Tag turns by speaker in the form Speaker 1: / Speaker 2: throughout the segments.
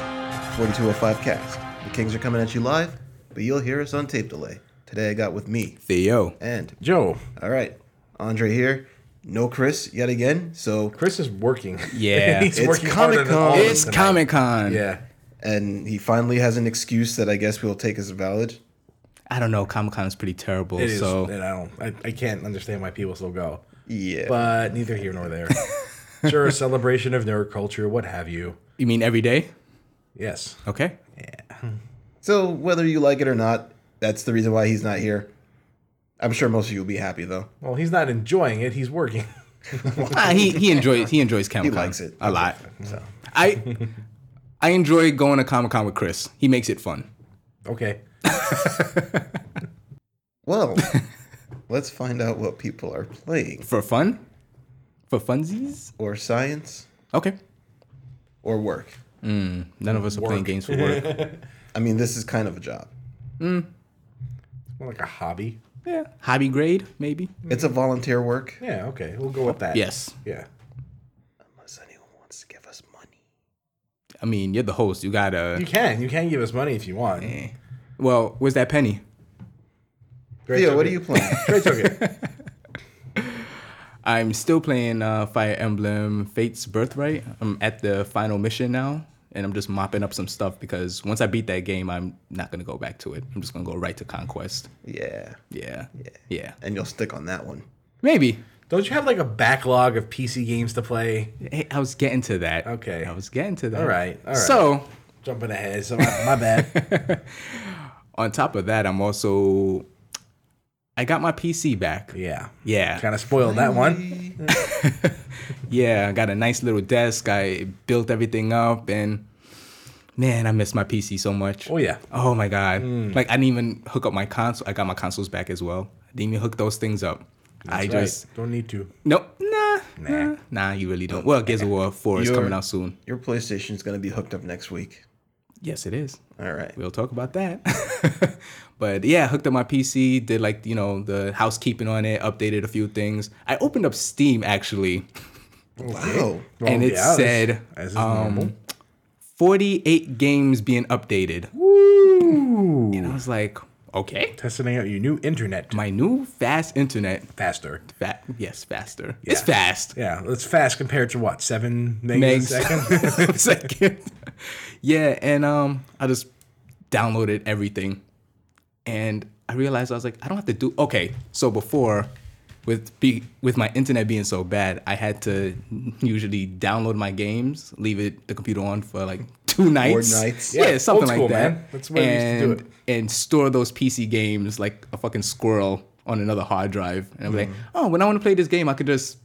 Speaker 1: Brooklyn 205 cast. The Kings are coming at you live, but you'll hear us on tape delay. Today I got with me
Speaker 2: Theo.
Speaker 1: and
Speaker 3: Joe,
Speaker 1: all right, Andre here. No Chris yet again. So
Speaker 3: Chris is working.
Speaker 2: Yeah.
Speaker 3: he's
Speaker 1: It's
Speaker 3: working harder than
Speaker 1: Comic-Con.
Speaker 3: all of us
Speaker 2: It's
Speaker 3: tonight.
Speaker 2: Comic Con.
Speaker 3: Yeah,
Speaker 1: and he finally has an excuse that I guess we'll take as valid.
Speaker 2: I don't know. Comic Con is pretty terrible.
Speaker 3: it is.
Speaker 2: so
Speaker 3: and I don't. I, I can't understand why people still go.
Speaker 1: Yeah.
Speaker 3: But neither here nor there. sure, a celebration of nerd culture, what have you.
Speaker 2: you mean every day?
Speaker 3: Yes.
Speaker 2: Okay.
Speaker 1: So whether you like it or not, that's the reason why he's not here. I'm sure most of you will be happy though.
Speaker 3: Well, he's not enjoying it. He's working.
Speaker 2: Ah, he he enjoys he enjoys Comic Con.
Speaker 1: likes it.
Speaker 2: a lot.
Speaker 1: So
Speaker 2: I I enjoy going to Comic Con with Chris. He makes it fun.
Speaker 3: Okay.
Speaker 1: well, let's find out what people are playing
Speaker 2: For fun? For funsies?
Speaker 1: or science
Speaker 2: Okay.
Speaker 1: or work.
Speaker 2: None of us are playing
Speaker 3: Work.
Speaker 2: games for work.
Speaker 1: I mean, this is kind of a job.
Speaker 3: It's more like a hobby.
Speaker 2: yeah. Hobby grade, maybe?
Speaker 1: It's a volunteer work.
Speaker 3: Yeah. Okay. We'll go with that.
Speaker 2: Yes.
Speaker 3: Yeah.
Speaker 1: Unless anyone wants to give us money.
Speaker 2: I mean, you're the host. You gotta
Speaker 3: You can. You can give us money if you want.
Speaker 2: eh. Well, where's that penny?
Speaker 3: Great.
Speaker 1: Theo, what are you playing?
Speaker 3: Great. Okay.
Speaker 2: I'm still playing uh, Fire Emblem Fate's Birthright. I'm at the final mission now, and I'm just mopping up some stuff because once I beat that game, I'm not gonna go back to it. I'm just gonna go right to Conquest.
Speaker 1: yeah.
Speaker 2: Yeah, yeah,
Speaker 1: And you'll stick on that one.
Speaker 2: Maybe.
Speaker 3: Don't you have like a backlog of PC games to play?
Speaker 2: Hey, I was getting to that.
Speaker 3: Okay.
Speaker 2: I was getting to that.
Speaker 3: All right, all right.
Speaker 2: So
Speaker 3: Jumping ahead. So my, my bad.
Speaker 2: on top of that, I'm also I got my PC back.
Speaker 3: Yeah.
Speaker 2: Yeah.
Speaker 3: Kind of spoiled that one.
Speaker 2: Yeah, I got a nice little desk. I built everything up, and man, I miss my PC so much.
Speaker 3: Oh, yeah.
Speaker 2: Oh my god!
Speaker 3: Mm.
Speaker 2: Like I didn't even hook up my console. I got my consoles back as well. I didn't even hook those things up. I
Speaker 3: That's right.
Speaker 2: just
Speaker 3: don't need to.
Speaker 2: nope. Nah, nah, nah. You really don't. Well, Gears of War Four is
Speaker 1: You're-
Speaker 2: coming out soon.
Speaker 1: Your PlayStation's going to be hooked up next week.
Speaker 2: Yes, it is.
Speaker 1: All right.
Speaker 2: We'll talk about that. but yeah, hooked up my PC, did like, you know, the housekeeping on it, updated a few things. I opened up Steam actually,
Speaker 1: Wow.
Speaker 3: Well,
Speaker 2: and it
Speaker 3: yeah, as-
Speaker 2: said
Speaker 3: as is normal.
Speaker 2: um, 48 games being updated. And I was like, okay.
Speaker 3: testing out your new internet
Speaker 2: My new fast internet,
Speaker 3: faster.
Speaker 2: fa- yes, faster. It's fast.
Speaker 3: Yeah, it's fast compared to what seven
Speaker 2: Megs.
Speaker 3: megs, a second.
Speaker 2: second. yeah, and um, I just downloaded everything, and I realized I was like, I don't have to do. Okay, so before, with be with my internet being so bad, I had to usually download my games, leave it the computer on for like two nights,
Speaker 1: nights.
Speaker 2: yeah,
Speaker 3: Yeah,
Speaker 2: something
Speaker 3: old
Speaker 2: like
Speaker 3: school,
Speaker 2: that.
Speaker 3: man. That's the way we used to do
Speaker 2: and, And store those PC games like a fucking squirrel on another hard drive, and I'm like, oh, when I want to play this game, I could just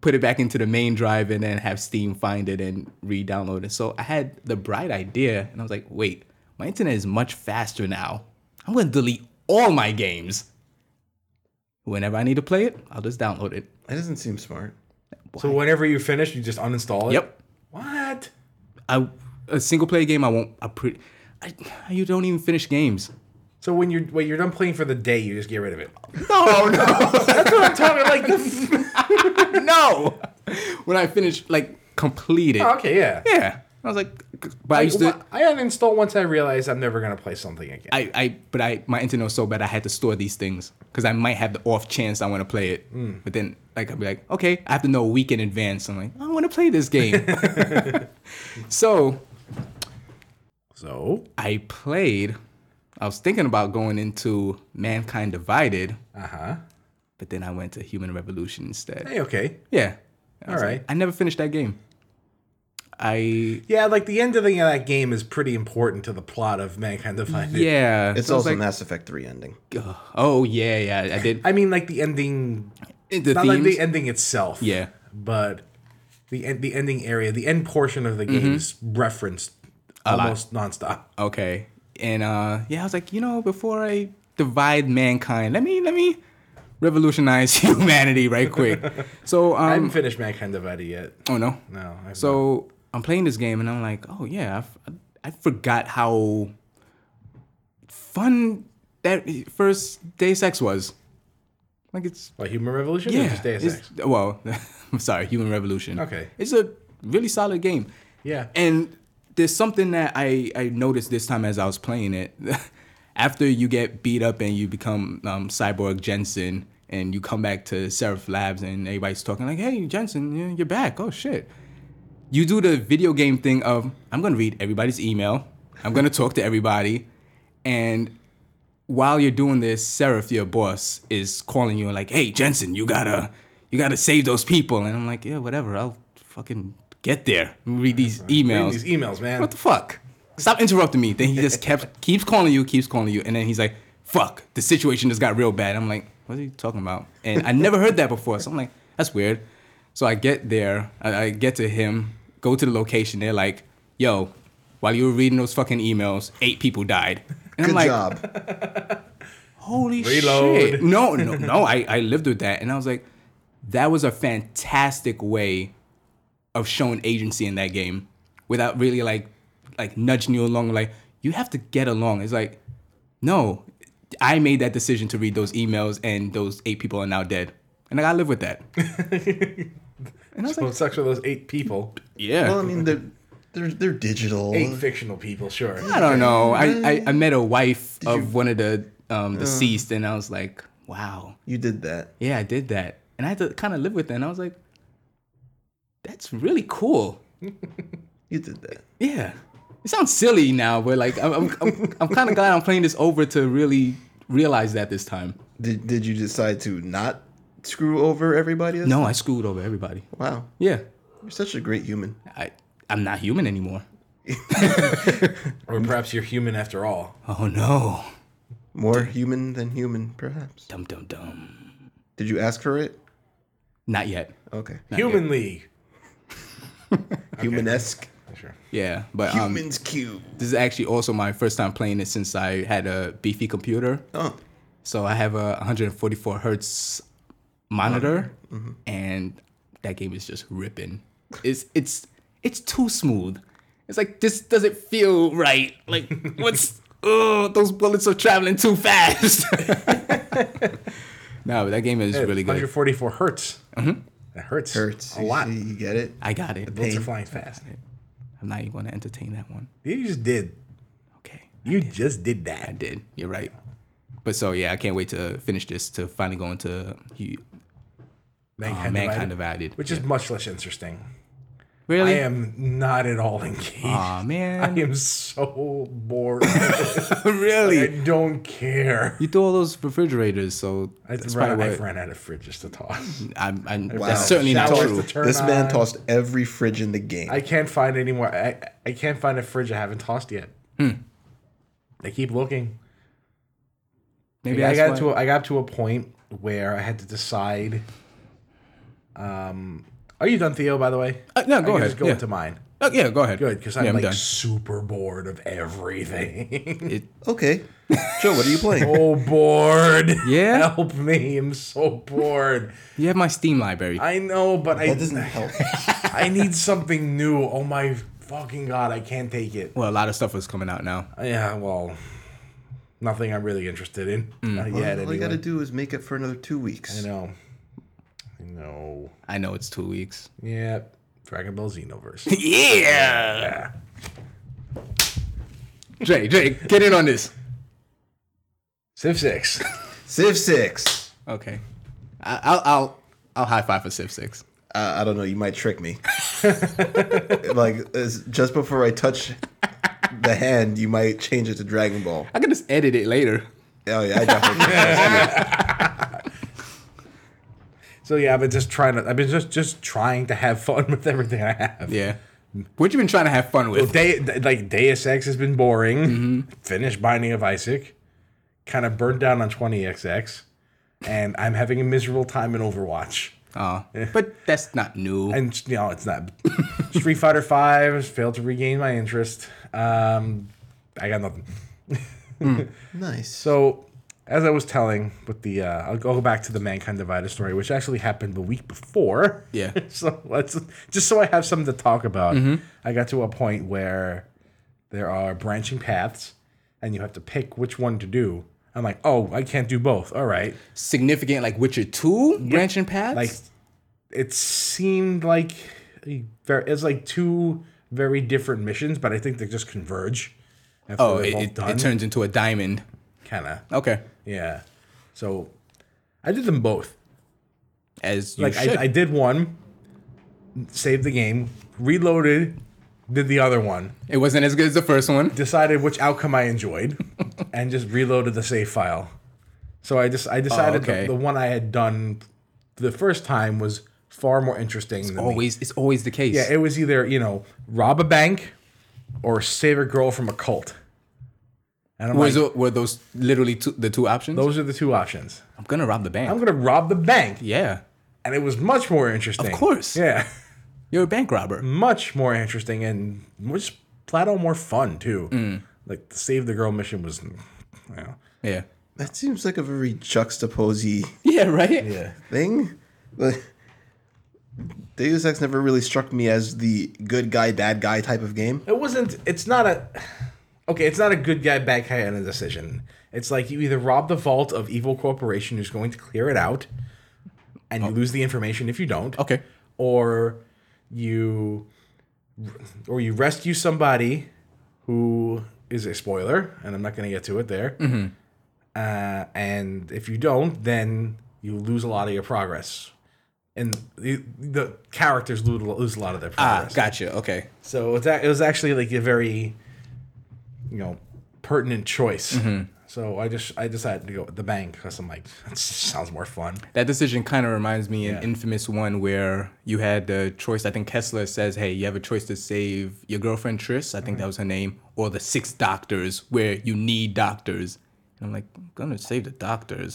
Speaker 2: put it back into the main drive and then have Steam find it and re-download it. So I had the bright idea and I was like, wait, my internet is much faster now. I'm gonna delete all my games. Whenever I need to play it, I'll just download it.
Speaker 1: That doesn't seem smart.
Speaker 3: so whenever you finish, you just uninstall it.
Speaker 2: Yep.
Speaker 3: What?
Speaker 2: I a single player game I won't I pre I, you don't even finish games.
Speaker 3: So when you're when you're done playing for the day, you just get rid of it.
Speaker 2: No, no,
Speaker 3: I'm talking like the.
Speaker 2: no. When I finish like complete it.
Speaker 3: okay, yeah.
Speaker 2: Yeah. I was like but I used to
Speaker 3: Well, I uninstall once I realized I'm never gonna play something again.
Speaker 2: I, I but I my internet was so bad I had to store these things because I might have the off chance I want to play it. But then like I'd be like, okay, I have to know a week in advance. I'm like, I want to play this game. so
Speaker 3: So
Speaker 2: I played. I was thinking about going into Mankind Divided,
Speaker 3: uh
Speaker 2: Uh-huh.
Speaker 3: huh.
Speaker 2: but then I went to Human Revolution instead.
Speaker 3: Hey, okay.
Speaker 2: Yeah.
Speaker 3: All right.
Speaker 2: I never finished that game. I
Speaker 3: Yeah, like the end of the, that game is pretty important to the plot of Mankind Divided.
Speaker 2: yeah.
Speaker 1: It's
Speaker 2: so I was
Speaker 1: also
Speaker 2: like,
Speaker 1: Mass Effect 3 ending.
Speaker 2: ugh. oh yeah yeah I did.
Speaker 3: I mean, like the ending,
Speaker 2: the
Speaker 3: not like
Speaker 2: themes.
Speaker 3: the ending itself.
Speaker 2: yeah.
Speaker 3: but the end, the ending area, the end portion of the game
Speaker 2: Mm-hmm.
Speaker 3: is referenced almost nonstop.
Speaker 2: Okay. And uh yeah, I was like, you know, before I divide mankind, let me let me revolutionize humanity right quick. so um
Speaker 3: I haven't finished Mankind Divided yet.
Speaker 2: oh no.
Speaker 3: No. I've
Speaker 2: So I'm playing this game and I'm like, oh yeah, I f- I forgot how fun that first Deus Ex was. Like it's
Speaker 3: what, Human Revolution? or
Speaker 2: yeah,
Speaker 3: just Deus
Speaker 2: it's-
Speaker 3: Ex?
Speaker 2: well, I'm sorry, Human Revolution.
Speaker 3: Okay.
Speaker 2: it's a really solid game.
Speaker 3: Yeah.
Speaker 2: and there's something that I, I noticed this time as I was playing it. After you get beat up and you become um, Cyborg Jensen, and you come back to Seraph Labs, and everybody's talking like, "Hey, Jensen, you- you're back! Oh shit!" You do the video game thing of I'm gonna read everybody's email, I'm gonna talk to everybody, and while you're doing this, Seraph, your boss, is calling you and like, "Hey, Jensen, you gotta, you gotta save those people." And I'm like, "Yeah, whatever. I'll fucking get there. Read these
Speaker 3: Reading
Speaker 2: emails."
Speaker 3: these emails, man.
Speaker 2: what the fuck? Stop interrupting me. Then he just kept keeps calling you, keeps calling you, and then he's like, "Fuck, the situation just got real bad." I'm like, "What are you talking about?" And I never heard that before, so I'm like, "That's weird." So I get there, I, I get to him, go to the location. They're like, "Yo, while you were reading those fucking emails, eight people died." And
Speaker 1: Good
Speaker 2: I'm like,
Speaker 1: job.
Speaker 2: "Holy
Speaker 3: Reload.
Speaker 2: shit!" No, no, no. I I lived with that, and I was like, "That was a fantastic way of showing agency in that game without really like like nudging you along like you have to get along it's like no i made that decision to read those emails and those eight people are now dead and i gotta live with that and i was
Speaker 3: So
Speaker 2: like
Speaker 3: it sucks for those eight people,
Speaker 2: yeah
Speaker 1: Well, I mean, they're they're, they're digital.
Speaker 3: eight fictional people, sure.
Speaker 2: i don't know I, I i met a wife of
Speaker 1: you- Uh.
Speaker 2: one of the um deceased and i was like wow
Speaker 1: You did that.
Speaker 2: yeah i did that and i had to kind of live with it and i was like that's really cool
Speaker 1: You did that.
Speaker 2: Yeah, it sounds silly now, but like I'm, I'm, I'm, I'm kind of glad I'm playing this over to really realize that this time.
Speaker 1: Did did you decide to not screw over everybody? this
Speaker 2: No, I screwed over everybody.
Speaker 1: Wow.
Speaker 2: Yeah,
Speaker 1: You're such a great human.
Speaker 2: I, I'm not human anymore.
Speaker 3: Or perhaps you're human after all.
Speaker 2: Oh no,
Speaker 1: More human than human, perhaps.
Speaker 2: dum dum dum.
Speaker 1: Did you ask for it?
Speaker 2: Not yet.
Speaker 1: Okay.
Speaker 3: Humanly.
Speaker 1: Humanesque.
Speaker 3: Sure.
Speaker 2: Yeah, but um,
Speaker 1: Humans Q.
Speaker 2: this is actually also my first time playing it since I had a beefy computer.
Speaker 1: Oh,
Speaker 2: So I have a 144 hertz monitor,
Speaker 3: Mm-hmm.
Speaker 2: and that game is just ripping. It's it's it's too smooth. It's like this doesn't feel right. Like what's oh those bullets are traveling too fast. no, but that game is really good.
Speaker 3: 144 hertz. Mm-hmm. That hurts.
Speaker 1: hurts.
Speaker 3: a
Speaker 1: You
Speaker 3: lot.
Speaker 1: see, You get it?
Speaker 2: I got it.
Speaker 3: Bullets are flying fast.
Speaker 2: I'm not even going to entertain that one.
Speaker 3: You just did.
Speaker 2: Okay,
Speaker 3: You just did
Speaker 2: I
Speaker 3: that.
Speaker 2: did. You're right. But so yeah, I can't wait to finish this to finally go into you.
Speaker 3: Mankind,
Speaker 2: Oh, Mankind
Speaker 3: Divided,
Speaker 2: Divided,
Speaker 3: Which is much less interesting. I
Speaker 2: Really?
Speaker 3: am not at all engaged.
Speaker 2: Aw, man.
Speaker 3: I am so bored.
Speaker 2: really?
Speaker 3: I don't care.
Speaker 2: You threw all those refrigerators, so
Speaker 3: I
Speaker 2: that's
Speaker 3: ran,
Speaker 2: probably
Speaker 3: I
Speaker 2: what
Speaker 3: ran out of fridges to toss.
Speaker 2: I'm. I'm
Speaker 1: Wow.
Speaker 2: That's certainly not
Speaker 3: Showers
Speaker 2: true.
Speaker 3: to turn
Speaker 1: this man
Speaker 3: on.
Speaker 1: tossed every fridge in the game.
Speaker 3: I can't find any more. I, I can't find a fridge I haven't tossed yet.
Speaker 2: Hmm.
Speaker 3: I keep looking.
Speaker 2: Maybe
Speaker 3: I
Speaker 2: that's
Speaker 3: got
Speaker 2: why-
Speaker 3: to a, I got to a point where I had to decide. Um, are you done, Theo? By the way,
Speaker 2: Uh, no, go
Speaker 3: I can
Speaker 2: ahead,
Speaker 3: Just go
Speaker 2: yeah.
Speaker 3: into mine.
Speaker 2: Oh, yeah, go ahead.
Speaker 3: Good, because
Speaker 2: yeah,
Speaker 3: I'm like super bored of everything.
Speaker 2: It,
Speaker 1: okay. Joe, what are you playing?
Speaker 3: so bored.
Speaker 2: Yeah?
Speaker 3: help me! I'm so bored.
Speaker 2: you have my Steam library.
Speaker 3: I know, but I
Speaker 1: That doesn't help.
Speaker 3: I need something new. Oh my fucking god! I can't take it.
Speaker 2: well, a lot of stuff is coming out now.
Speaker 3: Yeah, well, nothing I'm really interested in. Not yet,
Speaker 1: All you got to
Speaker 3: anyway.
Speaker 1: do is make it for another two weeks.
Speaker 3: I know. I know.
Speaker 2: I know it's two weeks.
Speaker 3: Yeah. Dragon Ball Xenoverse.
Speaker 2: yeah.
Speaker 3: yeah.
Speaker 2: Dre, Dre, get in on this.
Speaker 3: Civ 6.
Speaker 1: Civ 6.
Speaker 2: Okay. I, I'll, I'll, I'll high five for Civ Six.
Speaker 1: Uh, I don't know. You might trick me. like, as- just before I touch the hand, you might change it to Dragon Ball.
Speaker 2: I can just edit it later.
Speaker 1: Oh, yeah. I definitely.
Speaker 3: So yeah, I've been just trying to I've been just just trying to have fun with everything I have.
Speaker 2: Yeah. What you been trying to have fun with?
Speaker 3: Day, like Deus Ex has been boring. Finished Binding of Isaac. Kind of burned down on 20XX. And I'm having a miserable time in Overwatch.
Speaker 2: Aw. but that's not new.
Speaker 3: and you know it's not Street Fighter Five failed to regain my interest. Um, I got nothing.
Speaker 1: nice.
Speaker 3: So as I was telling with the, uh, I'll go back to the Mankind Divided story, which actually happened the week before.
Speaker 2: Yeah.
Speaker 3: so let's just so I have something to talk about. I got to a point where there are branching paths, and you have to pick which one to do. I'm like, oh, I can't do both. All right.
Speaker 2: Significant like Witcher Two branching paths.
Speaker 3: like it seemed like a ver- it was like two very different missions, but I think they just converge. After
Speaker 2: Oh,
Speaker 3: they're
Speaker 2: it,
Speaker 3: both
Speaker 2: it,
Speaker 3: done.
Speaker 2: it turns Oh. into a diamond.
Speaker 3: kinda.
Speaker 2: Okay,
Speaker 3: Yeah. So I did them both.
Speaker 2: as you
Speaker 3: Like
Speaker 2: should.
Speaker 3: I, I did one, saved the game, reloaded, did the other one,
Speaker 2: it wasn't as good as the first one.
Speaker 3: decided which outcome I enjoyed, and just reloaded the save file. So I just I
Speaker 2: Oh,
Speaker 3: decided
Speaker 2: okay.
Speaker 3: the, the one I had done the first time was far more interesting than the
Speaker 2: Always, it's always the case.
Speaker 3: Yeah, it was either you know rob a bank or save a girl from a cult. And I'm
Speaker 2: was
Speaker 3: like,
Speaker 2: tho- were those literally two, the two options?
Speaker 3: those are the two options.
Speaker 2: I'm gonna rob the bank.
Speaker 3: I'm gonna rob the bank,
Speaker 2: yeah,
Speaker 3: and it was much more interesting.
Speaker 2: Of course.
Speaker 3: yeah,
Speaker 2: you're a bank robber.
Speaker 3: much more interesting and much flat out more fun too.
Speaker 2: Mm.
Speaker 3: Like the save the girl mission was, you know,
Speaker 2: Yeah.
Speaker 1: That seems like a very juxtaposey
Speaker 2: Yeah. Right.
Speaker 3: yeah,
Speaker 1: thing. Like, Deus Ex never really struck me as the good guy, bad guy type of game.
Speaker 3: it wasn't. It's not a. Okay, it's not a good guy, bad guy on a decision. It's like you either rob the vault of evil corporation who's going to clear it out, and
Speaker 2: Oh.
Speaker 3: you lose the information if you don't.
Speaker 2: Okay.
Speaker 3: or you or you rescue somebody who is a spoiler and i'm not going to get to it there
Speaker 2: Mm-hmm.
Speaker 3: uh, and if you don't then you lose a lot of your progress and the, the characters lose, lose a lot of their
Speaker 2: Ah,
Speaker 3: progress
Speaker 2: gotcha. Okay.
Speaker 3: so it's a, it was actually like a very you know pertinent choice
Speaker 2: Mm-hmm.
Speaker 3: so i just i decided to go with the bank because i'm like that sounds more fun
Speaker 2: That decision kind of reminds me an
Speaker 3: Yeah.
Speaker 2: infamous one where you had the choice. I think Kessler says, "Hey, you have a choice to save your girlfriend Triss. I think
Speaker 3: Mm-hmm.
Speaker 2: that was her name, or the six doctors, where you need doctors." And I'm like, "I'm gonna save the doctors.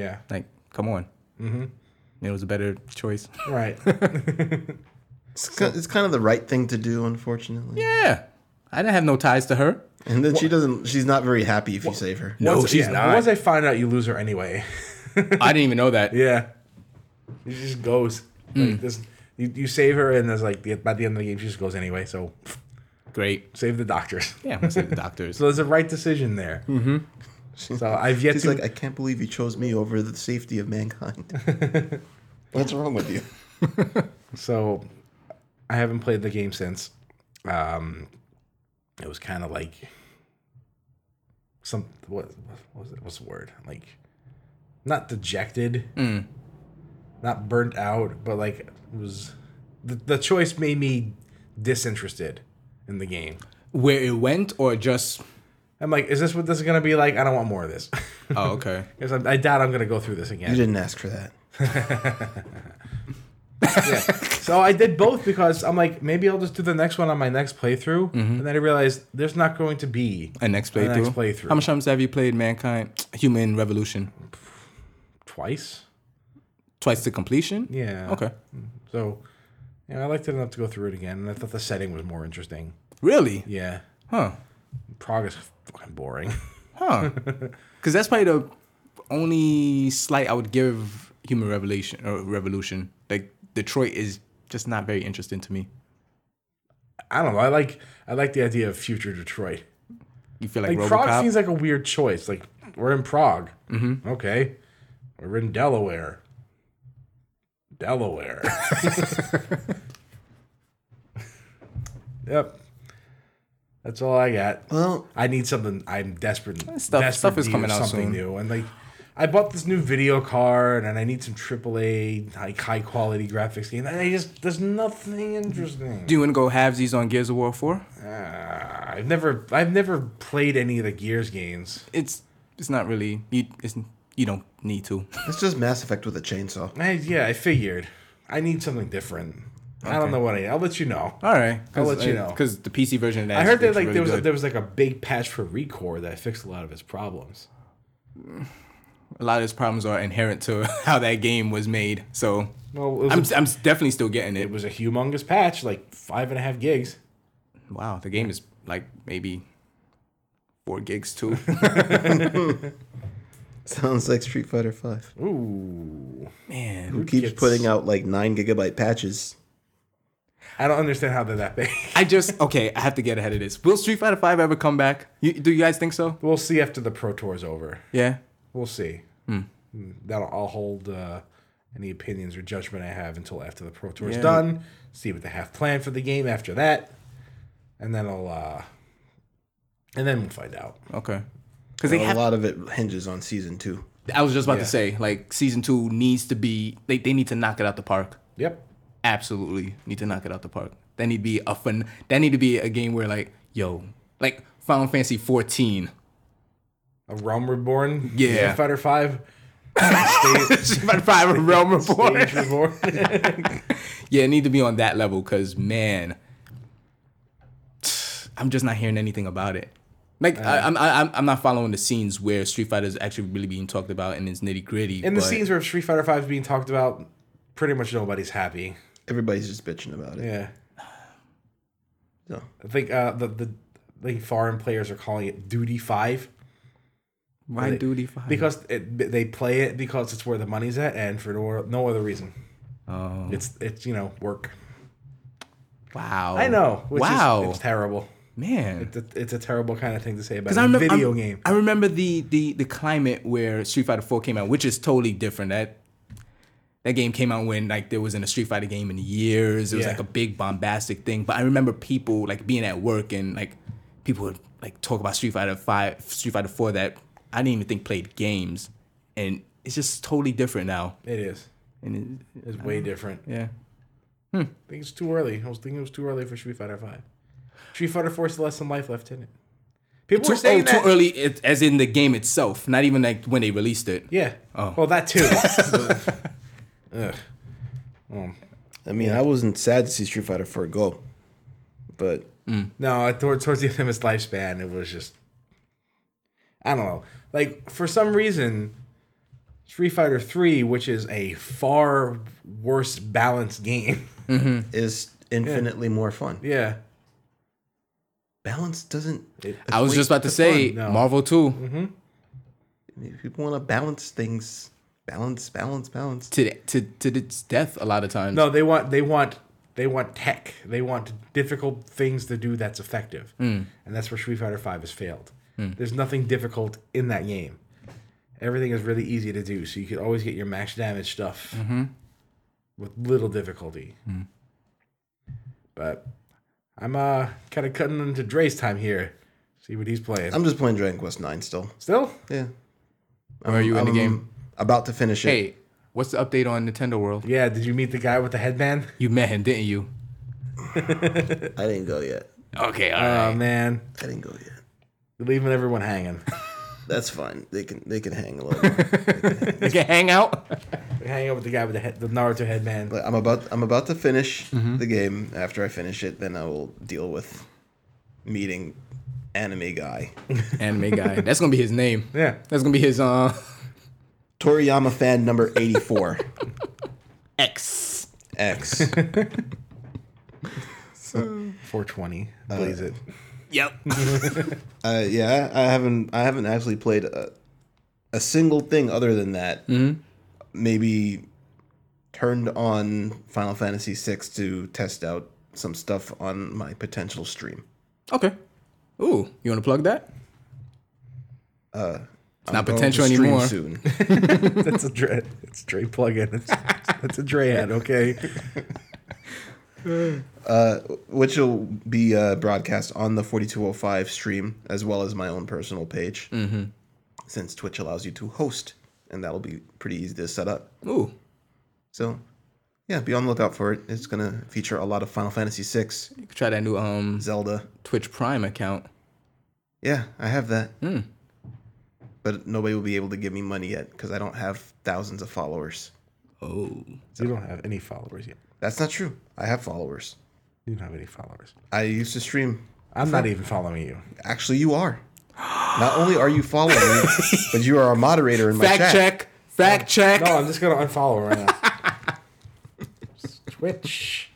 Speaker 3: yeah
Speaker 2: Like, come on." Mm-hmm. It was a better choice.
Speaker 3: right
Speaker 1: It's, ki- it's kind of the right thing to do, unfortunately.
Speaker 2: yeah, I didn't have no ties to her.
Speaker 1: And then she doesn't. She's not very happy if you save her.
Speaker 2: No,
Speaker 3: Once-
Speaker 2: she's
Speaker 3: yeah,
Speaker 2: not.
Speaker 3: Once I find out you lose her anyway,
Speaker 2: I didn't even know that.
Speaker 3: yeah, it just goes.
Speaker 1: Hmm.
Speaker 3: Like this, you, you save her, and there's like the, by the end of the game, she just goes anyway. So
Speaker 2: Great.
Speaker 3: save the doctors.
Speaker 2: Yeah, I'm gonna save the doctors.
Speaker 3: So there's a right decision there. Mm-hmm. So I've yet
Speaker 1: She's
Speaker 3: to.
Speaker 1: like, I can't believe you chose me over the safety of mankind. What's wrong with you?
Speaker 3: so I haven't played the game since. Um, it was kind of like some what, what was it? What's the word? Like not dejected, not burnt out, but like it was the, the choice made me disinterested in the game.
Speaker 2: Where it went, or just
Speaker 3: I'm like, is this what this is gonna be like? I don't want more of this.
Speaker 2: oh, okay.
Speaker 3: 'Cause I, I doubt I'm gonna go through this again.
Speaker 1: You didn't ask for that.
Speaker 3: yeah. So I did both because I'm like, maybe I'll just do the next one on my next playthrough. And then I realized there's not going to be
Speaker 2: A next
Speaker 3: a
Speaker 2: playthrough.
Speaker 3: next playthrough.
Speaker 2: How much times have you played Mankind Human Revolution?
Speaker 3: twice.
Speaker 2: Twice to completion.
Speaker 3: Yeah.
Speaker 2: Okay.
Speaker 3: So yeah, I liked it enough to go through it again. And I thought the setting was more interesting.
Speaker 2: Really?
Speaker 3: Yeah.
Speaker 2: Huh.
Speaker 3: Prague is fucking boring.
Speaker 2: Huh. Because that's probably the only slight I would give Human Revolution or Revolution. Like Detroit is just not very interesting to me.
Speaker 3: I don't know. I like I like the idea of future Detroit.
Speaker 2: You feel like,
Speaker 3: Like Prague
Speaker 2: RoboCop.
Speaker 3: seems like a weird choice. Like we're in Prague. Mm-hmm. Okay. We're in Delaware. Delaware. yep. That's all I got.
Speaker 1: Well,
Speaker 3: I need something. I'm desperate.
Speaker 2: Stuff-
Speaker 3: desperate
Speaker 2: stuff is
Speaker 3: need
Speaker 2: coming out soon.
Speaker 3: Something new, and like, I bought this new video card, and I need some AAA, like high quality graphics game. And I just there's nothing interesting.
Speaker 2: Do you want to go halvesies on Gears of War Four?
Speaker 3: Ah, I've never, I've never played any of the Gears games.
Speaker 2: It's it's not really you. It's, you don't need to.
Speaker 1: it's just Mass Effect with a chainsaw.
Speaker 3: I, yeah, I figured. I need something different. I don't know what I. I'll let you know.
Speaker 2: All right.
Speaker 3: I'll let you know.
Speaker 2: Because the PC version of that
Speaker 3: I heard that
Speaker 2: that
Speaker 3: like there was a, there was like a big patch for Recore that fixed a lot of his problems.
Speaker 2: a lot of his problems are inherent to how that game was made. So
Speaker 3: Well, it was,
Speaker 2: I'm,
Speaker 3: a,
Speaker 2: I'm definitely still getting it.
Speaker 3: it was a humongous patch, like five and a half gigs.
Speaker 2: Wow, the game is like maybe four gigs too.
Speaker 1: Sounds like Street Fighter Five.
Speaker 3: Ooh,
Speaker 2: Man,
Speaker 1: Who keeps
Speaker 3: gets-
Speaker 1: putting out like nine gigabyte patches?
Speaker 3: I don't understand how they're that big.
Speaker 2: I just okay. I have to get ahead of this. Will Street Fighter Five ever come back? You, do you guys think so?
Speaker 3: we'll see after the Pro Tour's over.
Speaker 2: Yeah.
Speaker 3: We'll see. Mm, That'll I'll hold uh, any opinions or judgment I have until after the Pro Tour's
Speaker 2: Yeah.
Speaker 3: done. See what they have planned for the game after that. and then I'll uh, and then we'll find out.
Speaker 2: Okay. Because they
Speaker 1: a
Speaker 2: have.
Speaker 1: lot of it hinges on season two.
Speaker 2: I was just about
Speaker 3: Yeah.
Speaker 2: to say, like, season two needs to be. They, they need to knock it out the park.
Speaker 3: Yep.
Speaker 2: Absolutely need to knock it out the park. That need to be a fun. That need to be a game where like, yo, like Final Fantasy 14.
Speaker 3: A Realm Reborn.
Speaker 2: Yeah.
Speaker 3: Street Fighter Five. Stage,
Speaker 2: Private Realm Report.
Speaker 3: Stage Reborn.
Speaker 2: Yeah, it need to be on that level because man, I'm just not hearing anything about it. Like I, I'm, I, I'm- I'm not following the scenes where Street Fighter is actually really being talked about and it's nitty gritty.
Speaker 3: In the scenes where Street Fighter Five is being talked about, pretty much nobody's happy.
Speaker 1: Everybody's just bitching about it.
Speaker 3: Yeah.
Speaker 1: So
Speaker 3: I think uh, the the like foreign players are calling it Duty Five
Speaker 2: why duty five?
Speaker 3: because it, they play it because it's where the money's at and for no, no other reason.
Speaker 2: oh,
Speaker 3: It's it's you know work.
Speaker 2: wow,
Speaker 3: I know. Which
Speaker 2: wow,
Speaker 3: Is, it's terrible.
Speaker 2: man.
Speaker 3: It's a, it's a terrible kind of thing to say about
Speaker 2: 'Cause
Speaker 3: a
Speaker 2: I remem-
Speaker 3: video
Speaker 2: I'm-
Speaker 3: game.
Speaker 2: I remember the, the the climate where Street Fighter Four came out, which is totally different. That that game came out when like there wasn't a Street Fighter game in years. It was
Speaker 3: Yeah.
Speaker 2: like a big bombastic thing. But I remember people like being at work and like people would like talk about Street Fighter Five, Street Fighter Four that I didn't even think played games, and it's just totally different now.
Speaker 3: It is.
Speaker 2: And it,
Speaker 3: It's way different.
Speaker 2: yeah,
Speaker 3: I think it's too early. I was thinking it was too early for Street Fighter Five. Street Fighter Four is less than life left in it. People
Speaker 2: too,
Speaker 3: were saying
Speaker 2: oh,
Speaker 3: that.
Speaker 2: too early, it, as in the game itself, not even like when they released it.
Speaker 3: Yeah.
Speaker 2: Oh.
Speaker 3: Well, that too. Ugh. Um,
Speaker 1: I mean, I wasn't sad to see Street Fighter Four go, but
Speaker 3: No, I- toward, towards the end of his lifespan, it was just. I don't know. Like, for some reason, Street Fighter 3, which is a far worse balanced game.
Speaker 1: is infinitely more fun.
Speaker 3: yeah.
Speaker 1: Balance doesn't.
Speaker 2: I was just about to say
Speaker 3: fun, no.
Speaker 2: Marvel Two.
Speaker 1: if People want to balance things. Balance, balance, balance.
Speaker 2: to to to its death a lot of times.
Speaker 3: No, they want they want they want tech. They want difficult things to do that's effective, and that's where Street Fighter Five has failed. There's nothing difficult in that game. Everything is really easy to do, so you could always get your max damage stuff with little difficulty. But I'm uh kind of cutting into Dre's time here. See what he's playing.
Speaker 1: I'm just playing Dragon Quest Nine still.
Speaker 3: Still,
Speaker 1: Yeah.
Speaker 2: Where are you in the
Speaker 3: um,
Speaker 2: game?
Speaker 1: About to finish it.
Speaker 2: Hey, what's the update on Nintendo World?
Speaker 3: yeah. Did you meet the guy with the headband?
Speaker 2: You met him, didn't you?
Speaker 1: I didn't go yet.
Speaker 2: Okay, all
Speaker 3: Oh
Speaker 2: right.
Speaker 3: man,
Speaker 1: I didn't go yet.
Speaker 3: You're leaving everyone hanging.
Speaker 1: That's fine. They can they can hang a little. bit.
Speaker 2: You can hang out.
Speaker 3: hanging out with the guy with the, head, the Naruto headband.
Speaker 1: But I'm about I'm about to finish
Speaker 2: Mm-hmm.
Speaker 1: the game. After I finish it, then I will deal with meeting anime guy
Speaker 2: Anime guy. That's gonna be his name.
Speaker 3: Yeah.
Speaker 2: That's gonna be his uh
Speaker 1: Toriyama fan number 84
Speaker 2: X.
Speaker 1: X.
Speaker 3: 420. Blaze it.
Speaker 2: Yep.
Speaker 1: Uh, yeah, I haven't I haven't actually played a, a single thing other than that.
Speaker 2: Mm-hmm.
Speaker 1: Maybe turned on Final Fantasy VI to test out some stuff on my potential stream.
Speaker 2: okay. Ooh, you wanna plug that?
Speaker 1: It's
Speaker 2: not potential anymore.
Speaker 1: Soon.
Speaker 3: That's a Dre. It's Dre plug-in. It's, that's a Dre ad, okay?
Speaker 1: Uh, which will be uh, broadcast on the 4205 stream as well as my own personal page mm-hmm. since twitch allows you to host and that'll be pretty easy to set up
Speaker 2: Ooh.
Speaker 1: so yeah be on the lookout for it it's going to feature a lot of final fantasy VI,
Speaker 2: You could try that new um
Speaker 1: zelda
Speaker 2: Twitch Prime account.
Speaker 1: yeah i have that
Speaker 3: Hmm.
Speaker 1: but nobody will be able to give me money yet because i don't have thousands of followers
Speaker 2: Oh.
Speaker 3: So you don't have any followers yet.
Speaker 1: that's not true i have followers
Speaker 3: You don't have any followers.
Speaker 1: i used to stream
Speaker 3: I'm not even following you.
Speaker 1: actually you are not only are you following me but you are a moderator in my
Speaker 2: Fact
Speaker 1: chat
Speaker 2: check. Fact check.
Speaker 3: No, I'm just gonna unfollow right now. Twitch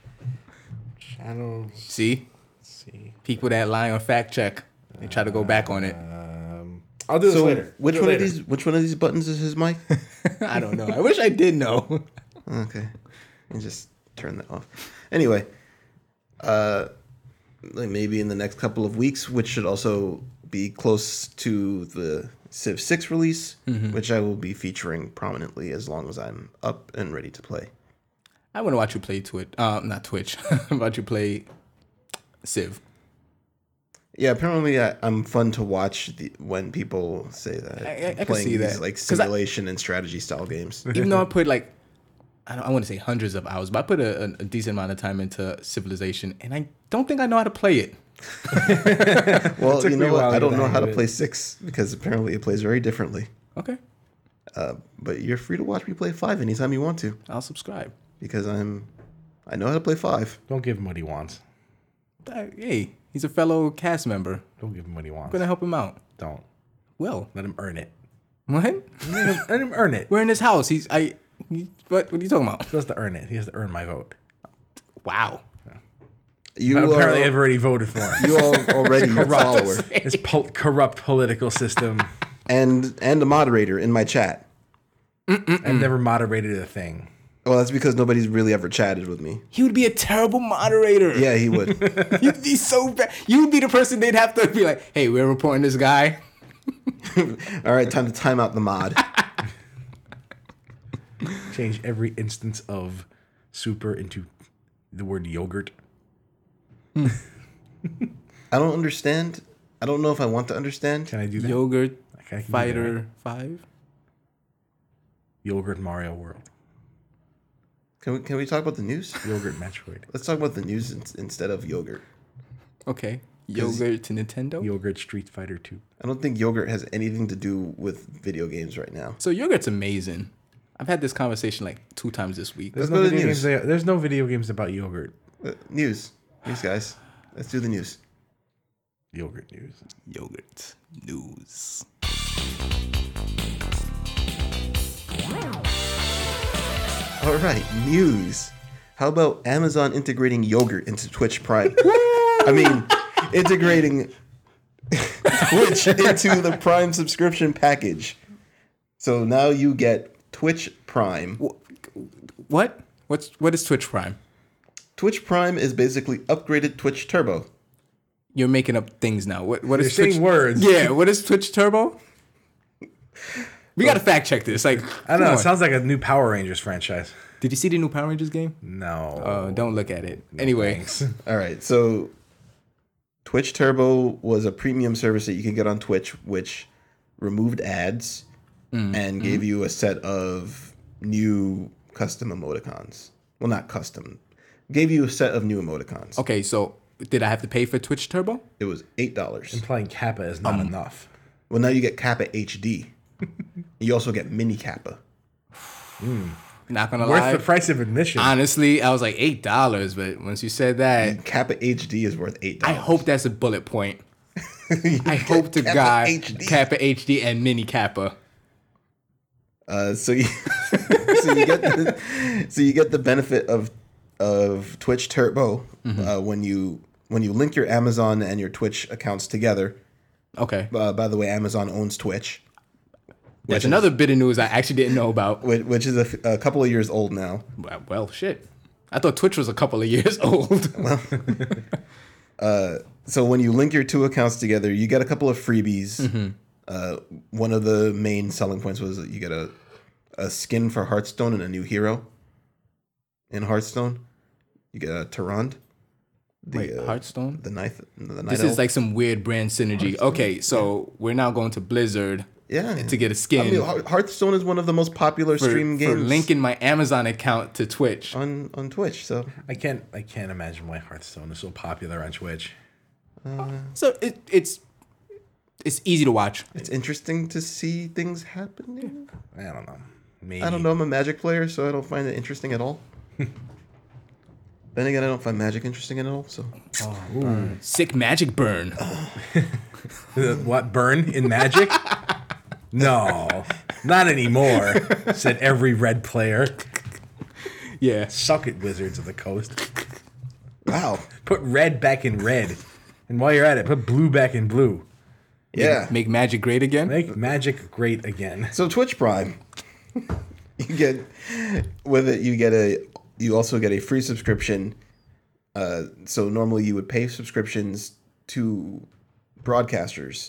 Speaker 3: channels.
Speaker 2: See?
Speaker 3: Let's see.
Speaker 2: People that lie on fact check. They try to go back on it.
Speaker 3: Um, I'll do this
Speaker 1: So
Speaker 3: later.
Speaker 1: which
Speaker 3: Do it
Speaker 1: one
Speaker 3: later.
Speaker 1: of these which one of these buttons is his mic?
Speaker 2: I don't know. I wish I did know.
Speaker 1: okay. And just turn that off. Anyway, uh like maybe in the next couple of weeks, which should also be close to the Civ 6 release,
Speaker 2: Mm-hmm.
Speaker 1: which I will be featuring prominently as long as I'm up and ready to play.
Speaker 2: I want to watch you play Twitch. Uh, not Twitch. I want to watch you play Civ.
Speaker 1: Yeah, apparently I, I'm fun to watch the, when people say that.
Speaker 2: I- I- I can
Speaker 1: Playing
Speaker 2: see
Speaker 1: these,
Speaker 2: that.
Speaker 1: like
Speaker 2: 'Cause I-
Speaker 1: simulation and strategy style games.
Speaker 2: even though I put like I don't I want to say hundreds of hours, but I put a, a a decent amount of time into Civilization, and I don't think I know how to play it.
Speaker 1: Well,
Speaker 3: took
Speaker 1: you
Speaker 3: me a
Speaker 1: know what?
Speaker 3: while to
Speaker 1: I don't
Speaker 3: get
Speaker 1: know
Speaker 3: the
Speaker 1: how
Speaker 3: hang
Speaker 1: to
Speaker 3: of
Speaker 1: play six because apparently it plays very differently.
Speaker 2: Okay,
Speaker 1: Uh, but you're free to watch me play five anytime you want to
Speaker 2: I'll subscribe.
Speaker 1: because I'm I know how to play five.
Speaker 3: Don't give him what he wants.
Speaker 2: Uh, hey, he's a fellow cast member. I'm
Speaker 3: Don't give him what he wants.
Speaker 2: gonna help him out.
Speaker 3: Don't
Speaker 2: Well,
Speaker 3: let him earn it.
Speaker 2: what?
Speaker 3: Let him, let him earn it.
Speaker 2: We're in his house. He's I. he- what? What are you talking about?
Speaker 3: He has to earn it. He has to earn my vote.
Speaker 2: Wow.
Speaker 1: You
Speaker 3: But apparently,
Speaker 1: are
Speaker 3: I've already voted for him.
Speaker 1: you are already a follower
Speaker 3: This pol- corrupt political system.
Speaker 1: and and a moderator in my chat.
Speaker 3: I've never moderated a thing.
Speaker 1: Well, that's because nobody's really ever chatted with me.
Speaker 2: He would be a terrible moderator.
Speaker 1: Yeah, he would.
Speaker 2: You'd be so bad. You'd be the person they'd have to be like, hey, we're reporting this guy.
Speaker 1: All right, time to time out the mod.
Speaker 3: Change every instance of super into the word yogurt.
Speaker 1: I don't understand. I don't know if I want to understand.
Speaker 3: Can I do that?
Speaker 2: Yogurt
Speaker 3: Okay, I can do that.
Speaker 2: Fighter 5.
Speaker 3: Yogurt Mario World.
Speaker 1: Can we can we talk about the news?
Speaker 3: Yogurt Metroid.
Speaker 1: Let's talk about the news in, instead of yogurt.
Speaker 2: Okay. Yogurt to Nintendo.
Speaker 3: Yogurt Street Fighter 2.
Speaker 1: I don't think yogurt has anything to do with video games right now.
Speaker 2: so yogurt's amazing. I've had this conversation like two times this week.
Speaker 3: There's
Speaker 1: go
Speaker 3: no,
Speaker 1: to
Speaker 3: video
Speaker 1: the
Speaker 3: games, there's no video games about yogurt.
Speaker 1: Uh, news, news, guys. Let's do the news.
Speaker 3: Yogurt news.
Speaker 2: Yogurt news.
Speaker 1: All right, news. How about Amazon integrating yogurt into Twitch Prime? I mean, integrating Twitch into the Prime subscription package. So now you get Twitch Prime.
Speaker 2: Wh- What? What's what is Twitch Prime?
Speaker 1: Twitch Prime is basically upgraded Twitch Turbo.
Speaker 2: You're making up things now. What what
Speaker 3: You're
Speaker 2: is Twitch?
Speaker 3: saying words.
Speaker 2: Yeah, what is Twitch Turbo? We gotta fact check this. Like
Speaker 3: Oh. I don't know.
Speaker 2: come
Speaker 3: It
Speaker 2: on.
Speaker 3: sounds like a new Power Rangers franchise.
Speaker 2: Did you see the new Power Rangers game?
Speaker 3: No.
Speaker 2: Uh, don't look at it. Anyway,
Speaker 1: All right, so Twitch Turbo was a premium service that you could get on Twitch, which removed ads and gave you a set of new custom emoticons. Well, not custom, gave you a set of new emoticons.
Speaker 2: okay. So did I have to pay for Twitch Turbo?
Speaker 1: It was eight dollars.
Speaker 3: Playing Kappa is
Speaker 2: um,
Speaker 3: not enough.
Speaker 1: Well, now you get Kappa HD. you also get Mini Kappa.
Speaker 2: Not gonna
Speaker 3: Worth
Speaker 2: lie.
Speaker 3: the price of admission.
Speaker 2: Honestly, I was like eight dollars, but once you said that,
Speaker 1: Kappa HD is worth eight
Speaker 2: I
Speaker 1: dollars.
Speaker 2: hope that's a bullet point. I hope to
Speaker 1: Kappa
Speaker 2: God
Speaker 1: HD.
Speaker 2: Kappa HD and Mini Kappa.
Speaker 1: Uh, so you so you get the, so you get the benefit of of Twitch Turbo uh,
Speaker 2: Mm-hmm.
Speaker 1: when you when you link your Amazon and your Twitch accounts together.
Speaker 2: Okay,
Speaker 1: Uh, by the way, Amazon owns Twitch,
Speaker 2: that's another bit of news I actually didn't know about.
Speaker 1: which, which is a, f- a couple of years old now.
Speaker 2: Well, shit. I thought Twitch was a couple of years old.
Speaker 1: So when you link your two accounts together, you get a couple of freebies.
Speaker 2: Mm-hmm.
Speaker 1: Uh, one of the main selling points was that you get a a skin for Hearthstone and a new hero. In Hearthstone, you get a Tyrande. The,
Speaker 2: Wait,
Speaker 1: uh,
Speaker 2: Hearthstone.
Speaker 1: the ninth, the night
Speaker 2: This is like some weird brand synergy. Okay, so we're now going to Blizzard
Speaker 1: Yeah.
Speaker 2: to get a skin
Speaker 1: I mean, Hear- Hearthstone is one of the most popular
Speaker 2: for,
Speaker 1: stream
Speaker 2: for
Speaker 1: games Uh.
Speaker 2: linking my Amazon account to Twitch.
Speaker 1: on on Twitch. So
Speaker 3: I can't. I can't imagine why Hearthstone is so popular on Twitch.
Speaker 2: So it, it's it's easy to watch.
Speaker 1: it's interesting to see things happening.
Speaker 3: I don't know. Maybe
Speaker 1: I don't know. I'm a Magic player, so I don't find it interesting at all. then again, I don't find Magic interesting at all. So
Speaker 2: Sick magic burn.
Speaker 1: Uh.
Speaker 3: what burn in Magic. no, not anymore. Said every red player.
Speaker 2: Yeah.
Speaker 3: Suck it, Wizards of the Coast.
Speaker 1: wow,
Speaker 3: Put red back in red, and while you're at it, put blue back in blue.
Speaker 1: yeah.
Speaker 2: Make magic great again.
Speaker 3: Make Magic great again.
Speaker 1: So Twitch Prime, you get with it. You get a. You also get a free subscription. Uh, so normally you would pay subscriptions to broadcasters,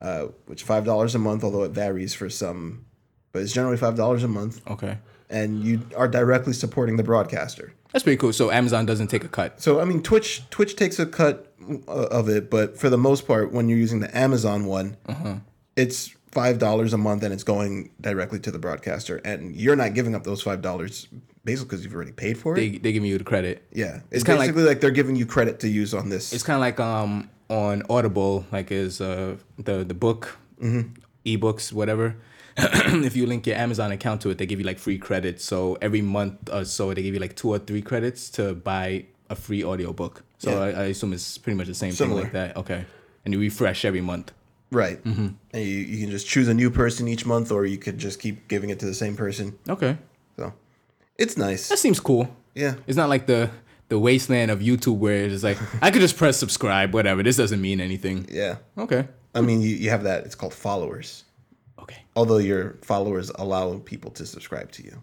Speaker 1: uh, which five dollars a month, although it varies for some, but it's generally five dollars a month.
Speaker 2: Okay.
Speaker 1: and you are directly supporting the broadcaster.
Speaker 2: That's pretty cool. So Amazon doesn't take a cut.
Speaker 1: So I mean, Twitch Twitch takes a cut uh, of it, but for the most part, when you're using the Amazon one,
Speaker 2: Uh-huh.
Speaker 1: it's five dollars a month, and it's going directly to the broadcaster, and you're not giving up those five dollars basically because you've already paid for it.
Speaker 2: They they give you the credit.
Speaker 1: yeah, it's,
Speaker 2: kinda like-
Speaker 1: basically like, they're giving you credit to use on this.
Speaker 2: It's kind of like um on Audible, like is uh the the book, Mm-hmm. ebooks, whatever. if you link your Amazon account to it, they give you like free credits. So every month or so, they give you like two or three credits to buy a free audiobook. So I, I assume it's pretty much the same
Speaker 1: Similar.
Speaker 2: thing like that. Okay, and you refresh every month.
Speaker 1: Right.
Speaker 2: Mm-hmm.
Speaker 1: And you, you can just choose a new person each month, or you could just keep giving it to the same person.
Speaker 2: Okay,
Speaker 1: So it's nice.
Speaker 2: that seems cool.
Speaker 1: Yeah.
Speaker 2: It's not like the the wasteland of YouTube where it's like I could just press subscribe, whatever. This doesn't mean anything.
Speaker 1: Yeah.
Speaker 2: Okay.
Speaker 1: I mean, you, you have that. It's called followers.
Speaker 2: Okay.
Speaker 1: Although your followers allow people to subscribe to you,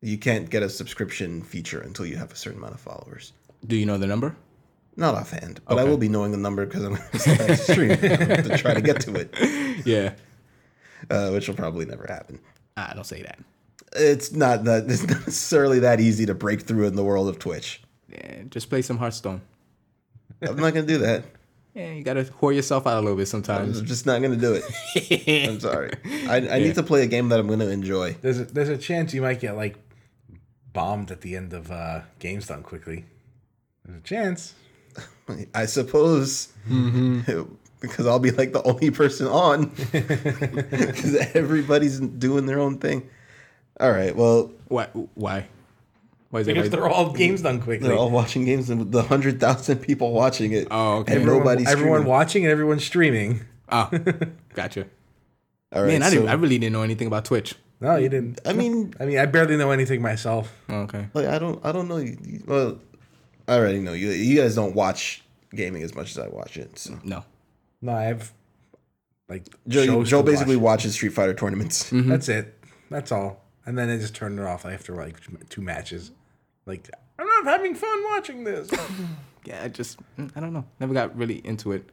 Speaker 1: you can't get a subscription feature until you have a certain amount of followers.
Speaker 2: Do you know the number?
Speaker 1: Not offhand, but I will be knowing the number because I'm going to start a stream to try to get to it,
Speaker 2: Yeah.
Speaker 1: uh, which will probably never happen.
Speaker 2: Ah, don't say that.
Speaker 1: It's not that it's not necessarily that easy to break through in the world of Twitch.
Speaker 2: Yeah, just play some Hearthstone.
Speaker 1: I'm not going to do that.
Speaker 2: Yeah, you gotta whore yourself out a little bit sometimes.
Speaker 1: I'm just not gonna do it. I'm sorry. I, I need to play a game that I'm gonna enjoy.
Speaker 3: There's a, there's a chance you might get like bombed at the end of uh, games done quickly. There's a chance.
Speaker 1: I suppose
Speaker 2: Mm-hmm.
Speaker 1: because I'll be like the only person on because everybody's doing their own thing. All right. Well,
Speaker 2: Why? Why? Why is
Speaker 3: Because
Speaker 2: everybody?
Speaker 3: they're all games done quickly.
Speaker 1: they're all watching games and the hundred thousand people watching it.
Speaker 2: Oh, okay.
Speaker 1: And
Speaker 2: Everyone-
Speaker 1: nobody's
Speaker 3: everyone
Speaker 1: streaming.
Speaker 3: watching and everyone streaming.
Speaker 2: Ah, gotcha.
Speaker 1: All right.
Speaker 2: Man, I
Speaker 1: so-
Speaker 2: didn't. I really didn't know anything about Twitch.
Speaker 3: No, you didn't.
Speaker 1: I mean,
Speaker 3: I mean, I barely know anything myself.
Speaker 2: Oh, Okay.
Speaker 1: like I don't. I don't know. You- you- Well, I already know you. You guys don't watch gaming as much as I watch it. So.
Speaker 2: No.
Speaker 3: No, I have like
Speaker 1: Joe,
Speaker 3: shows
Speaker 1: Joe
Speaker 3: to watch.
Speaker 1: basically watches Street Fighter
Speaker 2: Mm-hmm.
Speaker 1: tournaments.
Speaker 3: That's it. That's all. And then I just turned it off after like two matches. Like I'm not having fun watching this.
Speaker 2: Yeah, I just. mm, I don't know. Never got really into it.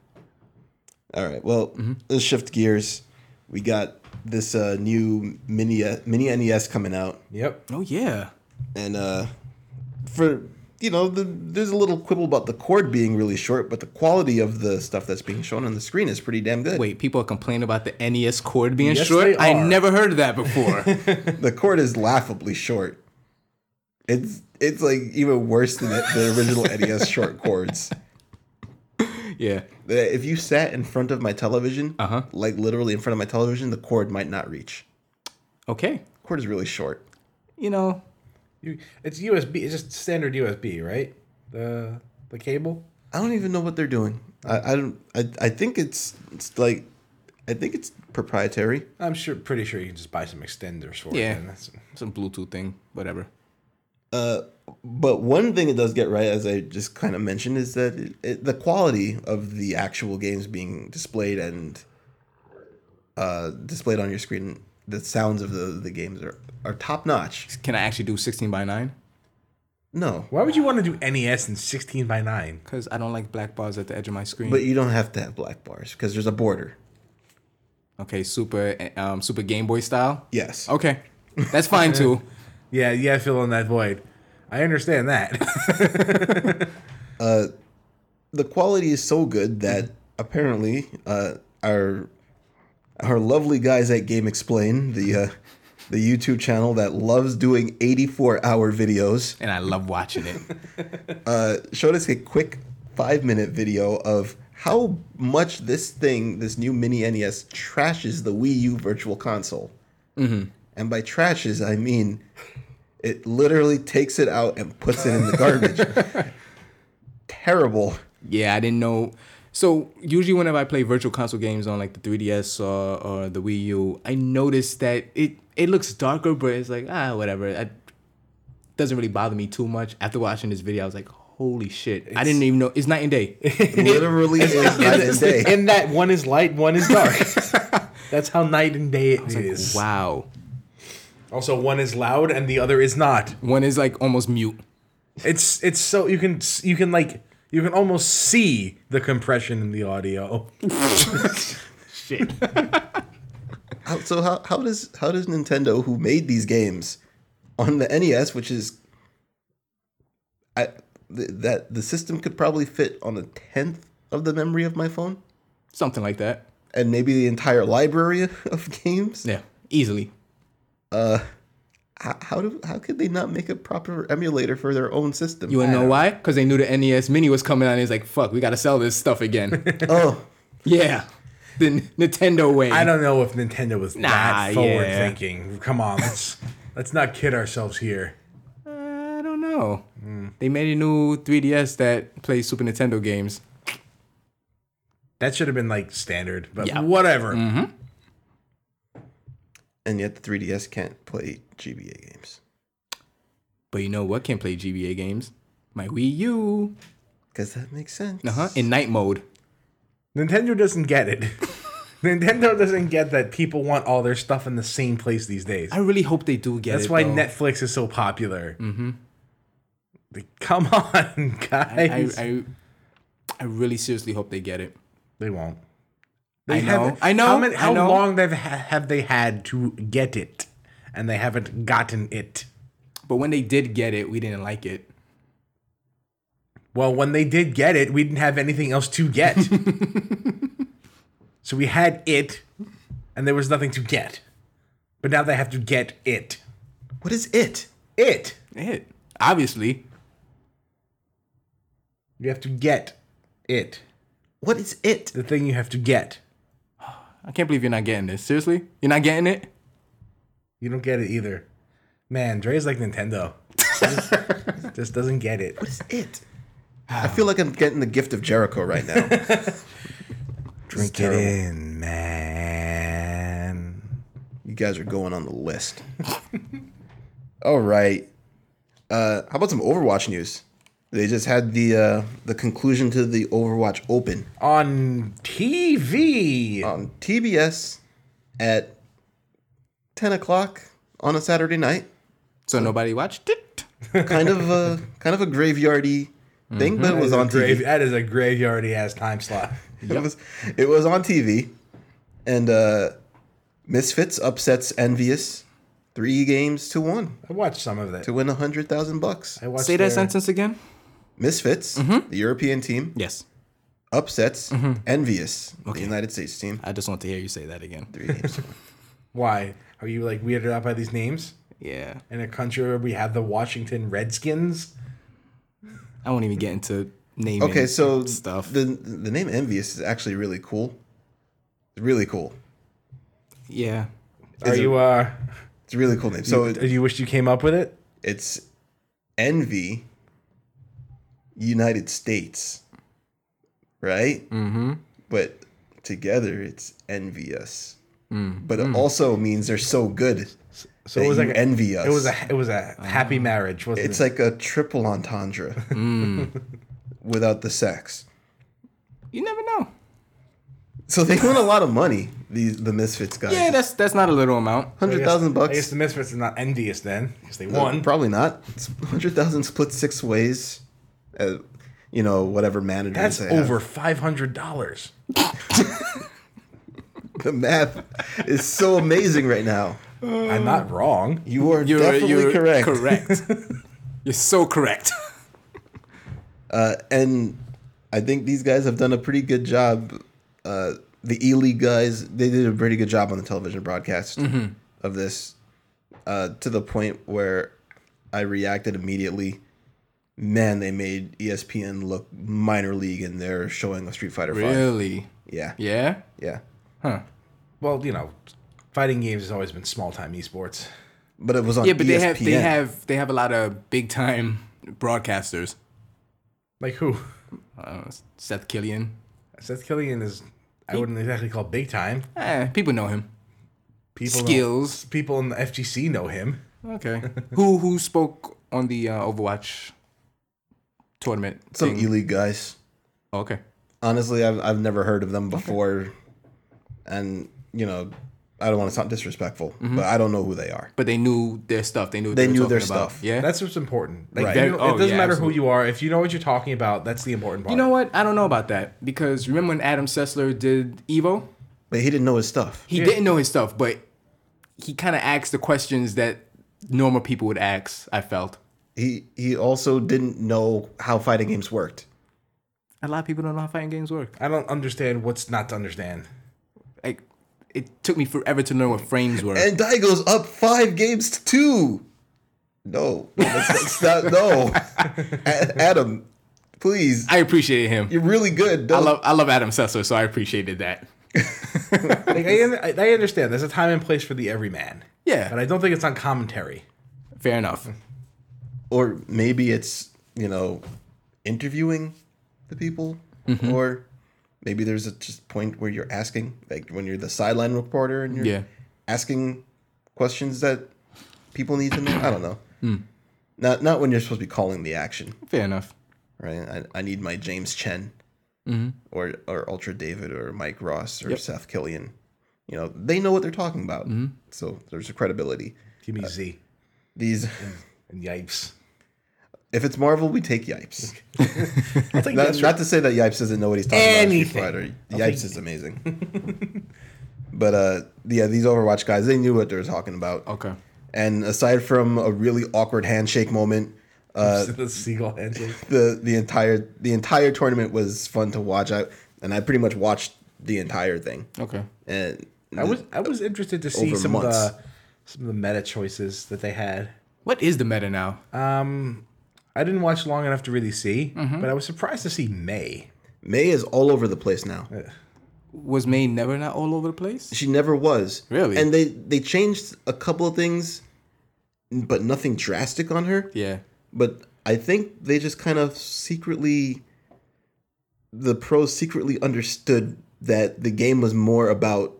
Speaker 1: All right. Well,
Speaker 2: Mm-hmm.
Speaker 1: let's shift gears. We got this uh, new mini uh, mini NES coming out,
Speaker 3: yep.
Speaker 2: Oh yeah.
Speaker 1: and uh, for you know, the, there's a little quibble about the cord being really short, but the quality of the stuff that's being shown on the screen is pretty damn good.
Speaker 2: Wait, people complain about the NES cord being
Speaker 3: Yes,
Speaker 2: short.
Speaker 3: they
Speaker 2: I
Speaker 3: are.
Speaker 2: never heard of that before.
Speaker 1: The cord is laughably short. It's it's like even worse than the, the original NES short cords.
Speaker 2: yeah.
Speaker 1: If you sat in front of my television,
Speaker 2: Uh-huh.
Speaker 1: like literally in front of my television, the cord might not reach.
Speaker 2: Okay.
Speaker 1: Cord is really short.
Speaker 2: You know.
Speaker 3: You, it's USB. It's just standard USB, right? The the cable.
Speaker 1: I don't even know what they're doing. I, I don't. I, I think it's it's like, I think it's proprietary.
Speaker 3: I'm sure, pretty sure you can just buy some extenders for
Speaker 2: Yeah.
Speaker 3: it. and that's-
Speaker 2: Some Bluetooth thing. Whatever.
Speaker 1: But one thing it does get right, as I just kind of mentioned, is that it, it, the quality of the actual games being displayed and uh, displayed on your screen, the sounds of the the games are are top notch.
Speaker 2: Can I actually do sixteen by nine?
Speaker 1: No,
Speaker 3: Why would you want to do NES in 16 by 9?
Speaker 2: Because I don't like black bars at the edge of my screen.
Speaker 1: but you don't have to have black bars because there's a border.
Speaker 2: okay, super, um, super Game Boy style.
Speaker 1: Yes.
Speaker 2: Okay, that's fine too.
Speaker 3: Yeah, yeah, fill in that void. I understand that.
Speaker 1: the quality is so good that apparently uh, our our lovely guys at Game Explain, the uh, the YouTube channel that loves doing 84 hour videos,
Speaker 2: And I love watching it.
Speaker 1: uh, showed us a quick five minute video of how much this thing, this new mini NES, trashes the Wii U Virtual Console. And by trashes, I mean it literally takes it out and puts it in the garbage. Terrible.
Speaker 2: Yeah, I didn't know. So usually whenever I play virtual console games on like the 3DS or, or the Wii U, I notice that it it looks darker, but it's like ah whatever. It doesn't really bother me too much. After watching this video, I was like, holy shit! I didn't even know it's night and day.
Speaker 1: Literally is night and day.
Speaker 3: In that one is light, one is dark. That's how night and day it is.
Speaker 2: wow.
Speaker 3: Also, one is loud and the other is not.
Speaker 2: One is like almost mute.
Speaker 3: It's it's so you can you can like you can almost see the compression in the audio.
Speaker 2: Shit.
Speaker 1: How, so how, how does how does Nintendo, who made these games, on the NES, which is I th- that the system could probably fit on a tenth of the memory of my phone,
Speaker 2: Something like that.
Speaker 1: and maybe the entire library of games.
Speaker 2: Yeah, easily.
Speaker 1: How, how do how could they not make a proper emulator for their own system?
Speaker 2: You wanna know why? Because they knew the NES Mini was coming out, and it's like, fuck, we gotta sell this stuff again.
Speaker 1: oh,
Speaker 2: yeah, the N- Nintendo way.
Speaker 3: I don't know if Nintendo was
Speaker 2: Nah,
Speaker 3: that forward
Speaker 2: yeah.
Speaker 3: thinking. Come on, let's let's not kid ourselves here.
Speaker 2: I don't know. They made a new 3DS that plays Super Nintendo games.
Speaker 3: That should have been like standard, but
Speaker 2: Yeah. Mm-hmm.
Speaker 3: whatever.
Speaker 1: and yet the 3DS can't play GBA games
Speaker 2: But you know what can play GBA games? My Wii U.
Speaker 1: because that makes sense.
Speaker 2: Uh huh. In night mode.
Speaker 3: Nintendo doesn't get it. Nintendo doesn't get that people want all their stuff in the same place these days.
Speaker 2: I really hope they do get
Speaker 3: That's
Speaker 2: it.
Speaker 3: why
Speaker 2: though.
Speaker 3: Netflix is so popular. Mm-hmm. Come on,
Speaker 2: I,
Speaker 3: guys.
Speaker 2: I, I really seriously hope they get it.
Speaker 3: they won't.
Speaker 2: I know.
Speaker 3: haven't-
Speaker 2: I know.
Speaker 3: How, many,
Speaker 2: I
Speaker 3: how
Speaker 2: know.
Speaker 3: long they've ha- have they had to get it, and they haven't gotten it.
Speaker 2: But when they did get it, we didn't like it.
Speaker 3: Well, when they did get it, we didn't have anything else to get. so we had it, and there was nothing to get. But now they have to get it.
Speaker 1: What is it?
Speaker 3: It.
Speaker 2: It obviously
Speaker 3: You have to get it.
Speaker 1: What is it?
Speaker 3: The thing you have to get.
Speaker 2: I can't believe you're not getting this. Seriously? You're not getting it?
Speaker 3: You don't get it either. Man, Dre's like Nintendo. just, just doesn't get it.
Speaker 1: What is it? I feel like I'm getting the gift of Jericho right now.
Speaker 3: Drink
Speaker 1: terrible.
Speaker 3: in, man.
Speaker 1: You guys are going on the list. All right. Uh, how about some Overwatch news? They just had the uh, the conclusion to the Overwatch Open
Speaker 3: On TV.
Speaker 1: on TBS at ten o'clock on a Saturday night.
Speaker 2: So nobody watched it.
Speaker 1: Kind of a kind of a graveyardy thing, but it was on
Speaker 3: Grave-
Speaker 1: TV.
Speaker 3: that is a graveyardy ass time slot.
Speaker 1: It was it was on TV, and uh, Misfits upsets Envious three games to one
Speaker 3: I watched some of it.
Speaker 1: to win a hundred thousand bucks.
Speaker 3: I watched
Speaker 2: Say that
Speaker 3: their-
Speaker 2: sentence again.
Speaker 1: Misfits,
Speaker 3: Mm-hmm.
Speaker 1: the European team,
Speaker 2: Yes.
Speaker 1: upsets Envious, the United States team.
Speaker 2: I just want to hear you say that again.
Speaker 1: Three games.
Speaker 3: Why? Are you like weirded out by these names?
Speaker 2: Yeah.
Speaker 3: In a country where we have the Washington Redskins?
Speaker 2: I won't even get into naming.
Speaker 1: okay, so
Speaker 2: stuff.
Speaker 1: The the name Envious is actually really cool. It's really cool.
Speaker 2: yeah.
Speaker 3: Are
Speaker 1: it-
Speaker 3: you uh
Speaker 1: It's a really cool name. So
Speaker 3: do
Speaker 1: it,
Speaker 3: you wish you came up with it?
Speaker 1: it's Envy United States, right? Mm-hmm. But together it's envious. But it also means they're so good.
Speaker 3: Mm. So
Speaker 1: that
Speaker 3: it was
Speaker 1: you
Speaker 3: like a,
Speaker 1: envy us. Oh.
Speaker 3: It was a it was a happy marriage, wasn't
Speaker 1: It's
Speaker 3: it?
Speaker 1: like a triple entendre
Speaker 2: Mm.
Speaker 1: without the sex.
Speaker 2: You never know.
Speaker 1: So they won a lot of money. These the Misfits guys.
Speaker 2: Yeah, that's that's not a little amount.
Speaker 3: I
Speaker 1: hundred
Speaker 3: guess-
Speaker 1: thousand
Speaker 3: I guess
Speaker 1: bucks.
Speaker 3: the Misfits are not envious then, because they
Speaker 1: Uh,
Speaker 3: won.
Speaker 1: Probably not. Hundred thousand split six ways. Uh, you know whatever managers.
Speaker 3: That's
Speaker 1: they have.
Speaker 3: over five hundred dollars.
Speaker 1: The math is so amazing right now.
Speaker 3: I'm not
Speaker 1: Oh.
Speaker 3: wrong.
Speaker 1: You are
Speaker 2: You're
Speaker 1: definitely
Speaker 2: you're
Speaker 1: correct.
Speaker 2: Correct. you're so correct.
Speaker 1: Uh, and I think these guys have done a pretty good job. Uh, the E League guys, they did a pretty good job on the television broadcast
Speaker 2: Mm-hmm.
Speaker 1: of this uh, to the point where I reacted immediately. Man, they made E ESPN look minor league and they're showing a Street Fighter Five.
Speaker 2: really?
Speaker 1: Yeah, yeah,
Speaker 2: Yeah. Huh.
Speaker 3: Well, you know, fighting games has always been small time esports.
Speaker 1: But it was on E
Speaker 2: Yeah, but
Speaker 1: ESPN.
Speaker 2: they have they have they have a lot of big time broadcasters.
Speaker 3: Like who?
Speaker 2: Uh, Seth Killian.
Speaker 3: Seth Killian is I wouldn't exactly call big time.
Speaker 2: Eh, people know him.
Speaker 3: People know-
Speaker 2: Skills.
Speaker 3: people in the FGC know him.
Speaker 2: Okay. who who spoke on the uh, Overwatch tournament?
Speaker 1: some
Speaker 2: thing?
Speaker 1: E League guys.
Speaker 2: Oh, okay.
Speaker 1: Honestly, I've I've never heard of them before, and you know, I don't want to sound disrespectful,
Speaker 2: Mm-hmm.
Speaker 1: but I don't know who they are.
Speaker 2: But they knew their stuff. They knew what
Speaker 1: They knew
Speaker 2: were
Speaker 1: their
Speaker 2: talking about.
Speaker 1: stuff.
Speaker 2: Yeah.
Speaker 3: That's what's important. Like,
Speaker 1: Right.
Speaker 3: you
Speaker 2: Very-
Speaker 3: know-
Speaker 2: oh,
Speaker 3: it doesn't
Speaker 2: yeah,
Speaker 3: matter
Speaker 2: absolutely.
Speaker 3: who you are. If you know what you're talking about, that's the important part.
Speaker 2: you know what? I don't know about that because remember when Adam Sessler did Evo?
Speaker 1: But he didn't know his stuff.
Speaker 2: He didn't know his stuff, but he kind of asked the questions that normal people would ask. I felt
Speaker 1: He he also didn't know how fighting games worked.
Speaker 2: a lot of people don't know how fighting games work.
Speaker 3: I don't understand what's not to understand.
Speaker 2: Like it took me forever to learn what frames were.
Speaker 1: And Daigo's up five games to two. No, that's, that's not, no. A- Adam, please,
Speaker 2: I appreciated him.
Speaker 1: you're really good.
Speaker 2: I
Speaker 1: Don't-
Speaker 2: love I love Adam Sessler, so I appreciated that.
Speaker 3: Like I, un- I I understand. There's a time and place for the everyman.
Speaker 2: Yeah,
Speaker 3: But I don't think it's on commentary.
Speaker 2: fair enough.
Speaker 1: or maybe it's you know interviewing the people,
Speaker 2: Mm-hmm.
Speaker 1: or maybe there's a just point where you're asking, like when you're the sideline reporter and you're
Speaker 2: Yeah.
Speaker 1: asking questions that people need to know. I don't know. Not not when you're supposed to be calling the action.
Speaker 2: Fair enough.
Speaker 1: right? I, I need my James Chen or or Ultra David or Mike Ross or Seth Killian. You know, they know what they're talking about. So there's a credibility.
Speaker 3: Give
Speaker 2: Uh,
Speaker 3: me Z
Speaker 1: These,
Speaker 3: and Yipes.
Speaker 1: if it's Marvel, we take Yipes.
Speaker 3: I'll take
Speaker 1: Not,
Speaker 3: that.
Speaker 1: not to say that Yipes doesn't know what he's talking
Speaker 3: Anything.
Speaker 1: about. in Street Fighter. Yipes is amazing. but uh, yeah, these Overwatch guys, they knew what they were talking about.
Speaker 2: Okay.
Speaker 1: And aside from a really awkward handshake moment, uh,
Speaker 3: the seagull handshake.
Speaker 1: the the entire the entire tournament was fun to watch. I and I pretty much watched the entire thing.
Speaker 2: Okay.
Speaker 1: And
Speaker 3: I was I was interested to see
Speaker 1: Over
Speaker 3: some
Speaker 1: months.
Speaker 3: of the some of the meta choices that they had.
Speaker 2: What is the meta now?
Speaker 3: Um, I didn't watch long enough to really see,
Speaker 1: Mm-hmm.
Speaker 3: but I was surprised to see May.
Speaker 1: May is all over the place now.
Speaker 2: Was May never not all over the place?
Speaker 1: She never was.
Speaker 2: Really?
Speaker 1: And they they changed a couple of things, but nothing drastic on her.
Speaker 2: Yeah.
Speaker 1: But I think they just kind of secretly, the pros secretly understood that the game was more about,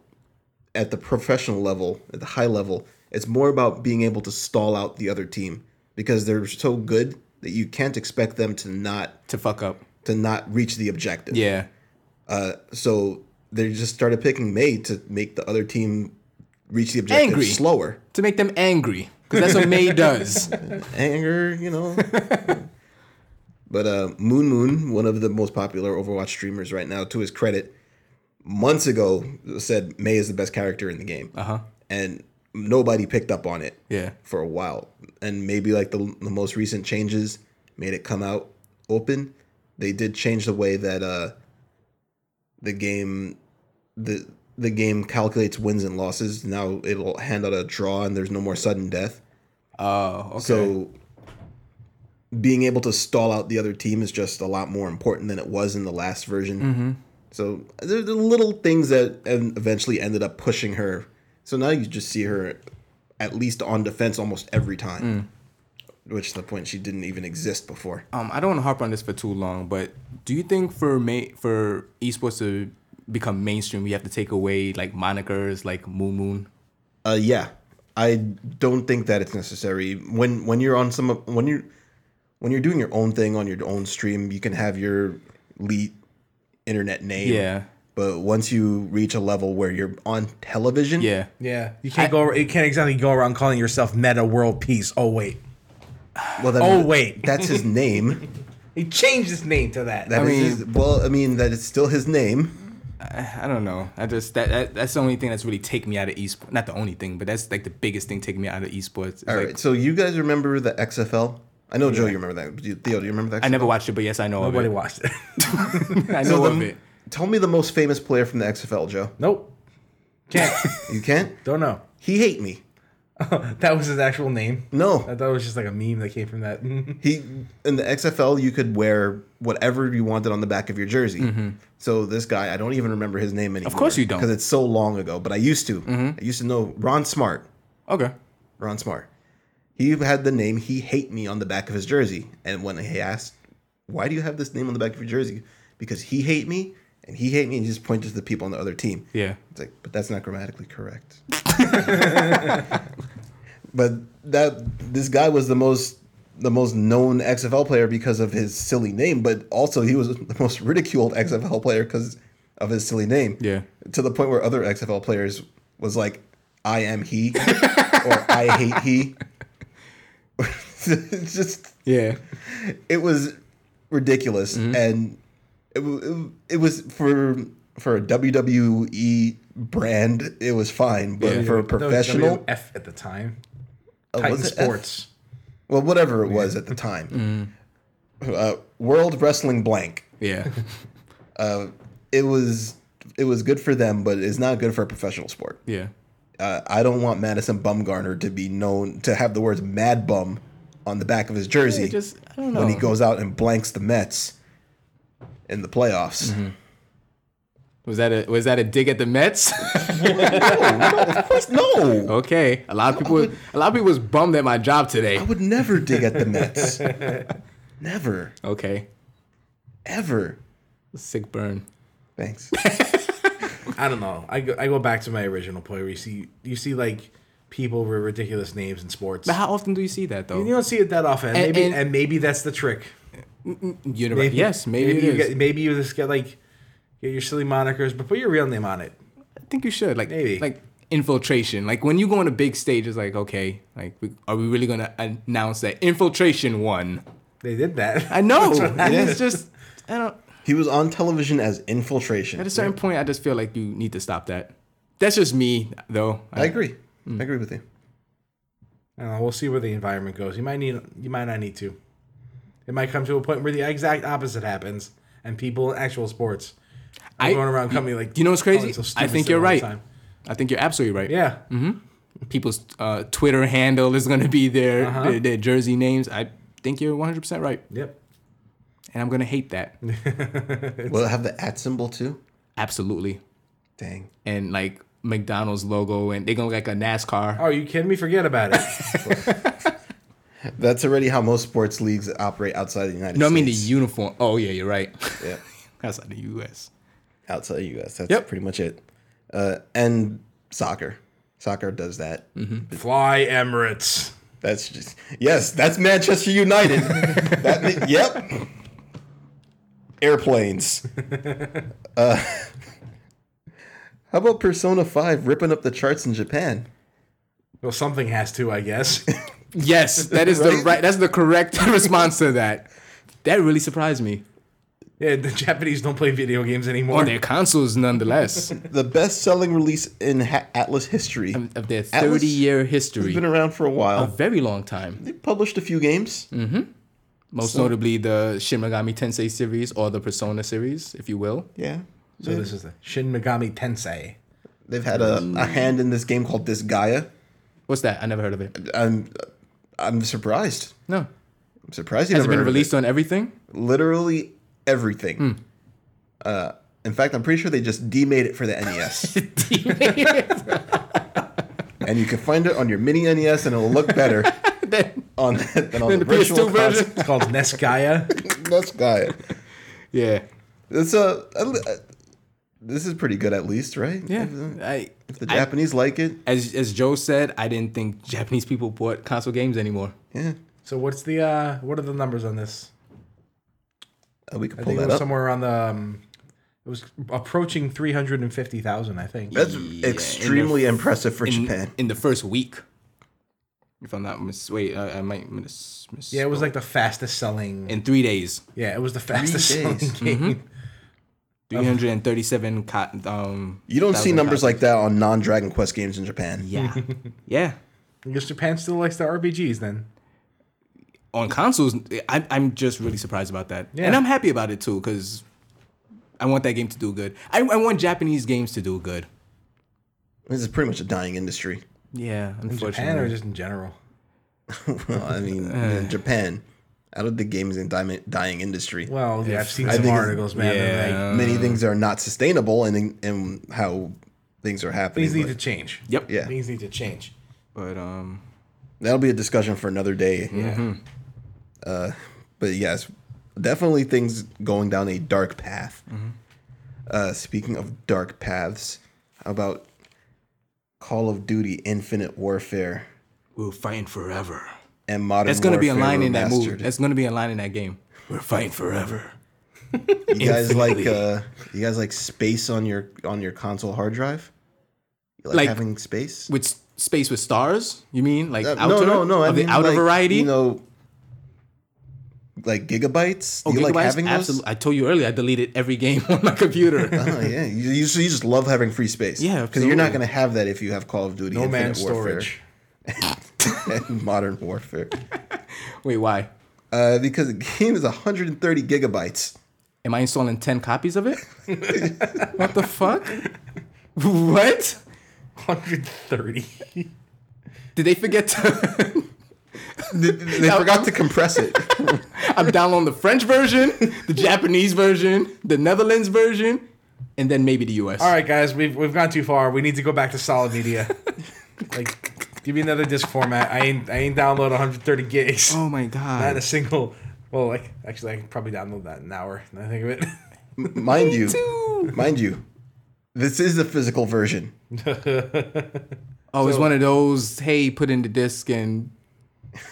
Speaker 1: at the professional level, at the high level, it's more about being able to stall out the other team because they're so good that you can't expect them to not
Speaker 2: To fuck up.
Speaker 1: to not reach the objective.
Speaker 2: Yeah.
Speaker 1: Uh, so they just started picking May to make the other team reach the objective
Speaker 2: Angry.
Speaker 1: slower.
Speaker 2: To make them angry. Because that's what May does.
Speaker 1: anger, you know. but uh, Moon Moon, one of the most popular Overwatch streamers right now, to his credit, months ago said May is the best character in the game,
Speaker 2: Uh-huh.
Speaker 1: and nobody picked up on it
Speaker 2: Yeah.
Speaker 1: for a while. And maybe like the, the most recent changes made it come out open. They did change the way that uh, the game the the game calculates wins and losses. Now it'll hand out a draw, and there's no more sudden death.
Speaker 2: Oh, okay.
Speaker 1: So being able to stall out the other team is just a lot more important than it was in the last version.
Speaker 2: Mm-hmm.
Speaker 1: So there there are little things that um, eventually ended up pushing her. So now you just see her at least on defense almost every time,
Speaker 2: Mm.
Speaker 1: which is the point she didn't even exist before.
Speaker 2: um, I don't want to harp on this for too long, but do you think for May for esports to become mainstream, we have to take away like monikers like Moon Moon?
Speaker 1: Uh, yeah, I don't think that it's necessary. When when you're on some of- when you when you're doing your own thing on your own stream, you can have your lead internet name.
Speaker 2: Yeah.
Speaker 1: But once you reach a level where you're on television,
Speaker 2: Yeah.
Speaker 3: Yeah, you can't go. You can't exactly go around calling yourself Meta World Peace. Oh wait,
Speaker 1: Well, that,
Speaker 3: Oh, wait.
Speaker 1: that's his name.
Speaker 3: he changed his name to that.
Speaker 1: That
Speaker 2: I
Speaker 1: is
Speaker 2: mean-
Speaker 1: his- well, I mean that it's still his name.
Speaker 2: I don't know. I just that, that that's the only thing that's really taken me out of esports. Not the only thing, but that's like the biggest thing taking me out of esports. It's
Speaker 1: All right.
Speaker 2: like,
Speaker 1: So you guys remember the XFL? I know Joe, you remember that. Do you- Theo, do you remember that?
Speaker 2: I never watched it, but yes, I know
Speaker 3: Nobody
Speaker 2: of
Speaker 3: watched it.
Speaker 2: it. I know
Speaker 1: So
Speaker 2: of
Speaker 1: the-
Speaker 2: it.
Speaker 1: Tell me the most famous player from the XFL, Joe.
Speaker 3: nope, can't.
Speaker 1: You can't.
Speaker 3: don't know.
Speaker 1: He hate me.
Speaker 3: that was his actual name.
Speaker 1: No.
Speaker 3: I thought it was just like a meme that came from that.
Speaker 1: He in the XFL, you could wear whatever you wanted on the back of your jersey. So this guy, I don't even remember his name anymore. Of
Speaker 2: Mm-hmm. course you don't. Mm-hmm.
Speaker 1: because it's so long ago. But I used to. I used to know Ron Smart.
Speaker 2: Okay.
Speaker 1: Ron Smart. He had the name "He Hate Me" on the back of his jersey, and when he asked, "Why do you have this name on the back of your jersey?" Because he hate me, and he hate me, and he just pointed to the people on the other team.
Speaker 2: Yeah.
Speaker 1: It's like, but that's not grammatically correct. but that this guy was the most the most known XFL player because of his silly name, but also he was the most ridiculed XFL player because of his silly name.
Speaker 2: Yeah.
Speaker 1: To the point where other XFL players was like, I am he or I hate he. it's just
Speaker 2: Yeah.
Speaker 1: it was ridiculous
Speaker 2: Mm-hmm.
Speaker 1: and it, wa- it was for for a WWE brand it was fine but
Speaker 2: Yeah.
Speaker 1: for a
Speaker 3: That was
Speaker 1: professional
Speaker 3: WWF at the time.
Speaker 1: uh,
Speaker 3: Titan
Speaker 1: was it F?
Speaker 3: Sports.
Speaker 1: Well, whatever it was at the time. Uh, World Wrestling Blank.
Speaker 2: Yeah.
Speaker 1: It was it was good for them, but it's not good for a professional sport.
Speaker 2: Yeah.
Speaker 1: Uh, I don't want Madison Bumgarner to be known to have the words "Mad Bum" on the back of his jersey
Speaker 2: It just I don't know.
Speaker 1: when he goes out and blanks the Mets in the playoffs.
Speaker 2: was that a was that a dig at the Mets?
Speaker 1: Of course, no.
Speaker 2: Oh. okay. A lot of people a lot of people was bummed at my job today.
Speaker 1: I would never dig at the Mets. never,
Speaker 2: Okay.
Speaker 1: ever.
Speaker 2: Sick burn.
Speaker 1: Thanks.
Speaker 3: I don't know. I go, I go back to my original point where you see you see like people with ridiculous names in sports.
Speaker 2: But how often do you see that
Speaker 3: You
Speaker 2: though?
Speaker 3: don't see it that often.
Speaker 2: And-
Speaker 3: maybe
Speaker 2: and-
Speaker 3: and, maybe that's the trick.
Speaker 2: You're right. yes, maybe,
Speaker 3: you
Speaker 2: it is.
Speaker 3: get maybe you just get like get your silly monikers, but put your real name on it.
Speaker 2: I think you should like
Speaker 3: Maybe.
Speaker 2: like infiltration. Like when you go on a big stage, it's like okay, like we, are we really gonna announce that infiltration won?
Speaker 3: They did that.
Speaker 2: I know. and it's just I don't.
Speaker 1: he was on television as infiltration.
Speaker 2: At a certain point, I just feel like you need to stop that. That's just me though.
Speaker 1: I agree. I agree with you.
Speaker 3: I don't know, we'll see where the environment goes. You might need you might not need to. It might come to a point where the exact opposite happens and people in actual sports are
Speaker 2: I-
Speaker 3: going around coming like
Speaker 2: You know what's
Speaker 3: "Oh, it's
Speaker 2: crazy?
Speaker 3: so
Speaker 2: I
Speaker 3: stupid
Speaker 2: think
Speaker 3: still
Speaker 2: you're
Speaker 3: all the
Speaker 2: right. Mm-hmm.
Speaker 3: time."
Speaker 2: I think you're absolutely right.
Speaker 3: Yeah.
Speaker 2: People's uh, Twitter handle is going to be their, their their jersey names. I think you're 100% right.
Speaker 3: Yep.
Speaker 2: And I'm going to hate that.
Speaker 1: Will it have the at symbol too?
Speaker 2: absolutely.
Speaker 1: Dang.
Speaker 2: And like McDonald's logo and they're going to look like a NASCAR.
Speaker 3: Oh, are you kidding me? Forget about it.
Speaker 1: That's already how most sports leagues operate outside the United
Speaker 2: no, I
Speaker 1: States.
Speaker 2: mean the uniform. Oh yeah, you're right.
Speaker 1: Yeah.
Speaker 2: That's not the US.
Speaker 1: outside the U.S. That's
Speaker 2: Yep.
Speaker 1: pretty much it. Uh, and soccer, soccer does that.
Speaker 2: Mm-hmm.
Speaker 3: Fly Emirates.
Speaker 1: That's just yes. That's Manchester United. that ma- yep. Airplanes. uh, how about Persona Five ripping up the charts in Japan?
Speaker 3: Well, something has to, I guess.
Speaker 2: Yes, that is the right that's the correct response to that. That really surprised me.
Speaker 3: yeah, the Japanese don't play video games anymore.
Speaker 2: On their consoles nonetheless
Speaker 1: The best-selling release in ha- Atlas history.
Speaker 2: of their 30
Speaker 1: Atlas
Speaker 2: year
Speaker 1: It's
Speaker 2: history.
Speaker 1: been around for a
Speaker 2: A
Speaker 1: while.
Speaker 2: very long time.
Speaker 1: They published a few games.
Speaker 2: Mm. Most notably the Shin Megami Tensei series or the Persona series, if you will.
Speaker 1: Yeah.
Speaker 3: so this is the Shin Megami Tensei.
Speaker 1: They've had a, a hand in this game called Disgaea.
Speaker 2: What's that? I never heard of it.
Speaker 1: I'm I'm surprised.
Speaker 2: No.
Speaker 1: I'm surprised you
Speaker 2: Has it
Speaker 1: never
Speaker 2: been
Speaker 1: heard of
Speaker 2: released Hmm. on everything?
Speaker 1: literally everything. Uh, in fact, I'm pretty sure they just demade it for the E NES, and you can find it on your mini NES, and it'll look better
Speaker 2: Then-
Speaker 1: on than on
Speaker 2: then
Speaker 1: the
Speaker 2: the PS2
Speaker 1: virtual console.
Speaker 2: version.
Speaker 3: It's called Nesgaia.
Speaker 1: That's guy.
Speaker 2: Yeah.
Speaker 1: It's a, a- this is pretty good at least, right?
Speaker 2: Yeah.
Speaker 1: If the,
Speaker 2: I,
Speaker 1: if the
Speaker 2: I-
Speaker 1: Japanese like it,
Speaker 2: as as Joe said, I didn't think Japanese people bought console games anymore.
Speaker 1: yeah,
Speaker 3: So what's the uh what are the numbers on this?
Speaker 1: uh, we can
Speaker 3: I
Speaker 1: pull
Speaker 3: think it
Speaker 1: that
Speaker 3: was
Speaker 1: up.
Speaker 3: somewhere around the um, it was approaching three hundred and fifty thousand, I think.
Speaker 1: That's
Speaker 2: Yeah, in the-
Speaker 1: extremely impressive for
Speaker 2: In,
Speaker 1: Japan.
Speaker 2: in the first week. If I'm not mis wait, I, I might miss, miss
Speaker 3: yeah, it was like the fastest selling.
Speaker 2: in three days.
Speaker 3: yeah, it was the fastest selling
Speaker 1: days.
Speaker 3: game.
Speaker 2: Mm-hmm. Three hundred and thirty seven co- um
Speaker 1: You don't see
Speaker 2: thousand
Speaker 1: numbers
Speaker 2: copies.
Speaker 1: like that on non-Dragon Quest games in Japan.
Speaker 2: Yeah. yeah.
Speaker 3: I guess Japan still likes the RPGs then.
Speaker 2: on consoles, I'm, I'm just really surprised about that.
Speaker 3: Yeah.
Speaker 2: And I'm happy about it too, because I want that game to do good. I, I want Japanese games to do good.
Speaker 1: This is pretty much a dying industry.
Speaker 2: Yeah,
Speaker 3: Japan or
Speaker 2: unfortunately.
Speaker 3: just in general.
Speaker 1: Well, I mean,
Speaker 2: Eh.
Speaker 1: in Japan, I don't think gaming is a dying, dying industry.
Speaker 3: Well, yeah, I've seen
Speaker 1: I
Speaker 3: some
Speaker 1: think it's-
Speaker 3: articles, man. Yeah.
Speaker 2: yeah.
Speaker 1: Many things are not sustainable, and and how things are happening.
Speaker 3: things need to
Speaker 1: but
Speaker 3: change.
Speaker 2: Yep.
Speaker 1: Yeah.
Speaker 3: Things need to change.
Speaker 2: But um,
Speaker 1: That'll be a discussion for another day. Uh,
Speaker 3: Yeah.
Speaker 2: Mm-hmm.
Speaker 1: But yes, definitely things going down a dark path.
Speaker 2: Mm-hmm.
Speaker 1: Uh, speaking of dark paths, how about Call of Duty Infinite Warfare
Speaker 2: we're fighting forever.
Speaker 1: and Modern
Speaker 2: That's gonna be a
Speaker 1: Warfare
Speaker 2: line in that movie.
Speaker 1: Remastered?
Speaker 2: That's gonna be a line in that game. We're fighting forever.
Speaker 1: You guys like
Speaker 2: Infinitely.
Speaker 1: uh, you guys like space on your on your console hard drive? You like,
Speaker 2: Like-
Speaker 1: having space?
Speaker 2: With s- space with stars? You mean like
Speaker 1: Uh,
Speaker 2: outer?
Speaker 1: no, no, no. I
Speaker 2: Of
Speaker 1: mean,
Speaker 2: the outer
Speaker 1: like,
Speaker 2: variety?
Speaker 1: You know, like gigabytes.
Speaker 2: oh,
Speaker 1: Do you like
Speaker 2: gigabytes?
Speaker 1: having those?
Speaker 2: Absolutely. I told you earlier. I deleted every game on my computer.
Speaker 1: Oh, yeah. You, you, so you just love having free space.
Speaker 2: Yeah,
Speaker 1: Because you're not
Speaker 2: absolutely.
Speaker 1: going to have that if you have Call of Duty
Speaker 3: No
Speaker 1: Infinite
Speaker 3: man's
Speaker 1: Warfare.
Speaker 3: storage.
Speaker 1: and Modern Warfare.
Speaker 2: Wait, why?
Speaker 1: Uh, because the game is 130 gigabytes.
Speaker 2: Am I installing 10 copies of it? what the fuck? What?
Speaker 3: 130.
Speaker 2: Did they forget to.
Speaker 1: They, they forgot to compress it.
Speaker 2: I'm downloading the French version, the Japanese version, the Netherlands version, and then maybe the US.
Speaker 3: All right, guys, we've we've gone too far. We need to go back to solid media. like, give me another disc format. I ain't I ain't download 130 gigs.
Speaker 2: Oh my
Speaker 3: Not
Speaker 2: god.
Speaker 3: a single. Well, like actually, I can probably download that in an hour. Now that I think of it.
Speaker 1: Mind you,
Speaker 2: Two.
Speaker 1: mind you, this is the physical version.
Speaker 2: Oh, it's one of those, hey, put in the disc and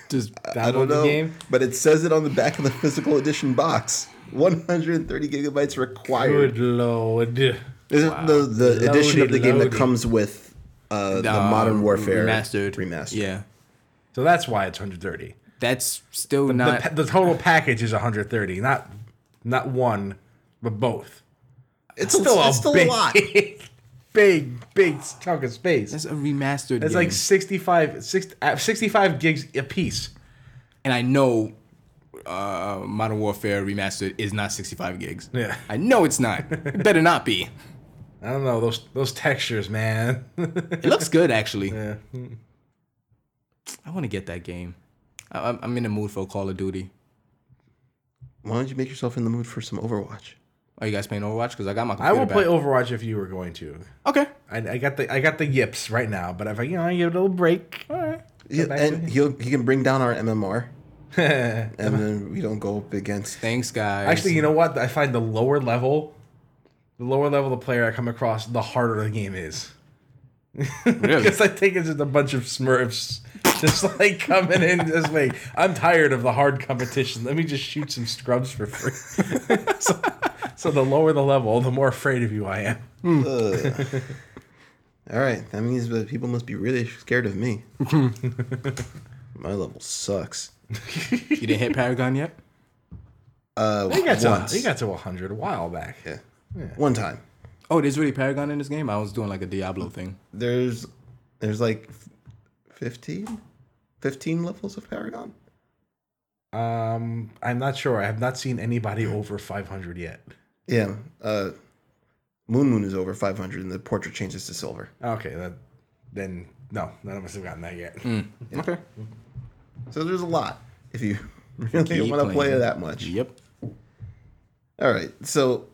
Speaker 2: just.
Speaker 3: Download
Speaker 1: I don't know,
Speaker 3: the game.
Speaker 1: but it says it on the back of the physical edition box. 130 gigabytes required.
Speaker 3: Good lord.
Speaker 1: This is the the edition of the
Speaker 3: Loaded,
Speaker 1: game that
Speaker 3: loaded.
Speaker 1: comes with uh, the Modern
Speaker 2: um,
Speaker 1: Warfare
Speaker 2: Remastered.
Speaker 1: Remastered.
Speaker 2: Yeah.
Speaker 3: So that's why it's 130.
Speaker 2: That's still
Speaker 3: The,
Speaker 2: not.
Speaker 3: pa- the total package is 130. Not not one, but both.
Speaker 1: it's still, it's still a
Speaker 3: big,
Speaker 1: lot.
Speaker 3: big, big chunk of space.
Speaker 2: that's a remastered.
Speaker 3: That's
Speaker 2: game.
Speaker 3: like 65, six- uh, 65 gigs a piece.
Speaker 2: and I know uh, Modern Warfare Remastered is not 65 gigs.
Speaker 3: Yeah.
Speaker 2: I know it's not. It better not be.
Speaker 3: I don't know those those textures, man.
Speaker 2: It looks good, actually.
Speaker 3: yeah.
Speaker 2: I want to get that game. I, I'm, I'm in the mood for Call of Duty.
Speaker 1: Why don't you make yourself in the mood for some Overwatch?
Speaker 2: Are you guys playing Overwatch? Because I got my
Speaker 3: I
Speaker 2: computer
Speaker 3: will
Speaker 2: back.
Speaker 3: play Overwatch if you were going to.
Speaker 2: okay.
Speaker 3: I, I got the I got the yips right now, but if I you know I give it a little break. All right.
Speaker 1: Yeah,
Speaker 3: back
Speaker 1: and
Speaker 3: to-
Speaker 1: he'll, he can bring down our MMR, and then we don't go up against.
Speaker 2: Thanks, guys.
Speaker 3: Actually, you know what? I find the lower level, the lower level the player I come across, the harder the game is.
Speaker 2: Really?
Speaker 3: Because I think it's just a bunch of Smurfs just like coming in this way. I'm tired of the hard competition. Let me just shoot some scrubs for free. so, so the lower the level, the more afraid of you I am.
Speaker 1: Ugh. All right, that means that people must be really scared of me. My level sucks.
Speaker 2: you didn't hit Paragon yet?
Speaker 1: Uh,
Speaker 3: He got to,
Speaker 1: once,
Speaker 3: he got to 100 a while back.
Speaker 1: yeah. one time.
Speaker 2: Oh, there's really Paragon in this game? I was doing like a Diablo thing.
Speaker 1: There's, there's like, 15? 15 levels of Paragon.
Speaker 3: Um, I'm not sure. I have not seen anybody over 500 yet.
Speaker 1: Yeah. Uh, Moon Moon is over 500, and the portrait changes to silver.
Speaker 3: Okay, that, then no, none of us have gotten that yet.
Speaker 2: Hmm. Okay.
Speaker 1: So there's a lot if you really
Speaker 2: Keep
Speaker 1: want to play
Speaker 2: playing.
Speaker 1: that much.
Speaker 2: Yep.
Speaker 1: All right. So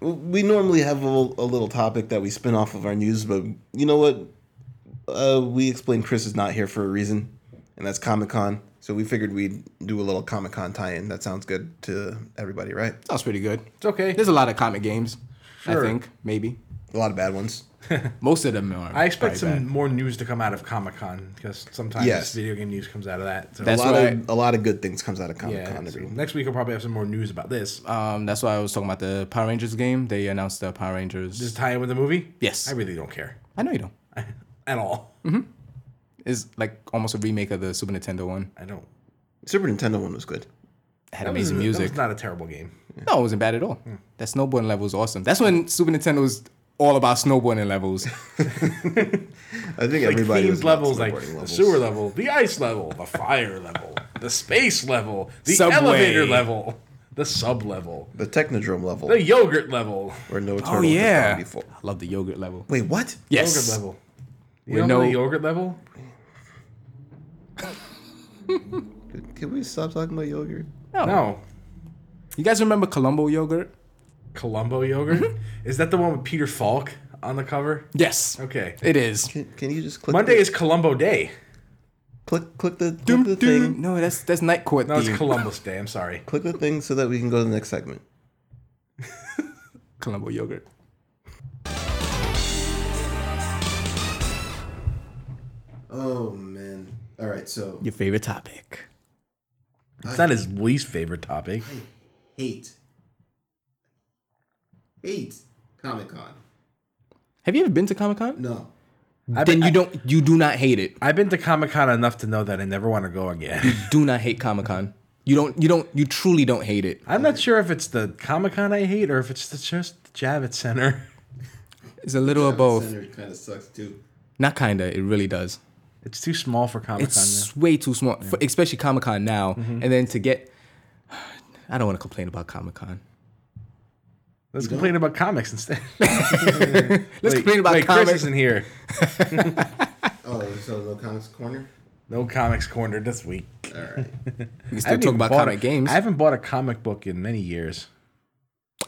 Speaker 1: we normally have a, a little topic that we spin off of our news, but you know what? Uh, we explained Chris is not here for a reason, and that's Comic Con. So we figured we'd do a little Comic Con tie-in. That sounds good to everybody, right?
Speaker 2: Sounds pretty good.
Speaker 3: It's okay.
Speaker 2: There's a lot of comic games.
Speaker 3: Sure.
Speaker 2: I think, maybe.
Speaker 1: A lot of bad ones.
Speaker 2: Most of them are.
Speaker 3: I expect some
Speaker 2: probably bad.
Speaker 3: more news to come out of Comic Con because sometimes
Speaker 1: Yes.
Speaker 3: video game news comes out of that. So
Speaker 1: A
Speaker 2: That's
Speaker 1: lot
Speaker 2: what
Speaker 1: of a lot of good things comes out of Comic
Speaker 3: yeah,
Speaker 1: Con.
Speaker 3: so next week I'll probably have some more news about this. Uh,
Speaker 2: Um, that's why I was talking about the Power Rangers game. They announced the Power Rangers.
Speaker 3: Does it tie in with the movie?
Speaker 2: Yes.
Speaker 3: I really don't care
Speaker 2: I know you don't.
Speaker 3: at all.
Speaker 2: It's like almost a remake of the Super Nintendo one.
Speaker 3: I don't.
Speaker 1: Super Nintendo one was good.
Speaker 2: It had
Speaker 3: that was-
Speaker 2: amazing
Speaker 3: that
Speaker 2: music.
Speaker 3: was Hmm. not a terrible game.
Speaker 2: No, it wasn't bad at all. That snowboarding level was awesome. That's when Super Nintendo was all about snowboarding levels.
Speaker 1: I think
Speaker 3: Like
Speaker 1: everybody was
Speaker 3: themed levels,
Speaker 1: about
Speaker 3: like
Speaker 1: snowboarding
Speaker 3: the sewer level, the ice level, the fire level, the space level, the
Speaker 2: Subway.
Speaker 3: elevator level, the sub level,
Speaker 1: the Technodrome level,
Speaker 3: the yogurt level,
Speaker 1: where no turtle
Speaker 2: oh
Speaker 1: has
Speaker 2: yeah,
Speaker 1: gone before.
Speaker 2: I love the yogurt level.
Speaker 1: Wait, what?
Speaker 2: Yes,
Speaker 3: yogurt level. You
Speaker 2: We
Speaker 3: don't know the
Speaker 2: know-
Speaker 3: yogurt level?
Speaker 1: Can we stop talking about yogurt?
Speaker 2: No.
Speaker 3: No.
Speaker 2: you guys remember Colombo yogurt?
Speaker 3: Colombo yogurt? Is that the one with Peter Falk on the cover?
Speaker 2: Yes,
Speaker 3: Okay.
Speaker 2: it is.
Speaker 1: Can, can you just click
Speaker 3: Monday
Speaker 1: the,
Speaker 3: is Colombo Day.
Speaker 1: click click the, click
Speaker 2: Doom,
Speaker 1: the
Speaker 2: doom.
Speaker 1: thing
Speaker 2: No, that's that's night court
Speaker 3: No, it's
Speaker 2: theme.
Speaker 3: Columbus Day. I'm sorry.
Speaker 1: click the thing so that we can go to the next segment.
Speaker 2: Colombo yogurt.
Speaker 1: Oh man! All right, so
Speaker 2: Your favorite topic?
Speaker 3: It's not his least favorite topic.
Speaker 1: hate hate Comic Con.
Speaker 2: Have you ever been to Comic Con?
Speaker 1: No,
Speaker 2: Then you don't. You do not hate it.
Speaker 3: I've been to Comic Con enough to know that I never want to go again.
Speaker 2: Do not hate Comic Con. You don't. You don't. You truly don't hate it.
Speaker 3: I'm not sure if it's the Comic Con I hate or if it's the, just the Javits Center.
Speaker 2: It's a little of both.
Speaker 1: kind of sucks too.
Speaker 2: Not kinda. It really does.
Speaker 3: It's too small for Comic Con.
Speaker 2: It's way too small, for, especially Comic Con now. And then to get, I don't want to complain about Comic Con.
Speaker 3: Let's complain about comics instead.
Speaker 2: Let's complain about comics.
Speaker 3: Chris isn't here.
Speaker 1: Oh, so no comics corner.
Speaker 3: No comics corner this week.
Speaker 1: All right.
Speaker 2: We can
Speaker 3: I
Speaker 2: still
Speaker 3: haven't
Speaker 2: talk
Speaker 3: even
Speaker 2: about
Speaker 3: bought
Speaker 2: comic
Speaker 3: a-
Speaker 2: games.
Speaker 3: I haven't bought a comic book in many years.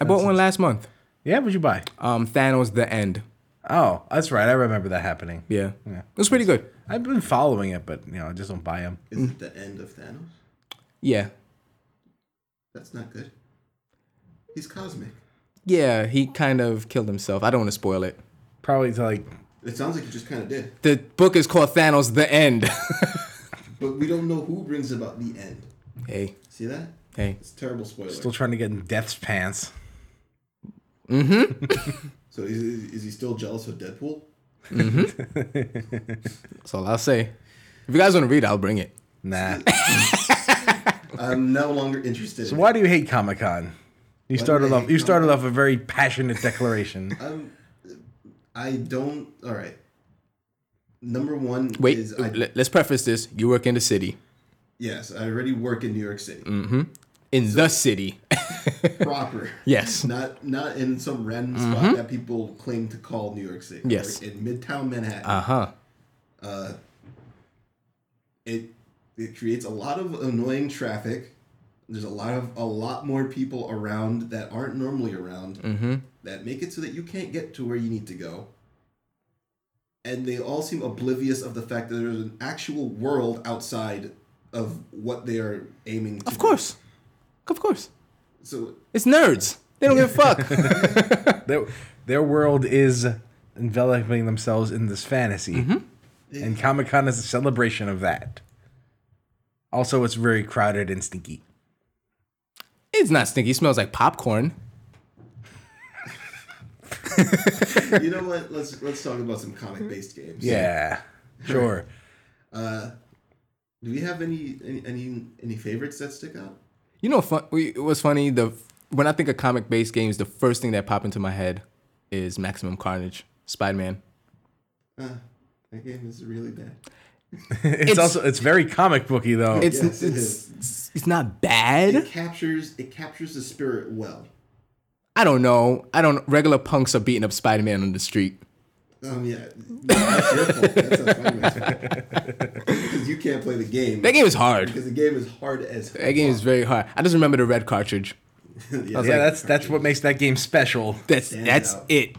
Speaker 2: I bought one last month.
Speaker 3: Yeah, what'd you buy?
Speaker 2: Um, Thanos: The End.
Speaker 3: Oh, that's right. I remember that happening.
Speaker 2: Yeah,
Speaker 3: Yeah.
Speaker 2: it was pretty good.
Speaker 3: I've been following it, but you know, I just don't buy them.
Speaker 1: Is it the end of Thanos?
Speaker 2: Yeah,
Speaker 1: That's not good. He's cosmic.
Speaker 2: yeah. He kind of killed himself. I don't want to spoil it.
Speaker 3: Probably to like
Speaker 1: It sounds like he just kind of did.
Speaker 2: The book is called Thanos: The End.
Speaker 1: But we don't know who brings about the end.
Speaker 2: hey,
Speaker 1: See that?
Speaker 2: hey.
Speaker 1: It's a terrible spoiler.
Speaker 3: still trying to get in Death's pants.
Speaker 1: so is, is he still jealous of Deadpool?
Speaker 2: That's all I'll say. If you guys want to read, it, I'll bring it.
Speaker 3: Nah.
Speaker 1: I'm no longer interested.
Speaker 3: so why do you hate Comic Con? You started
Speaker 1: do I
Speaker 3: off.
Speaker 1: hate
Speaker 3: You started
Speaker 1: Comic-Con?
Speaker 3: off a very passionate declaration.
Speaker 1: I'm, I don't. All right. Number one
Speaker 2: Wait, uh,
Speaker 1: is I,
Speaker 2: let- let's preface this. You work in the city.
Speaker 1: yes, I already work in New York City
Speaker 2: Mm. In the city.
Speaker 1: proper.
Speaker 2: Yes. Mm-hmm.
Speaker 1: Not not in some random spot that people claim to call New York City. I
Speaker 2: Yes.
Speaker 1: work in Midtown Manhattan.
Speaker 2: Uh huh.
Speaker 1: it it creates a lot of annoying traffic. There's a lot of a lot more people around that aren't normally around that make it so that you can't get to where you need to go. And they all seem oblivious of the fact that there's an actual world outside of what they are aiming to.
Speaker 2: Of
Speaker 1: do.
Speaker 2: course. Of course.
Speaker 1: So
Speaker 2: It's nerds. They don't give a fuck.
Speaker 3: their, their world is enveloping themselves in this fantasy, and Comic Con is a celebration of that. Also, it's very crowded and stinky.
Speaker 2: it's not stinky. It smells like popcorn.
Speaker 1: you know what? Let's let's talk about some
Speaker 2: Mm-hmm.
Speaker 1: comic based games.
Speaker 3: Yeah, sure.
Speaker 1: Do we have any any any, any favorites that stick out?
Speaker 2: You know, fun, we, it was funny. The when I think of comic-based games, the first thing that popped into my head is Maximum Carnage, Spider-Man.
Speaker 1: Uh, that game is really bad.
Speaker 3: It's,
Speaker 2: It's-
Speaker 3: also it's very comic booky though.
Speaker 2: It's
Speaker 1: Yes, it
Speaker 2: it's,
Speaker 1: is.
Speaker 2: it's not bad.
Speaker 1: It captures it captures the spirit well.
Speaker 2: I don't know. I don't. Regular punks are beating up Spider-Man on the street.
Speaker 1: Um, yeah, that's your fault. That's not Spider-Man's fault. Because you can't play the game.
Speaker 2: That game is hard.
Speaker 1: Because the game is hard as.
Speaker 2: That game is very hard. I just remember the red cartridge.
Speaker 1: yeah,
Speaker 3: yeah, that's that's what makes that game special.
Speaker 2: That's
Speaker 1: Stands
Speaker 2: that's
Speaker 1: out.
Speaker 2: it.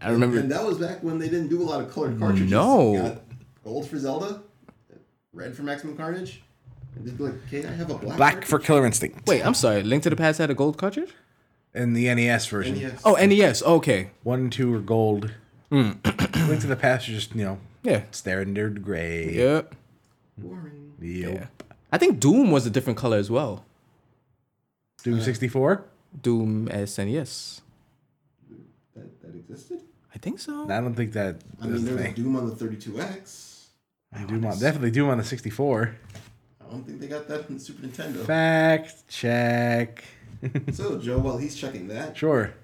Speaker 2: I remember.
Speaker 1: And that was back when they didn't do a lot of colored cartridges.
Speaker 2: No.
Speaker 1: Got gold for Zelda, red for Maximum Carnage. And they'd be like, "Okay, I have a black."
Speaker 3: Black for Killer Instinct.
Speaker 2: Wait, I'm sorry. Link to the Past had a gold cartridge.
Speaker 3: In the NES version,
Speaker 1: Yes.
Speaker 2: Oh, NES. Okay.
Speaker 3: one and two are gold. Hmm. Link to the Past is just you know
Speaker 2: Yeah.
Speaker 3: standard gray.
Speaker 2: Yeah.
Speaker 1: boring.
Speaker 3: Yep.
Speaker 2: Yeah. I think Doom was a different color as well.
Speaker 1: Uh,
Speaker 3: Doom sixty four.
Speaker 2: Doom SNES.
Speaker 1: That, that existed.
Speaker 2: I think so.
Speaker 3: I don't think that
Speaker 1: I mean,
Speaker 3: is the
Speaker 1: there was
Speaker 3: thing.
Speaker 1: Doom on the 32X.
Speaker 3: Doom on, definitely Doom on the 64.
Speaker 1: I don't think they got that in Super Nintendo.
Speaker 3: Fact check.
Speaker 1: So Joe, while he's checking that,
Speaker 3: Sure.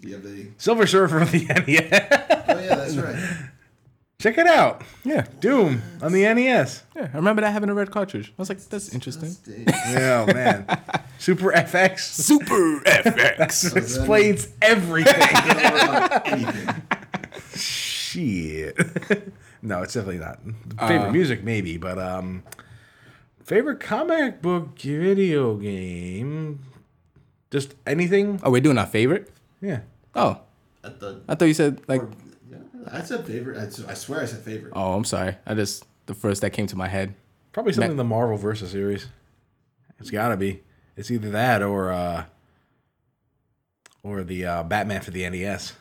Speaker 1: you have the.
Speaker 3: Silver Surfer on the NES.
Speaker 1: Oh yeah, that's right.
Speaker 3: check it out.
Speaker 2: yeah.
Speaker 3: Doom on the E NES.
Speaker 2: Yeah. I remember that having a red cartridge. I was like, that's interesting.
Speaker 1: Stay-
Speaker 3: Oh man. Super FX
Speaker 2: Super FX.
Speaker 3: explains everything.
Speaker 1: don't worry about anything.
Speaker 3: Shit. no, it's definitely not. Favorite
Speaker 1: Uh.
Speaker 3: music maybe, but um favorite comic book video game. Just anything?
Speaker 2: Oh, we're doing our favorite?
Speaker 3: Yeah.
Speaker 2: Oh.
Speaker 1: I thought-
Speaker 2: I thought you said like
Speaker 1: yeah, I said favorite. I, s- I swear I said favorite.
Speaker 2: oh, I'm sorry. I just the first that came to my head.
Speaker 3: Probably something in the Marvel Versa series. It's gotta be. It's either that or uh or the uh, Batman for the NES.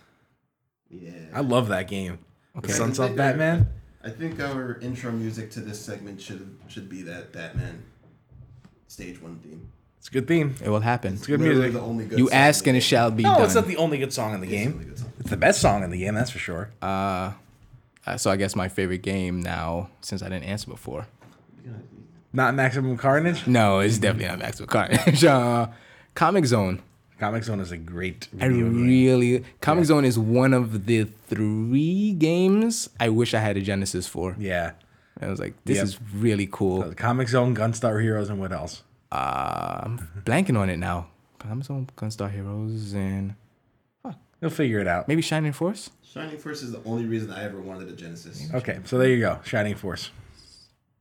Speaker 3: I
Speaker 1: Yeah.
Speaker 3: love that game. The Sons
Speaker 1: I-
Speaker 3: of Batman.
Speaker 1: I think our intro music to this segment should should be that Batman stage one theme.
Speaker 3: It's a good theme.
Speaker 2: It will happen.
Speaker 3: It's good
Speaker 1: Literally
Speaker 3: music.
Speaker 1: the only good.
Speaker 2: You
Speaker 1: song
Speaker 2: ask
Speaker 1: in
Speaker 2: and
Speaker 1: the
Speaker 2: it shall be
Speaker 3: No,
Speaker 2: done.
Speaker 3: it's not the only good song in the
Speaker 1: game. It's the only
Speaker 3: game.
Speaker 1: good song.
Speaker 3: It's the best song in the game, that's for sure.
Speaker 2: Uh, so I guess my favorite game now, since I didn't answer before.
Speaker 3: Not Maximum Carnage.
Speaker 2: No, it's definitely not Maxwell Carnage. Uh, Comic Zone.
Speaker 3: Comic Zone is a great
Speaker 2: I
Speaker 3: video game.
Speaker 2: really Comic Zone is one of the three games I wish I had a Genesis for.
Speaker 3: Yeah.
Speaker 2: I was like, this
Speaker 3: Yep.
Speaker 2: is really cool.
Speaker 3: The Comic Zone, Gunstar Heroes, and what else?
Speaker 2: I'm Um, blanking on it now. Comic Zone, Gunstar Heroes, and
Speaker 3: You'll figure it out.
Speaker 2: maybe Shining Force.
Speaker 1: Shining Force is the only reason I ever wanted a Genesis.
Speaker 3: Okay, so there you go. Shining Force.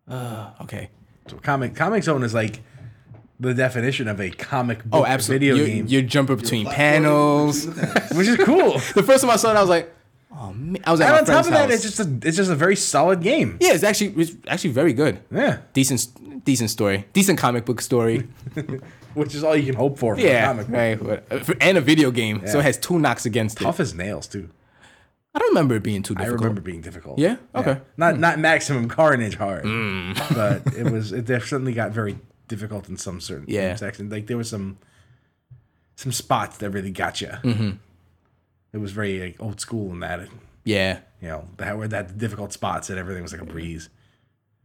Speaker 3: Ah.
Speaker 2: Uh, okay.
Speaker 3: So comic Comic Zone is like the definition of a comic book
Speaker 2: Oh, absolutely.
Speaker 3: video
Speaker 2: you,
Speaker 3: game,
Speaker 2: you jump between
Speaker 1: Platforming
Speaker 2: panels.
Speaker 1: between the panels.
Speaker 3: which is cool.
Speaker 2: The first time I saw it, I was like, oh man. I was at
Speaker 3: and
Speaker 2: my
Speaker 3: on
Speaker 2: friend's
Speaker 3: top of that,
Speaker 2: house.
Speaker 3: it's just a it's just a very solid game.
Speaker 2: yeah, it's actually it's actually very good.
Speaker 3: Yeah,
Speaker 2: Decent, decent story. Decent comic book story.
Speaker 3: which is all you can hope for. From a
Speaker 2: yeah,
Speaker 3: comic book.
Speaker 2: right. but- for- And a video game, so it has two knocks against it.
Speaker 3: tough as nails too.
Speaker 2: I don't remember it being too
Speaker 3: I
Speaker 2: difficult.
Speaker 3: remember being difficult.
Speaker 2: Yeah? Okay.
Speaker 3: Not not maximum carnage hard, but it was it definitely got very difficult in some certain
Speaker 2: Yeah.
Speaker 3: sections. Like there was some some spots that really got you.
Speaker 2: Mm-hmm.
Speaker 3: It was very like, old school in that
Speaker 2: Yeah,
Speaker 3: you know that were that difficult spots and everything was like a breeze.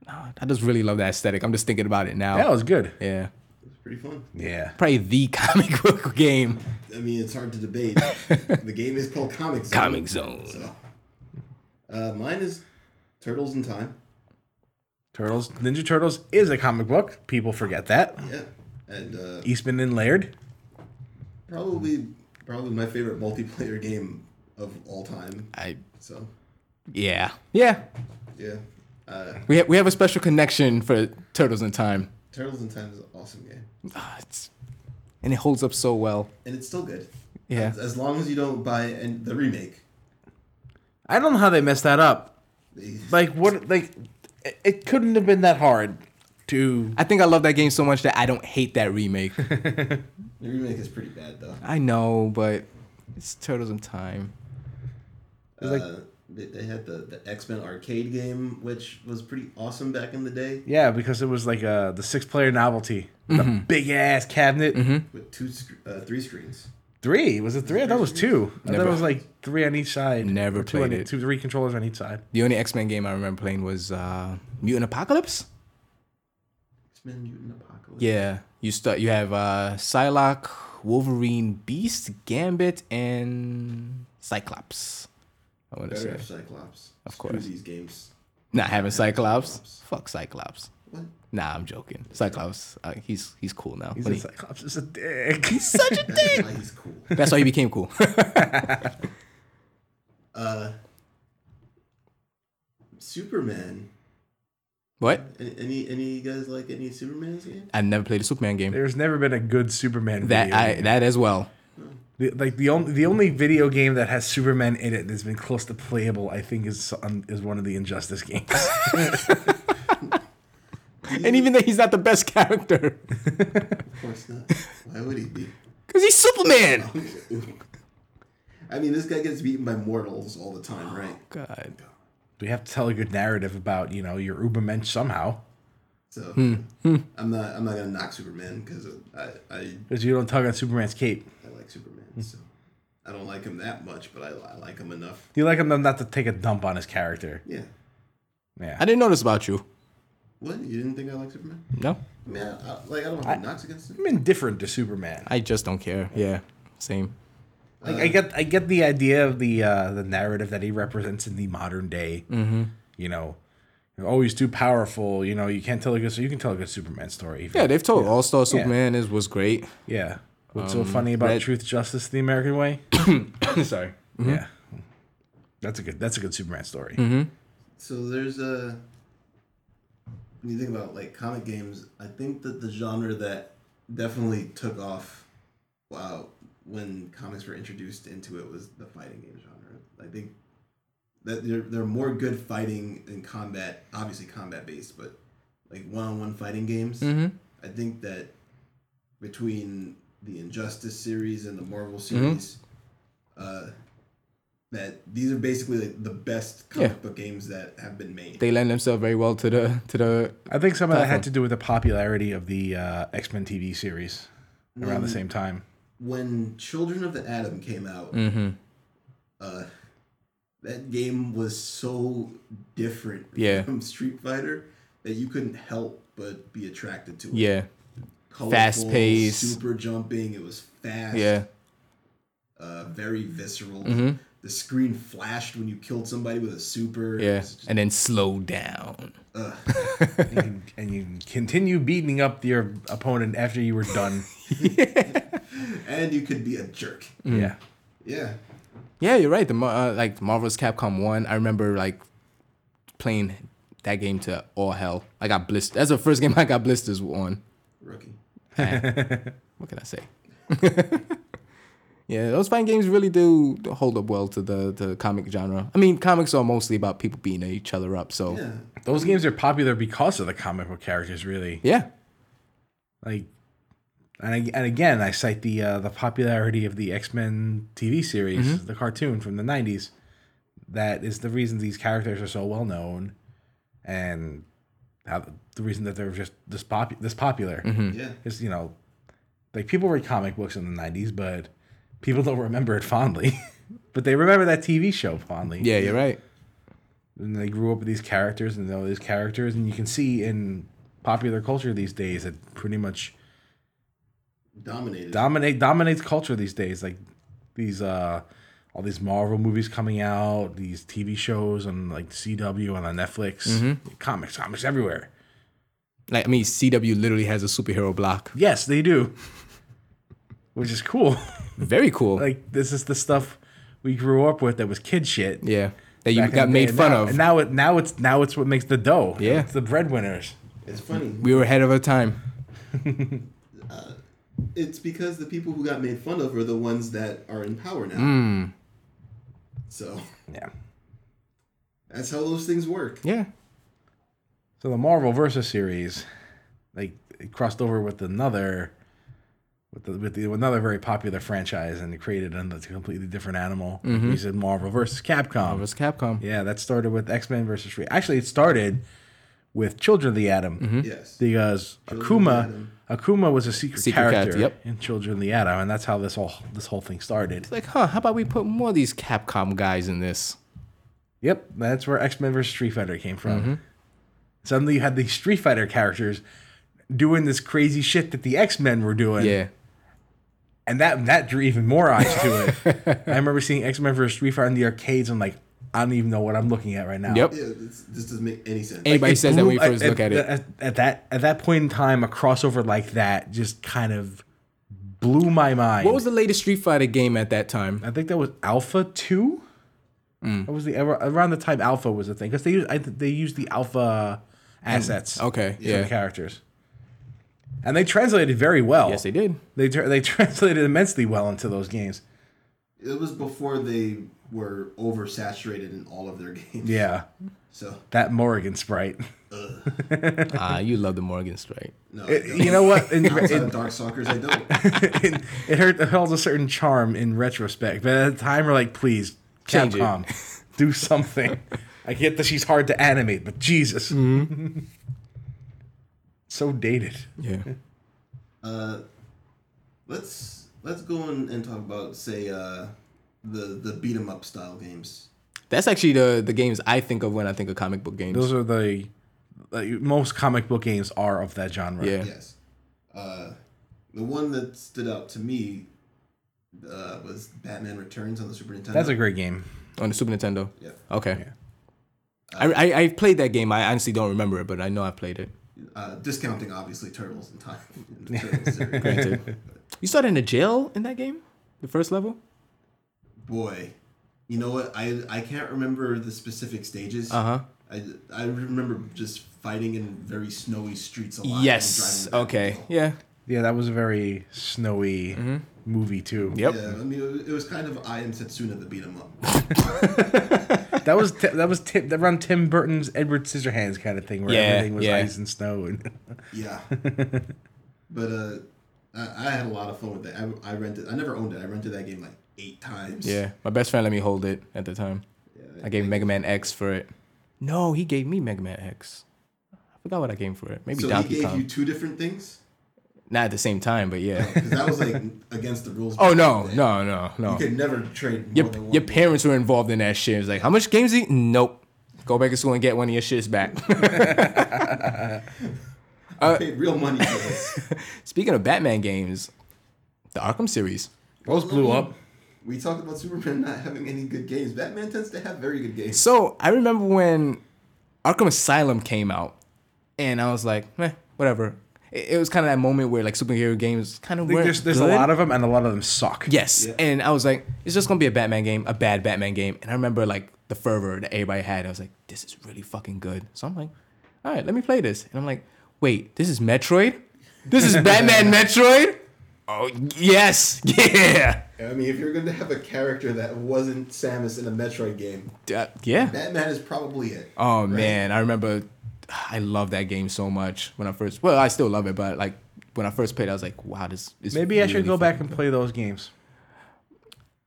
Speaker 2: I just really love that aesthetic. I'm just thinking about it now.
Speaker 3: That was good.
Speaker 2: yeah,
Speaker 1: It's pretty fun.
Speaker 3: Yeah.
Speaker 2: probably the comic book game.
Speaker 1: I mean, it's hard to debate. the game is called Comic Zone.
Speaker 2: Comic Zone.
Speaker 1: So, uh, mine is Turtles in Time.
Speaker 3: Turtles, Ninja Turtles is a comic book. People forget that.
Speaker 1: Yeah, and uh,
Speaker 3: Eastman and Laird.
Speaker 1: probably probably my favorite multiplayer game of all time.
Speaker 2: I
Speaker 1: So,
Speaker 2: yeah yeah.
Speaker 1: yeah, uh,
Speaker 2: We ha- we have a special connection for Turtles in Time.
Speaker 1: Turtles in Time is an awesome game,
Speaker 2: Ah, it's, and it holds up so well.
Speaker 1: and it's still good.
Speaker 2: Yeah.
Speaker 1: as, as long as you don't buy and the remake.
Speaker 3: I don't know how they messed that up.
Speaker 1: They-
Speaker 3: Like what? Like it- it couldn't have been that hard to
Speaker 2: I think I love that game so much that I don't hate that remake.
Speaker 1: The remake is pretty bad though.
Speaker 2: I know, but it's Turtles in Time.
Speaker 3: like-
Speaker 1: uh, they, they had the, the X Men arcade game, which was pretty awesome back in the day,
Speaker 3: Yeah, because it was like uh, the six player novelty.
Speaker 2: Mm-hmm.
Speaker 3: The big ass cabinet.
Speaker 1: with two sc- uh, three screens.
Speaker 3: Three. Was it three? I thought it was two. I thought
Speaker 2: Never-
Speaker 3: it was like three on each side.
Speaker 2: Never
Speaker 3: Or two
Speaker 2: played
Speaker 3: on, e-
Speaker 2: it.
Speaker 3: Two, three controllers on each side.
Speaker 2: The only X Men game I remember playing was uh, Mutant Apocalypse.
Speaker 1: X Men Mutant Apocalypse.
Speaker 2: Yeah, you start. You have uh, Psylocke, Wolverine, Beast, Gambit, and Cyclops. I want to
Speaker 1: Better
Speaker 2: say.
Speaker 1: have Cyclops. Of
Speaker 2: course.
Speaker 1: these games.
Speaker 2: Not having Cyclops. Fuck Cyclops.
Speaker 1: What?
Speaker 2: Nah, I'm joking. Cyclops, uh, he's he's cool now.
Speaker 3: He's
Speaker 2: When
Speaker 3: a
Speaker 2: he-
Speaker 3: Cyclops is a dick.
Speaker 2: such a
Speaker 1: That's why he's cool.
Speaker 2: That's why he became cool.
Speaker 1: Uh, Superman.
Speaker 2: what?
Speaker 1: Any, any any you guys like any Superman's game?
Speaker 2: I never played a Superman game.
Speaker 3: There's never been a good Superman
Speaker 2: That
Speaker 3: video.
Speaker 2: I
Speaker 3: game.
Speaker 2: that as well.
Speaker 3: The- like the only the only video game that has Superman in it that's been close to playable, I think, is on, is one of the Injustice games.
Speaker 2: And even though he's not the best character,
Speaker 1: Of course not. Why would he be?
Speaker 2: because he's Superman.
Speaker 1: I mean, this guy gets beaten by mortals all the time, right?
Speaker 2: God.
Speaker 3: we have to tell a good narrative about you know your Ubermensch somehow
Speaker 1: So I'm not I'm not gonna knock Superman because I, I
Speaker 3: because you don't tug on Superman's cape.
Speaker 1: I like Superman. So I don't like him that much, but I, I like him enough.
Speaker 3: You like him not to take a dump on his character.
Speaker 1: Yeah.
Speaker 3: Yeah,
Speaker 2: I didn't know this about you.
Speaker 1: What? You didn't think I like Superman?
Speaker 2: No,
Speaker 1: I mean, I, I, like I don't have knocks against him.
Speaker 3: I'm indifferent to Superman.
Speaker 2: I just don't care. Yeah, same.
Speaker 3: Like
Speaker 2: Uh.
Speaker 3: I get I get the idea of the uh, the narrative that he represents in the modern day. Mm-hmm. You know, oh he's too powerful. You know you can't tell a good you can tell a good Superman story.
Speaker 2: Yeah, they've told All Star Superman is was great.
Speaker 3: yeah. What's so funny about
Speaker 2: Um, that-
Speaker 3: truth, justice, the American way?
Speaker 2: Sorry. Mm-hmm.
Speaker 3: Yeah, that's a good that's a good Superman story.
Speaker 1: So there's a. When you think about like comic games, I think that the genre that definitely took off, wow, when comics were introduced into it was the fighting game genre. I think that there there are more good fighting and combat, obviously combat based, but like one on one fighting games. I think that between the Injustice series and the Marvel series, uh, that these are basically like the best comic
Speaker 2: Yeah.
Speaker 1: book games that have been made.
Speaker 2: They lend themselves very well to the to the.
Speaker 3: I think some of that had to do with the popularity of the uh, X Men TV series around
Speaker 2: Mm.
Speaker 3: the same time.
Speaker 1: when Children of the Atom came out,
Speaker 2: Mm-hmm.
Speaker 1: uh, that game was so different
Speaker 2: Yeah.
Speaker 1: from Street Fighter that you couldn't help but be attracted to it.
Speaker 2: Yeah,
Speaker 1: colorful,
Speaker 2: Fast paced.
Speaker 1: super jumping. It was fast,
Speaker 2: Yeah. Mm-hmm.
Speaker 1: uh, very visceral. The screen flashed when you killed somebody with a super. It
Speaker 2: Yeah.
Speaker 1: was just-
Speaker 2: And then slow down.
Speaker 3: and, you, and you continue beating up your opponent after you were done.
Speaker 1: and you could be a jerk.
Speaker 2: Mm.
Speaker 3: Yeah.
Speaker 1: Yeah,
Speaker 2: Yeah, you're right. The Mar- uh, like Marvel's Capcom One, I remember like playing that game to all hell. I got blisters. That's the first game I got blisters on.
Speaker 1: rookie.
Speaker 2: What can I say? yeah, those fighting games really do hold up well to the the comic genre. I mean, comics are mostly about people beating each other up. So
Speaker 1: Yeah,
Speaker 2: yeah,
Speaker 3: Those games are popular because of the comic book characters, really. Like, and, I, and again, I cite the uh, the popularity of the X Men TV series, the cartoon from the '90s. That is the reason these characters are so well known, and how the reason that they're just this pop this popular
Speaker 1: yeah.
Speaker 3: is you know, like people read comic books in the '90s, but people don't remember it fondly. but they remember that TV show fondly
Speaker 2: yeah, you're right.
Speaker 3: and they grew up with these characters and know these characters and you can see in popular culture these days that pretty much
Speaker 1: Dominated.
Speaker 3: dominate dominates culture these days like these uh all these marvel movies coming out these tv shows on like cw and on netflix
Speaker 2: Mm-hmm.
Speaker 3: comics comics everywhere
Speaker 2: Like I mean, CW literally has a superhero block.
Speaker 3: yes they do which is cool
Speaker 2: Very cool.
Speaker 3: like this is the stuff we grew up with that was kid shit
Speaker 2: yeah, that you
Speaker 3: back in
Speaker 2: got
Speaker 3: the
Speaker 2: made
Speaker 3: day. And
Speaker 2: fun
Speaker 3: now,
Speaker 2: of.
Speaker 3: and now it now it's now it's what makes the dough
Speaker 2: Yeah.
Speaker 3: it's the breadwinners
Speaker 1: it's funny.
Speaker 2: we were ahead of our time.
Speaker 1: It's because the people who got made fun of are the ones that are in power now.
Speaker 2: Hmm.
Speaker 1: So
Speaker 3: yeah
Speaker 1: that's how those things work.
Speaker 2: Yeah.
Speaker 3: So the Marvel versus series, like it crossed over with another, with the, with the, another very popular franchise and created another completely different animal.
Speaker 2: Mm-hmm.
Speaker 3: We said Marvel versus Capcom.
Speaker 2: Marvel's Capcom.
Speaker 3: Yeah, that started with X Men versus Free. Actually, it started with Children of the Atom
Speaker 2: Mm-hmm.
Speaker 1: Yes.
Speaker 3: because
Speaker 1: Children of
Speaker 3: Akuma Akuma was a secret,
Speaker 2: Secret
Speaker 3: character
Speaker 2: character, yep.
Speaker 3: in Children of the Atom, and that's how this whole this whole thing started.
Speaker 2: Like, huh? How about we put more of these Capcom guys in this?
Speaker 3: Yep, that's where X Men vs Street Fighter came from.
Speaker 2: Mm-hmm.
Speaker 3: Suddenly, you had the Street Fighter characters doing this crazy shit that the X Men were doing,
Speaker 2: Yeah.
Speaker 3: and that that drew even more eyes to it. I remember seeing X Men vs Street Fighter in the arcades. I'm like, I don't even know what I'm looking at right now.
Speaker 2: Yep.
Speaker 1: Yeah, this, this doesn't make any sense.
Speaker 2: Anybody
Speaker 3: It
Speaker 2: says that when
Speaker 3: blew-
Speaker 2: we first look at it.
Speaker 3: At, at that at that point in time, a crossover like that just kind of blew my mind.
Speaker 2: What was the latest Street Fighter game at that time?
Speaker 3: I think that was Alpha Two.
Speaker 2: Mm.
Speaker 3: That was the around the time Alpha was a thing because they use I, th- they used the Alpha assets.
Speaker 2: Mm. Okay,
Speaker 3: for
Speaker 2: yeah.
Speaker 3: the characters, and they translated very well.
Speaker 2: Yes, they did.
Speaker 3: They tra- they translated immensely well into those games.
Speaker 1: It was before they were oversaturated in all of their games.
Speaker 3: Yeah,
Speaker 1: So
Speaker 3: that Morrigan sprite.
Speaker 2: Ah, you love the Morgan Strike.
Speaker 1: no,
Speaker 3: It- you know what? In,
Speaker 1: outside
Speaker 3: in,
Speaker 1: of Dark Sockers, I don't.
Speaker 3: in- it hurt. It holds a certain charm in retrospect, but at the time, we're like, please,
Speaker 2: Change it.
Speaker 3: Capcom, do something. I get that she's hard to animate, but Jesus,
Speaker 2: Mm-hmm.
Speaker 3: so dated.
Speaker 2: Yeah.
Speaker 1: Let's let's go in and talk about say uh, the the beat 'em up style games.
Speaker 2: That's actually the the games I think of when I think of comic book games.
Speaker 3: Those are the like, most comic book games are of that genre.
Speaker 2: yeah.
Speaker 1: Yes, uh, the one that stood out to me uh, was Batman Returns on the Super Nintendo.
Speaker 3: That's a great game.
Speaker 2: On the Super Nintendo.
Speaker 1: yeah.
Speaker 2: Okay. I, I I played that game. I honestly don't remember it, but I know I played it.
Speaker 1: Uh, discounting obviously Turtles and Time. in the Turtles series.
Speaker 2: Granted. you started in a jail in that game, the first level.
Speaker 1: Boy, you know what? I I can't remember the specific stages.
Speaker 2: Uh huh.
Speaker 1: I, I remember just fighting in very snowy streets a lot. and
Speaker 2: Yes.
Speaker 1: driving back and
Speaker 2: Okay. Yeah.
Speaker 3: Yeah, that was a very snowy
Speaker 2: Mm-hmm.
Speaker 3: movie too.
Speaker 2: Yep.
Speaker 1: Yeah, I mean, it was- it was kind of I am Setsuna the beat 'em up.
Speaker 3: That was ti- that was Tim, around Tim Burton's Edward Scissorhands kind of thing where
Speaker 2: Yeah,
Speaker 3: everything was
Speaker 2: yeah.
Speaker 3: ice and snow and
Speaker 1: yeah. But uh, I, I had a lot of fun with that. I, I rented. I never owned it. I rented that game like eight times.
Speaker 2: Yeah. My best friend let me hold it at the time. I gave him Mega Man X for it. No, he gave me Mega Man X. I forgot what I gave him for it. Maybe
Speaker 1: So he
Speaker 2: Donkey
Speaker 1: gave
Speaker 2: Kong.
Speaker 1: you two different things
Speaker 2: Not at the same time, but yeah.
Speaker 1: because that was like against the rules.
Speaker 2: Oh no, no, no,
Speaker 1: You
Speaker 2: no.
Speaker 1: could never trade more
Speaker 2: Your,
Speaker 1: than one.
Speaker 2: your parents were involved in that shit. It's like, how much games? He? Nope. Go back to school and get one of your shits back.
Speaker 1: I paid real money for this.
Speaker 2: Speaking of Batman games, the Arkham series.
Speaker 3: Those blew up.
Speaker 1: We talked about Superman not having any good games. Batman tends to have very good games.
Speaker 2: So I remember when Arkham Asylum came out, and I was like, eh, whatever. It, it was kind of that moment where like superhero games kind of
Speaker 3: I think
Speaker 2: were
Speaker 3: There's, there's a
Speaker 2: good.
Speaker 3: lot of them, and a lot of them suck.
Speaker 2: Yes. And I was like, it's just gonna be a Batman game, a bad Batman game. And I remember like the fervor that everybody had. I was like, this is really fucking good. So I'm like, all right, let me play this. And I'm like, wait, this is Metroid? This is Batman Metroid? Oh yes. Yeah.
Speaker 1: I mean, if you're going to have a character that wasn't Samus in a Metroid game,
Speaker 2: Uh, yeah.
Speaker 1: Batman is probably it.
Speaker 2: Oh man, I remember I love that game so much when I first well, I still love it, but like when I first played, I was like, wow, this is
Speaker 3: Maybe I should
Speaker 2: really
Speaker 3: go
Speaker 2: fun.
Speaker 3: back and play those games.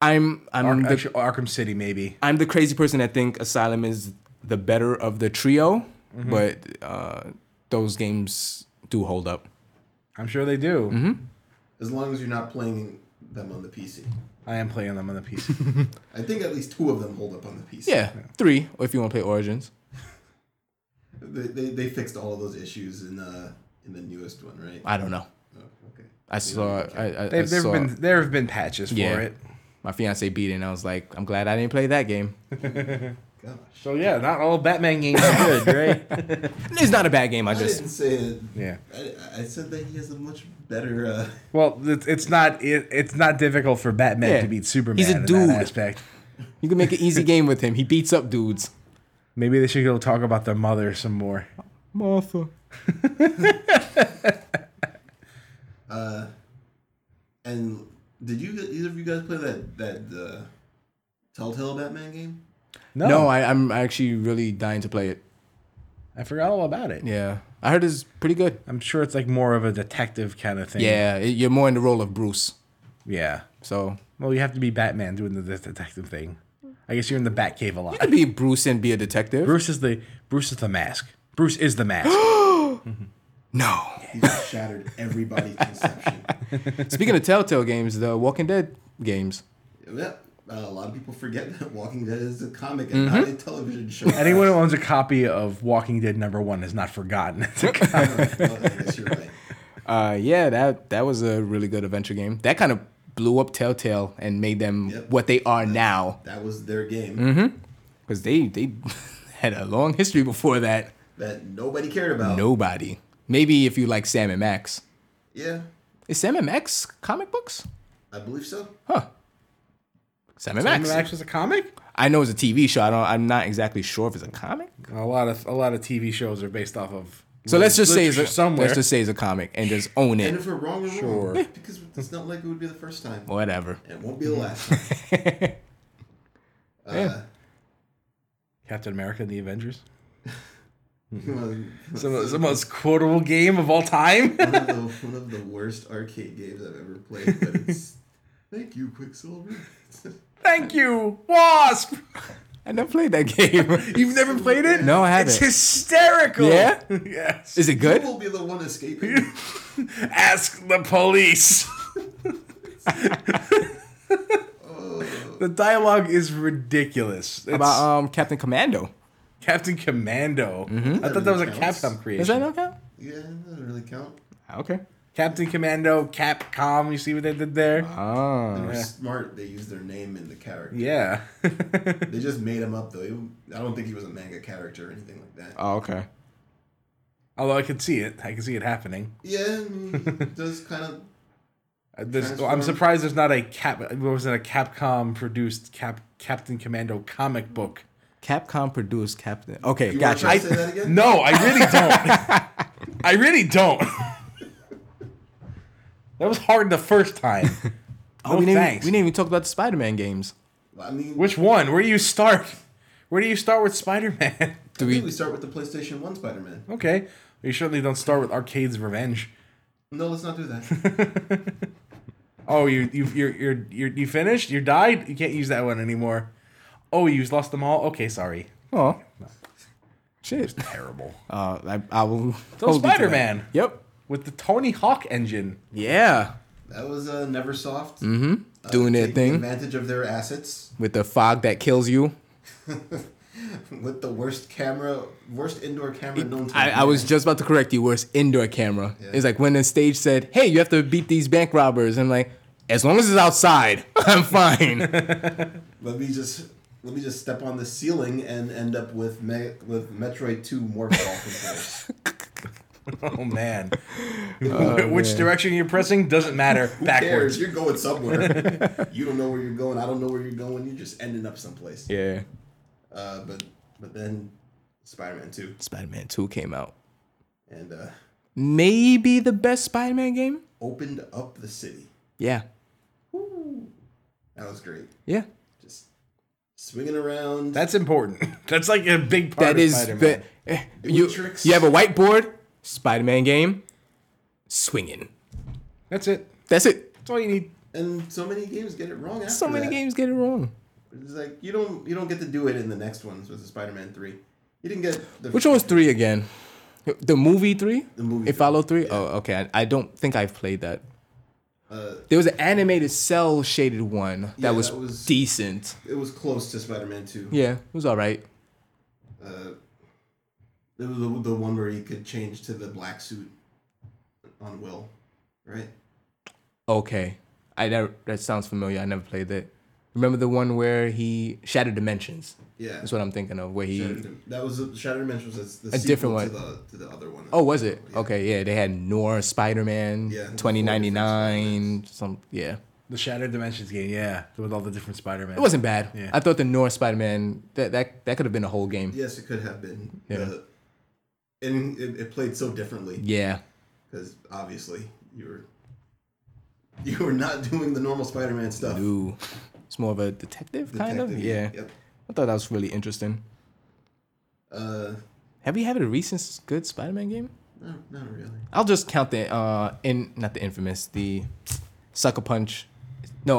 Speaker 2: I'm I'm
Speaker 3: Ar-
Speaker 2: Mm-hmm. the
Speaker 3: actually, Arkham City, maybe.
Speaker 2: I'm the crazy person that think Asylum is the better of the trio,
Speaker 3: Mm-hmm.
Speaker 2: but uh, those games do hold up.
Speaker 3: I'm sure they do.
Speaker 2: Mm-hmm.
Speaker 1: As long as you're not playing them on the PC.
Speaker 3: I am playing them on the PC.
Speaker 1: I think at least two of them hold up on the PC.
Speaker 2: Yeah, three or if you want to play Origins.
Speaker 1: They, they, they fixed all of those issues in uh in the newest one, right?
Speaker 2: I don't know.
Speaker 1: Oh, okay.
Speaker 2: I saw I, I, I
Speaker 3: They've, there
Speaker 2: saw
Speaker 3: have been there have been patches
Speaker 2: Yeah.
Speaker 3: for it.
Speaker 2: my fiance beat it, and I was like, I'm glad I didn't play that game.
Speaker 1: Gosh.
Speaker 3: So yeah, not all Batman games are good, right?
Speaker 2: It's not a bad game. I
Speaker 1: I
Speaker 2: just
Speaker 1: didn't say it.
Speaker 3: Yeah.
Speaker 1: I, I said that he has a much better. Uh,
Speaker 3: Well, it's, it's not it, it's not difficult for Batman
Speaker 2: Yeah.
Speaker 3: to beat Superman
Speaker 2: He's a
Speaker 3: in
Speaker 2: dude.
Speaker 3: that aspect.
Speaker 2: you can make an easy game with him. He beats up dudes.
Speaker 3: Maybe they should go talk about their mother some more.
Speaker 2: Martha.
Speaker 1: uh, and did you either of you guys play that that uh, Telltale Batman game?
Speaker 3: No,
Speaker 2: No,
Speaker 3: I,
Speaker 2: I, I'm actually really dying to play it.
Speaker 3: forgot all about it.
Speaker 2: Yeah, I heard it's pretty good.
Speaker 3: I'm sure it's like more of a detective kind of thing.
Speaker 2: Yeah, it, you're more in the role of Bruce,
Speaker 3: Yeah.
Speaker 2: so
Speaker 3: Well, you have to be Batman doing the det- detective thing. I guess you're in the Batcave a lot.
Speaker 2: you could be Bruce and be a detective.
Speaker 3: Bruce is the Bruce is the mask. Bruce is the mask.
Speaker 2: No.
Speaker 1: He just shattered everybody's conception.
Speaker 2: Speaking of Telltale games, the Walking Dead games.
Speaker 1: Yep. Uh, a lot of people forget that Walking Dead is a comic and not a television show.
Speaker 3: Mm-hmm. Anyone who owns a copy of Walking Dead number one has not forgotten. It's a co-
Speaker 1: I guess you're right.
Speaker 2: Uh, yeah, that that was a really good adventure game. That kind of blew up Telltale and made them
Speaker 1: Yep.
Speaker 2: what they are now.
Speaker 1: That was their game
Speaker 3: Mm-hmm.
Speaker 2: Because they they had a long history before that.
Speaker 1: that nobody cared about.
Speaker 2: Nobody. Maybe if you like Sam and Max.
Speaker 1: Yeah,
Speaker 2: Is Sam and Max comic books?
Speaker 1: I believe so.
Speaker 2: Sam and
Speaker 3: Max.
Speaker 2: Max.
Speaker 3: was a comic.
Speaker 2: I know it's a TV show. I don't. I'm not exactly sure if it's a comic.
Speaker 3: A lot of a lot of TV shows are based off of.
Speaker 2: So let's just say it's
Speaker 3: literature
Speaker 2: a,
Speaker 3: somewhere.
Speaker 2: let's just say it's a comic and just own
Speaker 1: And
Speaker 2: it.
Speaker 1: if we're wrong, we're
Speaker 3: Sure.
Speaker 1: wrong. Because it's not like it would be the first time.
Speaker 2: Whatever.
Speaker 1: And it won't be the
Speaker 3: mm-hmm.
Speaker 1: last time. uh,
Speaker 3: Captain America and the Avengers.
Speaker 1: one of
Speaker 3: Some of the most quotable game of all time.
Speaker 1: the one of the worst arcade games I've ever played, but it's thank you, Quicksilver.
Speaker 3: Thank you, Wasp.
Speaker 2: I never played that game.
Speaker 3: You've never played it?
Speaker 2: No, I
Speaker 3: It's
Speaker 2: haven't.
Speaker 3: hysterical.
Speaker 2: Yeah?
Speaker 3: yes.
Speaker 2: Is it
Speaker 1: Who
Speaker 2: good?
Speaker 1: will be the one escaping?
Speaker 3: Ask the police. the dialogue is ridiculous. It's
Speaker 2: About um Captain Commando.
Speaker 3: Captain Commando. I thought that was a
Speaker 1: Counts.
Speaker 3: Capcom
Speaker 2: Mm-hmm.
Speaker 3: creation.
Speaker 2: Is that not count?
Speaker 1: yeah, that doesn't really count.
Speaker 2: Ah, Okay.
Speaker 3: Captain Commando, Capcom. You see what they did there?
Speaker 1: They
Speaker 2: Oh.
Speaker 1: were smart. They used their name in the character.
Speaker 3: yeah.
Speaker 1: They just made him up, though. He- I don't think he was a manga character or anything like that.
Speaker 2: oh okay.
Speaker 3: Although I could see it. I could see it happening.
Speaker 1: Yeah, I mean, he does kind of.
Speaker 3: Uh, there's- I'm
Speaker 1: Transform.
Speaker 3: surprised there's not a cap. There wasn't a Capcom produced Cap Captain Commando comic book.
Speaker 2: Capcom produced Captain. Okay,
Speaker 1: You
Speaker 2: gotcha.
Speaker 1: want
Speaker 2: I,
Speaker 1: to try to say that again?
Speaker 3: No, I really don't. I really don't. That was hard the first time.
Speaker 2: oh,
Speaker 3: No
Speaker 2: we, didn't,
Speaker 3: thanks.
Speaker 2: we didn't even talk about the Spider-Man games.
Speaker 1: I mean,
Speaker 3: Which one? Where do you start? Where do you start with Spider Man?
Speaker 2: Do
Speaker 1: I think
Speaker 2: we?
Speaker 1: we start with the PlayStation One Spider-Man.
Speaker 3: Okay. You certainly don't start with Arcade's Revenge.
Speaker 1: No, let's not do that.
Speaker 3: Oh, you you you're, you're, you're you finished? You died? You can't use that one anymore. Oh, you lost them all? Okay, sorry.
Speaker 2: Oh. Shit.
Speaker 3: Terrible.
Speaker 2: Uh, I, I will. hold
Speaker 3: So
Speaker 2: you to that.
Speaker 3: Spider-Man.
Speaker 2: Yep.
Speaker 3: With the Tony Hawk engine.
Speaker 2: Yeah.
Speaker 1: that was uh, NeverSoft uh,
Speaker 2: Doing
Speaker 1: taking
Speaker 2: their Mm-hmm. thing
Speaker 1: advantage of their assets.
Speaker 2: with the fog that kills you.
Speaker 1: with the worst camera, worst indoor camera known to
Speaker 2: I, I
Speaker 1: man.
Speaker 2: was just about to correct you. Worst indoor camera. It's like when the stage said, "Hey, you have to beat these bank robbers." I'm like, as long as it's outside, I'm fine.
Speaker 1: Let me just let me just step on the ceiling and end up with me- with Metroid Two Morph Ball controls.
Speaker 3: Oh man,
Speaker 2: Oh,
Speaker 3: which direction you're pressing doesn't matter. Backwards.
Speaker 1: Cares, you're going somewhere. you don't know where you're going. I don't know where you're going. You're just ending up someplace.
Speaker 2: yeah.
Speaker 1: Uh, but but then Spider-Man Two
Speaker 2: Spider-Man Two came out.
Speaker 1: and uh,
Speaker 2: Maybe the best Spider-Man game.
Speaker 1: opened up the city.
Speaker 2: Yeah.
Speaker 1: That was great.
Speaker 2: Yeah.
Speaker 1: Just swinging around.
Speaker 3: That's important. That's like a big part
Speaker 2: That
Speaker 3: of
Speaker 2: is
Speaker 3: Spider-Man.
Speaker 2: the eh, you.
Speaker 1: Matrix.
Speaker 2: You have a whiteboard. Spider-Man game. Swinging.
Speaker 3: That's it.
Speaker 2: That's it.
Speaker 3: That's all you need.
Speaker 1: and so many games get it wrong. After
Speaker 2: So many
Speaker 1: that.
Speaker 2: games get it wrong.
Speaker 1: It's like you don't you don't get to do it in the next ones with the Spider-Man Three. You didn't get the
Speaker 2: Which one was three again? The movie three?
Speaker 1: The movie
Speaker 2: It
Speaker 1: three,
Speaker 2: followed three? Oh, okay. I, I don't think I've played that.
Speaker 1: Uh,
Speaker 2: There was an animated cell shaded one that,
Speaker 1: Yeah,
Speaker 2: was,
Speaker 1: that was-
Speaker 2: decent.
Speaker 1: It was close to Spider-Man Two.
Speaker 2: Yeah, it was all right.
Speaker 1: Uh, it was the, the one where he could change to the black suit on Will, right?
Speaker 2: Okay. I never, that sounds familiar. I never played that. Remember the one where he Shattered Dimensions?
Speaker 1: Yeah.
Speaker 2: That's what I'm thinking of. Where he
Speaker 1: Shattered Dim- that was Shattered Dimensions. That's the
Speaker 2: A different
Speaker 1: sequel To the, to the other one.
Speaker 2: Oh, was it? Okay, yeah. They had Noir Spider Man
Speaker 1: Yeah, there's four different
Speaker 2: 2099. Some yeah.
Speaker 3: The Shattered Dimensions game, yeah, with all the different Spider-Man.
Speaker 2: It wasn't bad.
Speaker 3: Yeah.
Speaker 2: I thought the Noir Spider Man that that, that could have been a whole game. Yeah.
Speaker 1: Yes, it could have been.
Speaker 2: Yeah.
Speaker 1: Uh, and it, it played so differently
Speaker 2: Yeah.
Speaker 1: because obviously you were you were not doing the normal Spider-Man stuff.
Speaker 2: Ooh. It's more of a detective, kind of.
Speaker 1: Detective,
Speaker 2: Yeah.
Speaker 1: Yep.
Speaker 2: I thought that was really interesting.
Speaker 1: Uh,
Speaker 2: Have you had a recent s- good Spider-Man game?
Speaker 1: no, not really.
Speaker 2: I'll just count the uh in not the infamous the sucker punch, no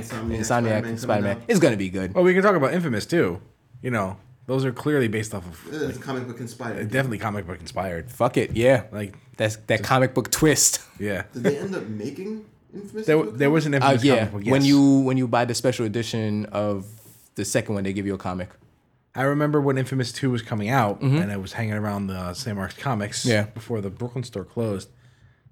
Speaker 1: Insomniac,
Speaker 2: Insomniac,
Speaker 1: Spider-Man
Speaker 2: Spider-Man.
Speaker 1: coming out.
Speaker 2: It's gonna be good.
Speaker 3: Well, we can talk about Infamous too. You know, those are clearly based off of
Speaker 1: It's Uh, comic book inspired.
Speaker 3: definitely comic book inspired.
Speaker 2: Fuck it, yeah.
Speaker 3: Like,
Speaker 2: That's that comic book twist.
Speaker 3: yeah,
Speaker 1: Did they end up making Infamous?
Speaker 3: there,
Speaker 1: Two?
Speaker 3: there was an
Speaker 2: Uh,
Speaker 3: Infamous
Speaker 2: yeah.
Speaker 3: comic book. Yes.
Speaker 2: When you when you buy the special edition of the second one, they give you a comic.
Speaker 3: I remember when Infamous Two was coming out, and I was hanging around the Sam Marks Comics
Speaker 2: Mm-hmm. Yeah.
Speaker 3: before the Brooklyn store closed.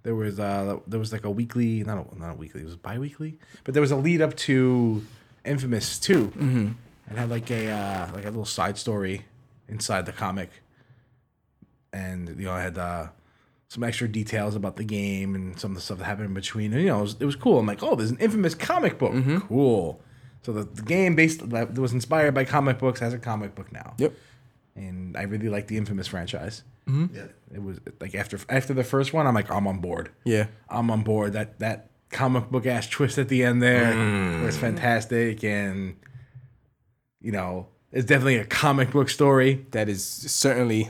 Speaker 3: There was uh, there was like a weekly, not a, not a weekly, it was bi-weekly, but there was a lead up to Infamous 2
Speaker 2: Mm-hmm.
Speaker 3: and had like a uh, like a little side story inside the comic, and you know I had uh, some extra details about the game and some of the stuff that happened in between. And, you know, it was, it was cool. I'm like, oh, there's an infamous comic book.
Speaker 2: Mm-hmm.
Speaker 3: Cool. So the, the game based that was inspired by comic books has a comic book now.
Speaker 2: Yep.
Speaker 3: And I really like the infamous franchise.
Speaker 1: Yeah.
Speaker 3: It was like after after the first one, I'm like, I'm on board.
Speaker 2: Yeah.
Speaker 3: I'm on board. That that comic book ass twist at the end there was fantastic, and you know, it's definitely a comic book story.
Speaker 2: That is certainly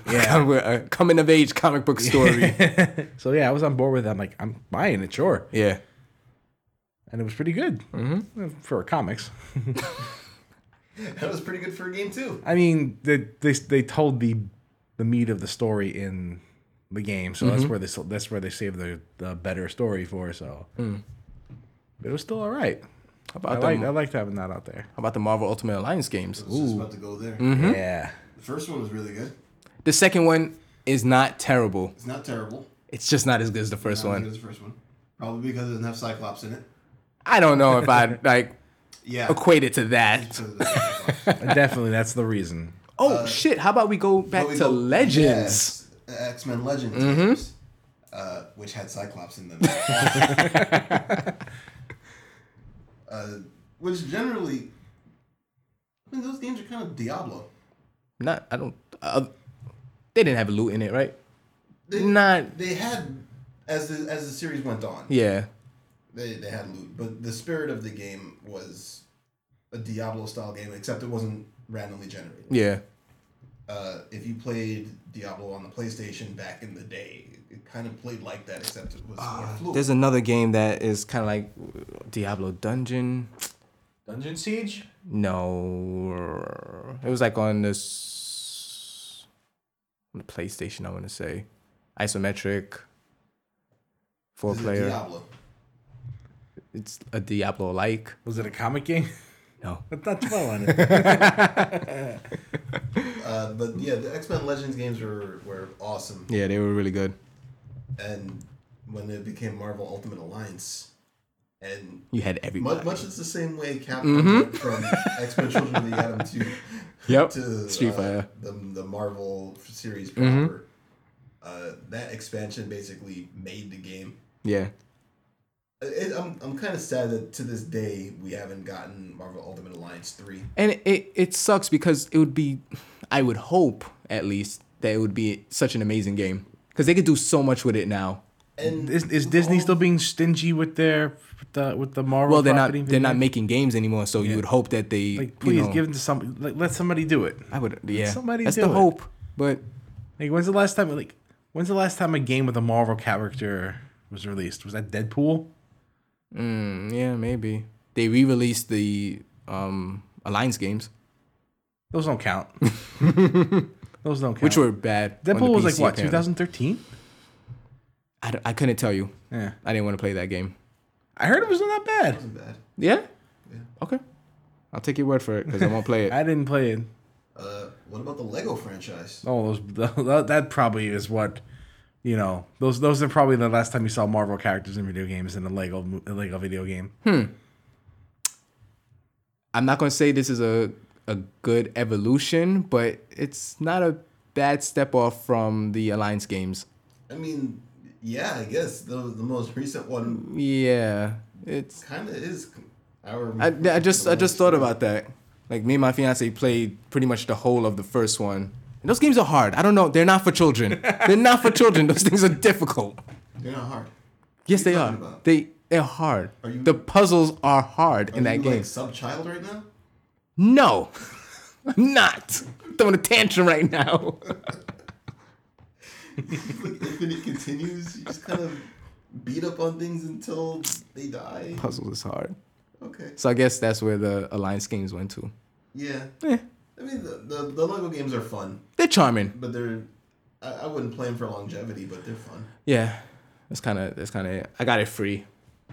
Speaker 3: Yeah.
Speaker 2: a coming of age comic book story.
Speaker 3: So yeah, I was on board with. It. I'm like, I'm buying it, sure.
Speaker 2: yeah.
Speaker 3: and it was pretty good mm-hmm. for comics.
Speaker 1: That was pretty good for a game too.
Speaker 3: I mean, they, they they told the the meat of the story in the game, so
Speaker 2: Mm-hmm.
Speaker 3: that's where they s- that's where they saved the, the better story for. So,
Speaker 2: Hmm.
Speaker 3: but it was still all right.
Speaker 2: How about
Speaker 3: I
Speaker 2: the
Speaker 3: like I liked having that out there.
Speaker 2: how about the Marvel Ultimate Alliance games?
Speaker 1: I was just about to go there.
Speaker 2: Mm. Mm-hmm.
Speaker 3: Yeah,
Speaker 1: The first one was really good.
Speaker 2: The second one is not terrible.
Speaker 1: It's not terrible.
Speaker 2: It's just not as good as the first
Speaker 1: Not as good
Speaker 2: one.
Speaker 1: as the first one. Probably because it doesn't have Cyclops in it.
Speaker 2: I don't know if I'd like
Speaker 1: Yeah.
Speaker 2: equate it to that.
Speaker 1: Because it doesn't have Cyclops.
Speaker 3: definitely that's the reason.
Speaker 2: Oh shit! How about we go back
Speaker 1: Uh, But we
Speaker 2: to
Speaker 1: go-
Speaker 2: Legends? Mm-hmm.
Speaker 1: Yes, X Men Legends. games, Uh, which had Cyclops in them. uh, which generally, I mean, those games are kind of Diablo.
Speaker 2: Not I don't. Uh, they didn't have loot in it, right?
Speaker 1: They,
Speaker 2: Not
Speaker 1: they had as the as the series went on.
Speaker 2: yeah.
Speaker 1: They they had loot, but the spirit of the game was a Diablo style game, except it wasn't randomly generated.
Speaker 2: Yeah.
Speaker 1: Uh, if you played Diablo on the PlayStation back in the day, it kind of played like that, except it was more fluid.
Speaker 2: There's another game that is kind of like Diablo Dungeon.
Speaker 3: Dungeon Siege.
Speaker 2: No, it was like on this on the PlayStation. I want to say isometric four
Speaker 1: Is it
Speaker 2: player.
Speaker 1: Diablo.
Speaker 2: It's a Diablo like.
Speaker 3: Was it a comic game?
Speaker 2: No.
Speaker 3: But not dwell on it.
Speaker 1: Uh, but yeah, the X Men Legends games were were awesome.
Speaker 2: Yeah, they were really good.
Speaker 1: And when it became Marvel Ultimate Alliance, and
Speaker 2: You had everybody.
Speaker 1: much, much is the same way Capcom
Speaker 3: Mm-hmm.
Speaker 1: went from X Men Children of the Atom to
Speaker 2: Yep.
Speaker 1: to
Speaker 2: Street
Speaker 1: uh,
Speaker 2: Fighter.
Speaker 1: the the Marvel series
Speaker 3: Mm-hmm.
Speaker 1: proper. Uh, that expansion basically made the game.
Speaker 2: Yeah.
Speaker 1: It, I'm I'm kind of sad that to this day we haven't gotten Marvel Ultimate Alliance three.
Speaker 2: And it, it sucks because it would be, I would hope at least, that it would be such an amazing game. Because they could do so much with it now.
Speaker 1: And
Speaker 3: Is, is Disney still being stingy with their with the with the Marvel?
Speaker 2: Well, they're not
Speaker 3: property?
Speaker 2: they're not making games anymore, so you would hope that they
Speaker 3: Like,
Speaker 2: you
Speaker 3: please
Speaker 2: know,
Speaker 3: give them to somebody. Like, let somebody do it.
Speaker 2: I would yeah.
Speaker 3: somebody
Speaker 2: That's
Speaker 3: do
Speaker 2: the
Speaker 3: it.
Speaker 2: hope, but
Speaker 3: Like, when's the last time? Like, when's the last time a game with a Marvel character was released? Was that Deadpool?
Speaker 2: mm, yeah, maybe they re-released the um, Alliance games,
Speaker 3: Those don't count. Those don't count.
Speaker 2: which were bad. on the
Speaker 3: Deadpool was like
Speaker 2: PC
Speaker 3: what?
Speaker 2: apparently.
Speaker 3: 2013.
Speaker 2: I, don't- I couldn't tell you.
Speaker 3: Yeah,
Speaker 2: I didn't want to play that game.
Speaker 3: I heard it was not that bad.
Speaker 1: wasn't bad.
Speaker 2: Yeah.
Speaker 1: Yeah.
Speaker 2: Okay. I'll take your word for it because I won't play it.
Speaker 3: I didn't play it.
Speaker 1: Uh, what about the Lego franchise?
Speaker 3: Oh, those that- that probably is what you know. Those those are probably the last time you saw Marvel characters in video games in a Lego mo- a Lego video game.
Speaker 2: I'm not gonna say this is a a good evolution, but it's not a bad step off from the Alliance games.
Speaker 1: I mean, yeah, I guess the the most recent one
Speaker 2: Yeah, it's
Speaker 1: kind of is our.
Speaker 2: I, I just I just thought about that. Like me and my fiance played pretty much the whole of the first one. And those games are hard. I don't know. They're not for children. they're not for children. Those things are difficult.
Speaker 1: They're not hard. What
Speaker 2: Yes,
Speaker 1: are
Speaker 2: they
Speaker 1: you
Speaker 2: are.
Speaker 1: talking about?
Speaker 2: They they're hard.
Speaker 1: Are you-
Speaker 2: the puzzles are hard
Speaker 1: Are
Speaker 2: in that
Speaker 1: you,
Speaker 2: game.
Speaker 1: like sub child right now?
Speaker 2: No, I'm not throwing a tantrum right now.
Speaker 1: like infinite continues, you just kind of beat up on things until they die.
Speaker 2: puzzles is hard.
Speaker 1: Okay.
Speaker 2: So I guess that's where the alliance games went to.
Speaker 1: Yeah.
Speaker 2: Eh,
Speaker 1: I mean, the, the, the Lego games are fun,
Speaker 2: they're charming.
Speaker 1: but they're. I, I wouldn't play them for longevity, but they're fun.
Speaker 2: Yeah, that's kind of that's kind of. I got it free,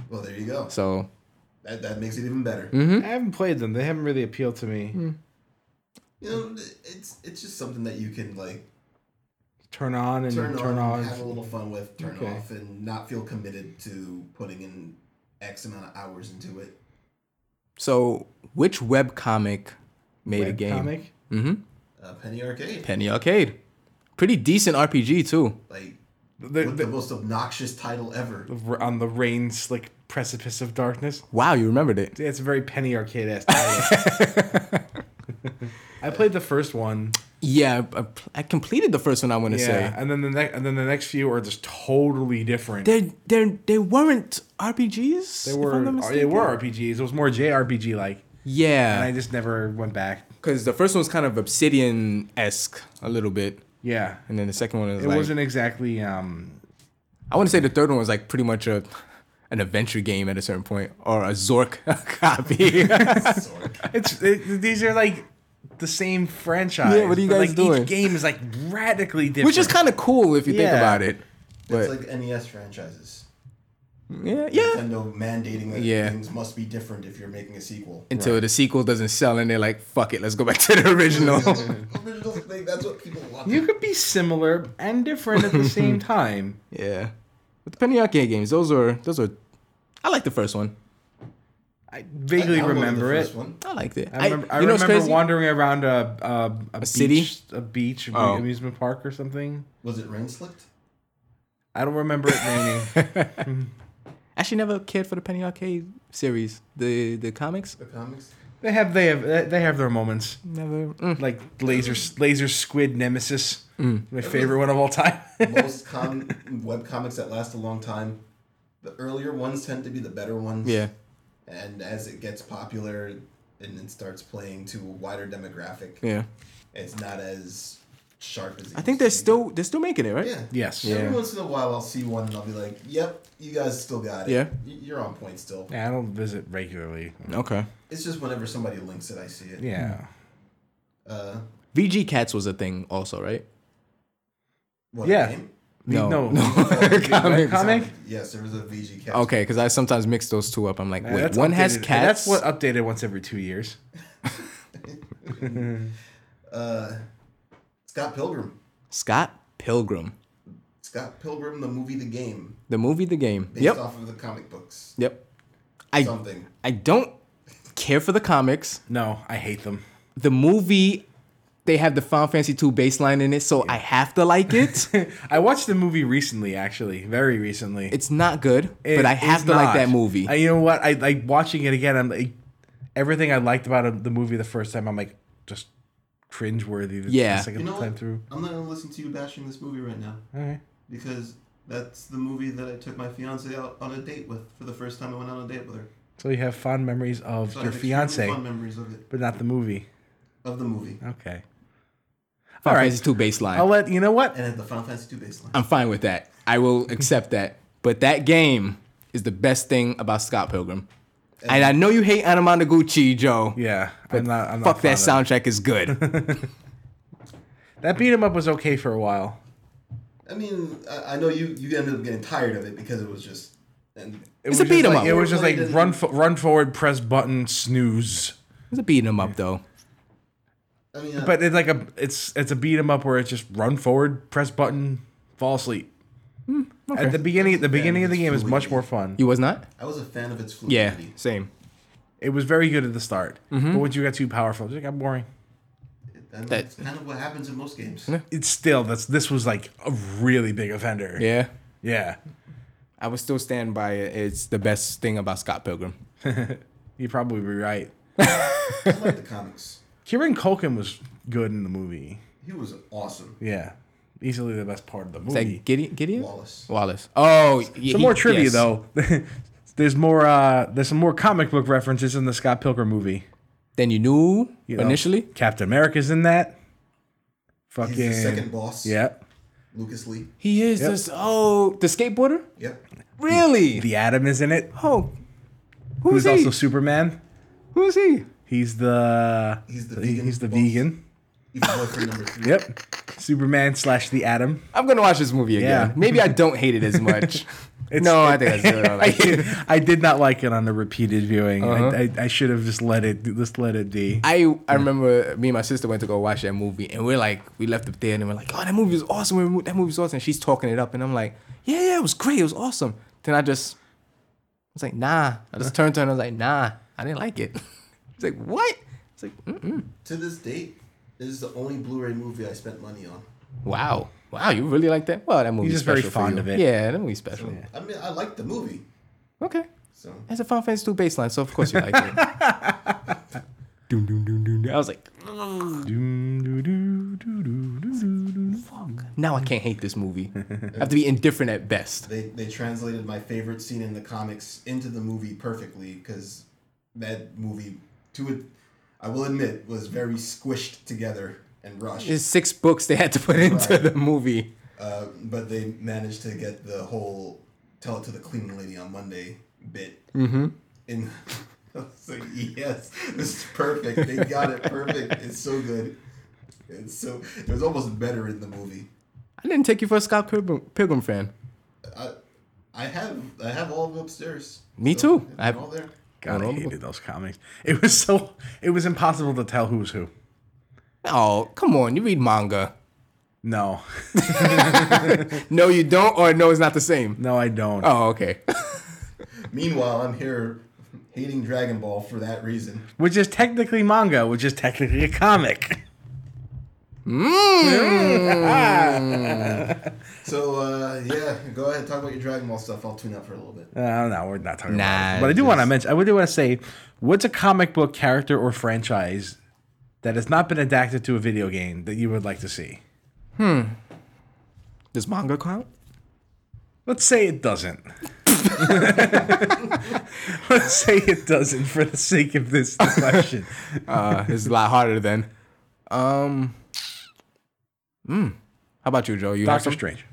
Speaker 1: Well, there you go.
Speaker 2: so
Speaker 1: That, that makes it even better.
Speaker 2: Mm-hmm.
Speaker 3: I haven't played them. They haven't really appealed to me.
Speaker 1: You know, it's it's just something that you can like
Speaker 3: Turn on and
Speaker 1: turn,
Speaker 3: turn,
Speaker 1: on,
Speaker 3: off.
Speaker 1: have a little fun with, turn
Speaker 3: Okay.
Speaker 1: off, and not feel committed to putting in X amount of hours into it.
Speaker 2: so which web comic made a
Speaker 3: Web
Speaker 2: game?
Speaker 3: comic.
Speaker 2: Mm-hmm.
Speaker 1: Uh, Penny Arcade,
Speaker 2: Penny Arcade. Pretty decent RPG too.
Speaker 1: like
Speaker 3: The-
Speaker 1: with the
Speaker 3: the-
Speaker 1: most obnoxious title ever.
Speaker 3: on the rain slick precipice of darkness.
Speaker 2: Wow, you remembered it.
Speaker 3: Yeah, it's a very penny arcade ass title. I played the first one.
Speaker 2: Yeah, I, I- I completed the first one. I want to
Speaker 3: Yeah,
Speaker 2: say
Speaker 3: and then the next and then the next few are just totally different.
Speaker 2: they they they weren't RPGs.
Speaker 3: They
Speaker 2: if
Speaker 3: were uh,
Speaker 2: I'm not
Speaker 3: they
Speaker 2: mistaken.
Speaker 3: were RPGs. It was more JRPG like, and I
Speaker 2: Yeah,
Speaker 3: just never went back.
Speaker 2: because the first one was kind of Obsidian esque a little bit,
Speaker 3: Yeah,
Speaker 2: and then the second one was
Speaker 3: it
Speaker 2: like
Speaker 3: wasn't exactly. Um,
Speaker 2: I want to say the third one was like pretty much a an adventure game at a certain point or a Zork copy.
Speaker 1: Sorry.
Speaker 3: it's it, these are like the same franchise.
Speaker 2: Yeah, what are you
Speaker 3: but,
Speaker 2: guys
Speaker 3: like,
Speaker 2: doing?
Speaker 3: Each game is like radically different.
Speaker 2: Which is kind of cool if you think
Speaker 3: Yeah.
Speaker 2: about it. But
Speaker 1: It's like NES franchises.
Speaker 2: yeah, yeah.
Speaker 1: Nintendo mandating that
Speaker 2: Yeah.
Speaker 1: things must be different if you're making a sequel.
Speaker 2: Until the sequel doesn't sell and they're like, fuck it, let's go back to the original.
Speaker 1: Original thing, that's what people want.
Speaker 3: you could be similar and different at the same time.
Speaker 2: yeah. But the Penny Arcade games, those are those are I like the first one.
Speaker 3: I
Speaker 1: I
Speaker 3: vaguely
Speaker 1: downloaded the
Speaker 3: remember it.
Speaker 1: first one.
Speaker 2: I liked it.
Speaker 3: I remember, I,
Speaker 2: you know what's
Speaker 3: remember
Speaker 2: crazy?
Speaker 3: wandering around a a, a, beach,
Speaker 2: city?
Speaker 3: a beach
Speaker 2: Oh.
Speaker 3: amusement park or something.
Speaker 1: Was it Rain Slipped?
Speaker 3: I don't remember it naming.
Speaker 2: Actually never cared for the Penny Arcade series. The the comics?
Speaker 1: The comics?
Speaker 3: they have they have they- they have their moments.
Speaker 2: Never mm.
Speaker 3: Like laser laser squid nemesis, my favorite one of all time.
Speaker 1: Most com- web comics that last a long time, the earlier ones tend to be the better ones.
Speaker 2: Yeah.
Speaker 1: And as it gets popular and it starts playing to a wider demographic,
Speaker 2: Yeah.
Speaker 1: it's not as sharp as it
Speaker 2: I think they're
Speaker 1: used to
Speaker 2: still they're still making it, right?
Speaker 1: be. Yeah.
Speaker 3: yes.
Speaker 2: Yeah.
Speaker 1: Every once in a while, I'll see one and I'll be like, "Yep, you guys still got it.
Speaker 2: Yeah.
Speaker 1: Y- you're on point still."
Speaker 3: Yeah, I don't visit regularly.
Speaker 2: Okay.
Speaker 1: It's just whenever somebody links it, I see it.
Speaker 3: Yeah.
Speaker 1: Uh,
Speaker 2: VG Cats was a thing also, right?
Speaker 1: what
Speaker 3: Yeah.
Speaker 1: game?
Speaker 3: No, no,
Speaker 2: Comic.
Speaker 3: comic.
Speaker 1: Yes, there was a VG cast.
Speaker 2: Okay, because I sometimes mix those two up. I'm like,
Speaker 3: Yeah,
Speaker 2: wait,
Speaker 3: that's
Speaker 2: one has
Speaker 3: updated-
Speaker 2: cats.
Speaker 3: and That's what uh, updated once every two years.
Speaker 1: Scott Pilgrim.
Speaker 2: Scott Pilgrim,
Speaker 1: Scott Pilgrim, the movie, the game,
Speaker 2: the movie, the game.
Speaker 1: based
Speaker 2: yep,
Speaker 1: off of the comic books.
Speaker 2: yep. I
Speaker 1: Something.
Speaker 2: I don't care for the comics.
Speaker 3: No, I hate them.
Speaker 2: The movie, they have the Final Fantasy two baseline in it, so I have to like it.
Speaker 3: I watched the movie recently, actually, very recently.
Speaker 2: it's not good,
Speaker 3: It
Speaker 2: but I
Speaker 3: is
Speaker 2: have to like
Speaker 3: not.
Speaker 2: that movie.
Speaker 3: I, you know what? I like watching it again. I'm like, everything I liked about it- the movie the first time. I'm like just cringeworthy. The,
Speaker 2: Yeah.
Speaker 3: the second
Speaker 1: You know
Speaker 3: time
Speaker 1: what?
Speaker 3: through.
Speaker 1: I'm not gonna listen to you bashing this movie right now
Speaker 3: All right.
Speaker 1: because that's the movie that I took my fiance out on a date with for the first time I went on a date with her.
Speaker 3: So you have fond memories of
Speaker 1: So I
Speaker 3: your
Speaker 1: have extremely
Speaker 3: fiance,
Speaker 1: Fond memories of it,
Speaker 3: but not the movie.
Speaker 1: of the movie,
Speaker 3: Okay. All
Speaker 2: Final
Speaker 3: right.
Speaker 2: Fantasy two baseline.
Speaker 3: I'll let you know what.
Speaker 1: and at the Final Fantasy II baseline.
Speaker 2: I'm fine with that. I will accept that. But that game is the best thing about Scott Pilgrim. And I know you hate Anamanaguchi, Joe.
Speaker 3: Yeah, I'm not. I'm
Speaker 2: Fuck
Speaker 3: not
Speaker 2: that
Speaker 3: fond of
Speaker 2: soundtrack is good.
Speaker 3: it. That beat 'em up was okay for a while.
Speaker 1: I mean, I, I know you you ended up getting tired of it because it was just. And
Speaker 3: It
Speaker 2: It's
Speaker 3: was
Speaker 2: a
Speaker 3: just
Speaker 2: beat 'em
Speaker 3: like-
Speaker 2: up.
Speaker 3: It was just like
Speaker 1: Everybody
Speaker 3: run,
Speaker 1: doesn't-
Speaker 3: fo- run forward, press button, snooze.
Speaker 2: it's a beating him up though.
Speaker 1: I mean, I-
Speaker 3: But it's like a, it's it's a beat 'em up where it's just run forward, press button, fall asleep. At the beginning, the beginning of the game is much more fun.
Speaker 2: You was not?
Speaker 1: I was a fan of its
Speaker 2: Yeah,
Speaker 1: fluidity.
Speaker 2: same.
Speaker 3: It was very good at the start,
Speaker 2: Mm-hmm.
Speaker 3: but once you got too powerful, it just got boring.
Speaker 1: And
Speaker 2: That-
Speaker 1: that's kind of what happens in most games.
Speaker 3: It's still that's this was like a really big offender.
Speaker 2: Yeah.
Speaker 3: yeah.
Speaker 2: I would still stand by it. It's the best thing about Scott Pilgrim.
Speaker 3: You probably be right.
Speaker 1: I like the comics.
Speaker 3: Kieran Culkin was good in the movie.
Speaker 1: He was awesome.
Speaker 3: Yeah, easily the best part of the
Speaker 2: Is
Speaker 3: movie.
Speaker 2: that Gideon? Gideon?
Speaker 1: Wallace.
Speaker 2: Wallace. Oh, y- he-
Speaker 3: Some more trivia
Speaker 2: yes.
Speaker 3: though. there's more. Uh, there's some more comic book references in the Scott Pilgrim movie.
Speaker 2: Then you knew
Speaker 3: You know,
Speaker 2: initially?
Speaker 3: Captain America's in that.
Speaker 1: He's
Speaker 3: Fucking
Speaker 1: the second boss.
Speaker 3: yeah.
Speaker 1: Lucas Lee.
Speaker 2: He is this. Oh, the skateboarder?
Speaker 1: Yep.
Speaker 2: Really?
Speaker 3: The Atom is in it.
Speaker 2: oh. Who's,
Speaker 3: Who's
Speaker 2: he?
Speaker 3: also Superman.
Speaker 2: Who's he?
Speaker 3: He's the
Speaker 1: He's the
Speaker 3: he-
Speaker 1: vegan
Speaker 3: he's the
Speaker 1: boss.
Speaker 3: vegan.
Speaker 1: Even boyfriend number three.
Speaker 3: Yep. Superman slash the Atom.
Speaker 2: I'm gonna watch this movie again.
Speaker 3: Yeah.
Speaker 2: Maybe I don't hate it as much. no, I think I still don't
Speaker 3: I
Speaker 2: like it.
Speaker 3: did, I did not like it on the repeated viewing.
Speaker 2: Uh-huh.
Speaker 3: I, I, I should have just let it just let it be.
Speaker 1: Ah.
Speaker 2: I, I remember me and my sister went to go watch that movie and we're like we left the theater and we're like oh that movie was awesome We- that movie was awesome and she's talking it up and I'm like yeah yeah it was great it was awesome then I just I was like nah I just turned to her and I was like nah I didn't like it she's like what it's like mm,
Speaker 1: To this date, this is the only Blu-ray movie I spent money on.
Speaker 2: wow wow you really like that well that movie's
Speaker 3: just very
Speaker 2: special for
Speaker 3: fond
Speaker 2: you.
Speaker 3: of it.
Speaker 2: yeah that movie's special
Speaker 1: I mean, I liked the movie.
Speaker 2: okay
Speaker 1: So
Speaker 2: that's a Final Fantasy 2 baseline so of course you like it Doom, doom, doom, doom, doom. I was like
Speaker 3: Doom, doo, doo, doo, doo, doo, doo, doo.
Speaker 2: now I can't hate this movie I have to be indifferent at best
Speaker 1: they they translated my favorite scene in the comics into the movie perfectly because that movie, to it, I will admit, was very squished together and rushed.
Speaker 2: There's six books they had to put into
Speaker 1: Right.
Speaker 2: the movie.
Speaker 1: Uh, but they managed to get the whole "tell it to the cleaning lady on Monday" bit. Mm-hmm. And I was like, "Yes, this is perfect. They got it perfect. It's so good. It's so it was almost better in the movie.
Speaker 2: I didn't take you for a Scott Pilgrim, Pilgrim fan.
Speaker 1: I, I have I have all of them upstairs.
Speaker 2: Me too.
Speaker 1: it's
Speaker 2: I have-
Speaker 1: all there.
Speaker 3: God, I
Speaker 2: Well,
Speaker 3: hated those comics. It was so it was impossible to tell who was who.
Speaker 2: Oh, come on. You read manga.
Speaker 3: No,
Speaker 2: No, you don't, or no, it's not the same.
Speaker 3: no, I don't.
Speaker 2: Oh, okay.
Speaker 1: Meanwhile, I'm here hating Dragon Ball for that reason.
Speaker 3: Which is technically manga, which is technically a comic.
Speaker 1: So uh, yeah, go ahead talk about your Dragon Ball stuff. I'll tune up for a little bit.
Speaker 3: Uh, no, we're not talking about
Speaker 2: Nah,
Speaker 3: it. But I do
Speaker 2: just-
Speaker 3: want to mention. I do want to say, what's a comic book character or franchise that has not been adapted to a video game that you would like to see?
Speaker 2: Does manga count?
Speaker 3: Let's say it doesn't. Let's say it doesn't for the sake of this question.
Speaker 2: Uh, it's a lot harder then. Um, hmm. How about you, Joe? You have
Speaker 3: Doctor
Speaker 2: some-
Speaker 3: Strange.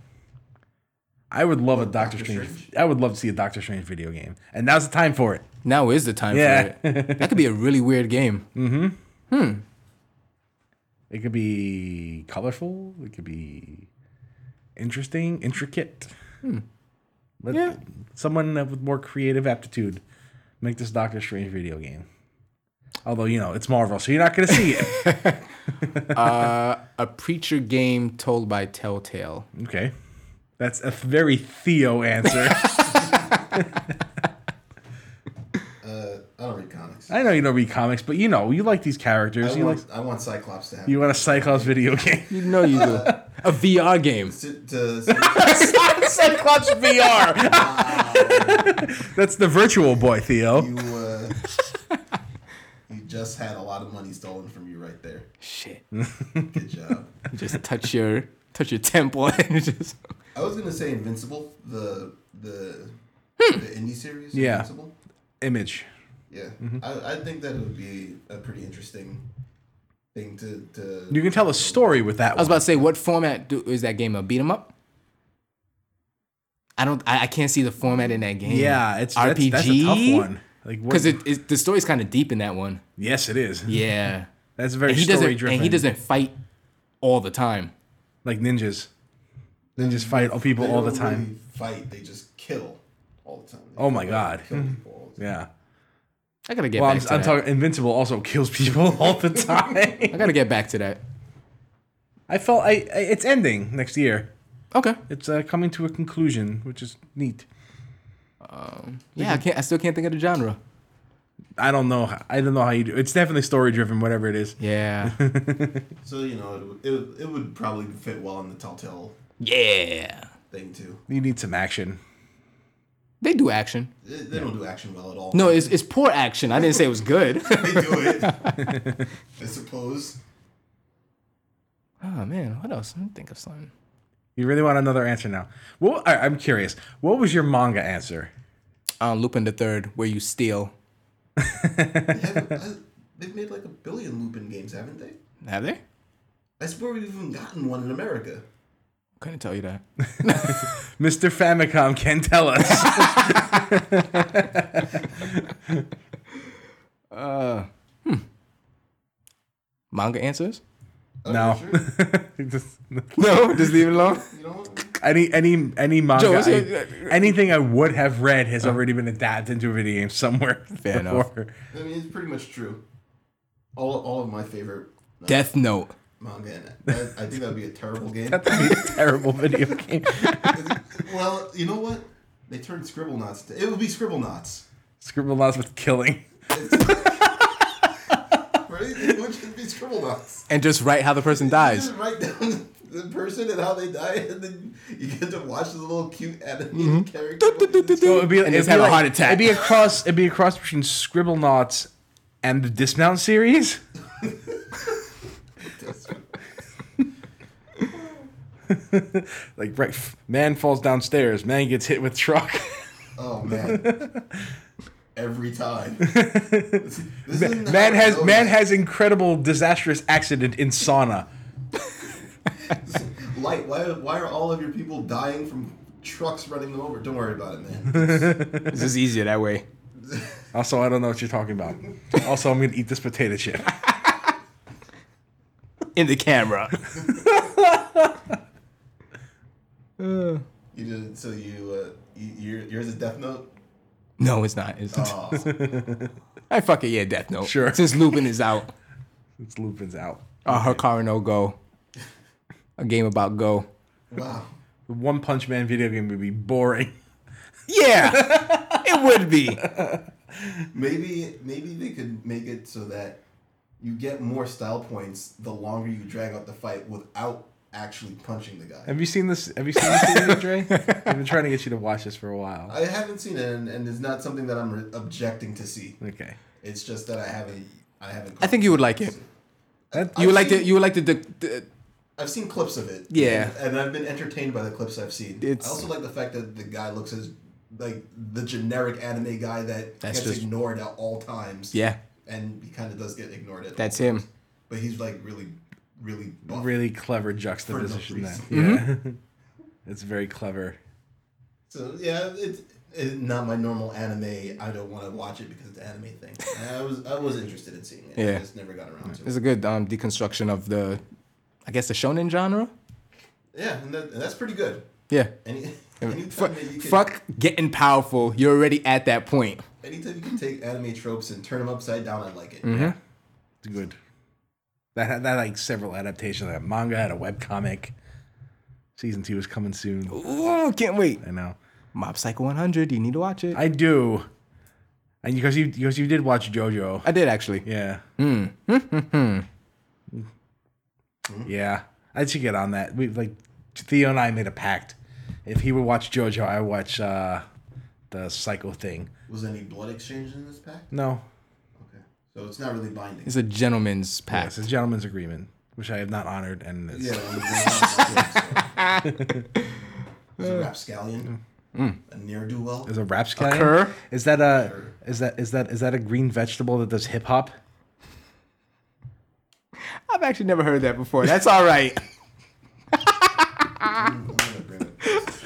Speaker 3: I would love a Doctor,
Speaker 1: Doctor
Speaker 3: Strange.
Speaker 1: Strange?
Speaker 3: I would love to see a Doctor Strange video game, and now's the time for it.
Speaker 2: Now is the time
Speaker 3: Yeah.
Speaker 2: for it. That could be a really weird game.
Speaker 3: It could be colorful. It could be interesting, intricate. Let someone with more creative aptitude make this Doctor Strange video game. Although you know it's Marvel, so you're not gonna see it.
Speaker 2: A preacher game told by Telltale.
Speaker 3: okay, that's a very Theo answer.
Speaker 1: Uh, I don't read comics.
Speaker 3: I know you don't read comics, but you know you like these characters. you like
Speaker 1: I want Cyclops to have
Speaker 3: you want a Cyclops video game.
Speaker 2: You know you do. A VR game.
Speaker 3: Cyclops VR. That's the virtual boy, Theo.
Speaker 1: you uh, you just had a lot of money stolen from you right there.
Speaker 2: Shit.
Speaker 1: Good job.
Speaker 2: Just touch your touch your temple and just
Speaker 1: I was gonna say Invincible, the the the indie series.
Speaker 3: Hmm. Yeah. Mm-hmm.
Speaker 1: Invincible.
Speaker 3: Image.
Speaker 1: Yeah, I, I think that would be a pretty interesting thing to. to
Speaker 3: You can tell a story with
Speaker 2: I
Speaker 3: that
Speaker 2: was
Speaker 3: one.
Speaker 2: about to say, what format do, is that game? A beat 'em up? I don't. I, I can't see the format in that game.
Speaker 3: yeah, it's RPG. That's, a tough one. Like what-
Speaker 2: Because it, it, the story's kind of deep in that one.
Speaker 3: yes, it is.
Speaker 2: Yeah.
Speaker 3: That's very
Speaker 2: And he
Speaker 3: story
Speaker 2: doesn't.
Speaker 3: driven.
Speaker 2: And he doesn't fight all the time.
Speaker 3: like ninjas. Ninjas fight all people
Speaker 1: they
Speaker 3: all the
Speaker 1: don't
Speaker 3: time.
Speaker 1: really fight; they just kill all the time. They
Speaker 3: Oh my
Speaker 1: kill-
Speaker 3: God.
Speaker 1: kill people all the time.
Speaker 3: Yeah.
Speaker 2: I gotta get
Speaker 3: Well, I'm,
Speaker 2: back to
Speaker 3: I'm
Speaker 2: that.
Speaker 3: talking. Invincible also kills people all the time.
Speaker 2: I gotta get back to that.
Speaker 3: I felt I, I. It's ending next year.
Speaker 2: Okay.
Speaker 3: It's uh, coming to a conclusion, which is neat.
Speaker 2: Yeah, I can't. I still can't think of the genre.
Speaker 3: I don't know. h- I don't know how you do. It's definitely story driven, whatever it is.
Speaker 2: Yeah.
Speaker 1: So you know, it, would- it, would- it would probably fit well in the Telltale
Speaker 2: yeah.
Speaker 1: thing too.
Speaker 3: You need some action.
Speaker 2: They do action.
Speaker 1: They, they don't do action well at all.
Speaker 2: No, it's, it's poor action. I didn't say it was good.
Speaker 1: they do it. I suppose.
Speaker 2: oh man, what else? Let me think of something.
Speaker 3: You really want another answer now? Well, I, I'm curious. What was your manga answer?
Speaker 2: Uh, Lupin the Third, where you steal.
Speaker 1: They have, I, they've made like a billion Lupin games, haven't they?
Speaker 2: Have they?
Speaker 1: I swear we've even gotten one in America.
Speaker 2: Couldn't tell you that.
Speaker 3: Mr. Famicom can tell us.
Speaker 2: Manga answers?
Speaker 1: Oh,
Speaker 3: no.
Speaker 1: you're sure?
Speaker 3: Just-
Speaker 2: No, just leave it alone.
Speaker 1: You don't.
Speaker 3: any any any manga,
Speaker 2: Joe, is
Speaker 3: I-
Speaker 2: it-
Speaker 3: anything I would have read has already been adapted into a video game somewhere.
Speaker 2: Fair enough.
Speaker 1: I mean, it's pretty much true. All, all of my favorite uh,
Speaker 2: Death Note.
Speaker 1: manga. And that, I think that would be a terrible game.
Speaker 3: That'd be a terrible video game.
Speaker 1: well, you know what? They turned Scribble Knots. To, it would be Scribble Knots.
Speaker 3: Scribble lots with killing.
Speaker 1: Right? It would just be Scribble Knots.
Speaker 2: And just write how the person dies.
Speaker 1: Just write down the person and how they die, and then you get to watch the little cute animated character.
Speaker 3: So it'd be,
Speaker 2: And just
Speaker 3: it'd be
Speaker 2: have a
Speaker 3: like-
Speaker 2: heart attack.
Speaker 3: It'd be a cross. It'd be a cross between Scribble Knots and the Dismount series. Like right, f- man falls downstairs. Man gets hit with truck.
Speaker 1: Oh man. Every time. This isn't how
Speaker 3: Man
Speaker 1: it
Speaker 3: has
Speaker 1: goes.
Speaker 3: man has incredible disastrous accident in sauna.
Speaker 1: Light, why, why are all of your people dying from trucks running them over? Don't worry about it, man.
Speaker 2: It's just easier that way.
Speaker 3: Also, I don't know what you're talking about. Also, I'm gonna eat this potato chip.
Speaker 2: In the camera.
Speaker 1: You did so you, uh, you your, yours is Death Note.
Speaker 2: No, it's not. It's,
Speaker 1: Oh,
Speaker 2: I fuck it, yeah, Death Note.
Speaker 3: Sure.
Speaker 2: Since Lupin is out.
Speaker 3: It's Lupin's out.
Speaker 2: Uh, Hikaru no Go. A game about Go.
Speaker 1: wow.
Speaker 3: The One Punch Man video game would be boring.
Speaker 2: Yeah, it would be.
Speaker 1: Maybe maybe they could make it so that you get more style points the longer you drag out the fight without actually punching the guy.
Speaker 3: Have you seen this? Have you seen this video, Dre? I've been trying to get you to watch this for a while.
Speaker 1: I haven't seen it, and, and it's not something that I'm re- objecting to see.
Speaker 3: Okay.
Speaker 1: It's just that I haven't. I haven't.
Speaker 2: I think you would like it. You would like to. You would like to. The, the,
Speaker 1: I've seen clips of it.
Speaker 2: Yeah.
Speaker 1: and, and I've been entertained by the clips I've seen.
Speaker 2: It's-
Speaker 1: I also like the fact that the guy looks as like the generic anime guy that
Speaker 2: That's
Speaker 1: gets
Speaker 2: just-
Speaker 1: ignored at all times.
Speaker 2: yeah,
Speaker 1: and he kind of does get ignored at.
Speaker 2: that's
Speaker 1: all
Speaker 2: him.
Speaker 1: But he's like really, really buff.
Speaker 3: Really clever juxtaposition. That.
Speaker 1: reason.
Speaker 3: Yeah. it's very clever.
Speaker 1: So yeah, it's, it's not my normal anime. I don't want to watch it because it's an anime thing. I was I was interested in seeing it. I
Speaker 2: Yeah.
Speaker 1: just never got around to it.
Speaker 2: It's a good um, deconstruction of the, I guess the shonen genre.
Speaker 1: Yeah, and, that, and that's pretty good.
Speaker 2: Yeah.
Speaker 1: Any, anytime
Speaker 2: Fuck,
Speaker 1: that you can,
Speaker 2: fuck getting powerful. You're already at that point.
Speaker 1: anytime you can take anime tropes and turn them upside down, I like it.
Speaker 2: Mm-hmm.
Speaker 3: It's good. That had that had, like several adaptations. That manga had a webcomic. Season two is coming soon.
Speaker 2: Ooh, can't wait.
Speaker 3: I know.
Speaker 2: Mob Psycho 100. You need to watch it. I,
Speaker 3: I do. And because you because you did watch JoJo.
Speaker 2: did actually.
Speaker 3: Yeah. yeah. I should get on that. We like Theo and I made a pact. If he would watch JoJo, I would watch uh, the Psycho thing.
Speaker 1: Was any blood exchange in this pack?
Speaker 3: No,
Speaker 1: Okay, so it's not really binding.
Speaker 2: It's a gentleman's pact.
Speaker 3: it's a gentleman's agreement, which I have not honored, and it's,
Speaker 1: Yeah. well, it's not good, so. It's a rapscallion, a ne'er do well.
Speaker 3: Mm. is a rap scallion.
Speaker 2: cur?
Speaker 3: Is that a is that is that is that a green vegetable that does hip hop?
Speaker 2: I've actually never heard that before. That's all right.
Speaker 1: I'm gonna bring it. He's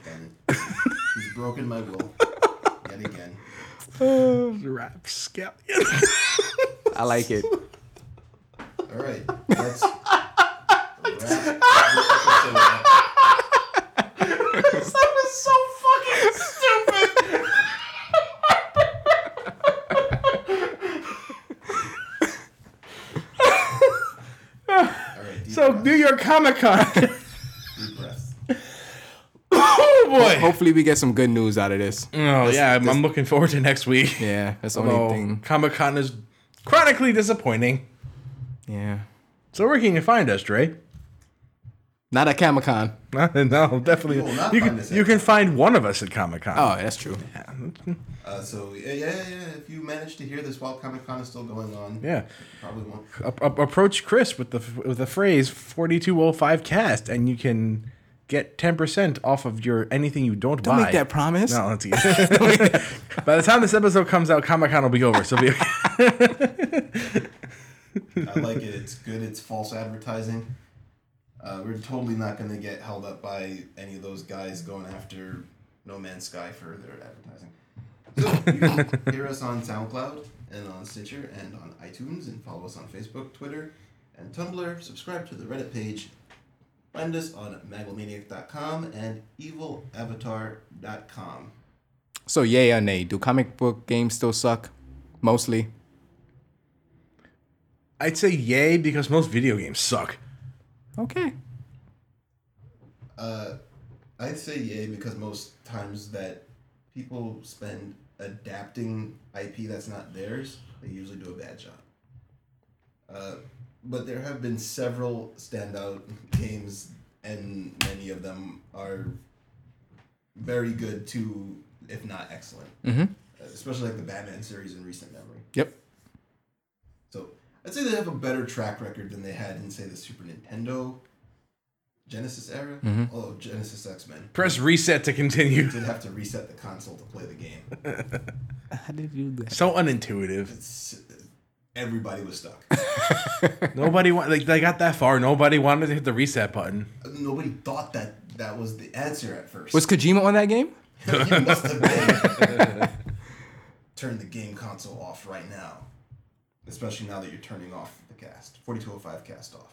Speaker 1: done it. He's broken my will yet again.
Speaker 3: Rap scallion.
Speaker 2: I like it.
Speaker 1: All right, let's. wrap
Speaker 2: this was so fucking stupid.
Speaker 1: All right, deep
Speaker 3: so
Speaker 1: breath,
Speaker 3: New York Comic Con.
Speaker 1: deep breath.
Speaker 3: oh boy.
Speaker 2: Hopefully, we get some good news out of this.
Speaker 3: Oh yeah, I'm, I'm looking forward to next week.
Speaker 2: Yeah, that's the
Speaker 3: Although
Speaker 2: only thing.
Speaker 3: Comic Con is chronically disappointing.
Speaker 2: Yeah.
Speaker 3: So where can you find us, Dre?
Speaker 2: Not at Comic Con.
Speaker 3: no, definitely.
Speaker 1: You will not
Speaker 3: You
Speaker 1: find
Speaker 3: can,
Speaker 1: us at-
Speaker 3: you can find one of us at Comic Con.
Speaker 2: Oh, that's true.
Speaker 1: Uh, so yeah, yeah, yeah, yeah. If you manage to hear this while Comic Con is still going on,
Speaker 3: Yeah.
Speaker 1: probably won't.
Speaker 3: A- a- approach Chris with the f- with the phrase 4205 cast and you can get 10% off of your anything you don't,
Speaker 2: Don't
Speaker 3: buy.
Speaker 2: make that promise.
Speaker 3: No, let's By the time this episode comes out, Comic Con will be over. So be okay.
Speaker 1: I like it. It's good. It's false advertising. Uh, we're totally not going to get held up by any of those guys going after No Man's Sky for their advertising. So you can hear us on SoundCloud and on Stitcher and on iTunes and follow us on Facebook, Twitter, and Tumblr. Subscribe to the Reddit page. Find us on magomaniac.com and evilavatar.com.
Speaker 2: So, yay or nay? Do comic book games still suck? Mostly.
Speaker 3: I'd say yay because most video games suck.
Speaker 2: Okay.
Speaker 1: Uh, I'd say yay because most times that people spend adapting IP that's not theirs, they usually do a bad job. Uh, but there have been several standout games, and many of them are very good to, if not excellent. Uh, Especially like the Batman series in recent memory.
Speaker 2: Yep.
Speaker 1: So I'd say they have a better track record than they had in, say, the Super Nintendo Genesis era. Oh, Genesis X Men.
Speaker 3: Press reset to continue.
Speaker 1: Did have to reset the console to play the game.
Speaker 2: How did you do that?
Speaker 3: So unintuitive.
Speaker 1: It's, everybody was stuck.
Speaker 3: Nobody wa- like they got that far. Nobody wanted to hit the reset button.
Speaker 1: Nobody thought that that was the answer at first.
Speaker 2: Was Kojima on that game?
Speaker 1: You must have been. Turn the game console off right now, especially now that you're turning off the oh cast, 4205 cast off.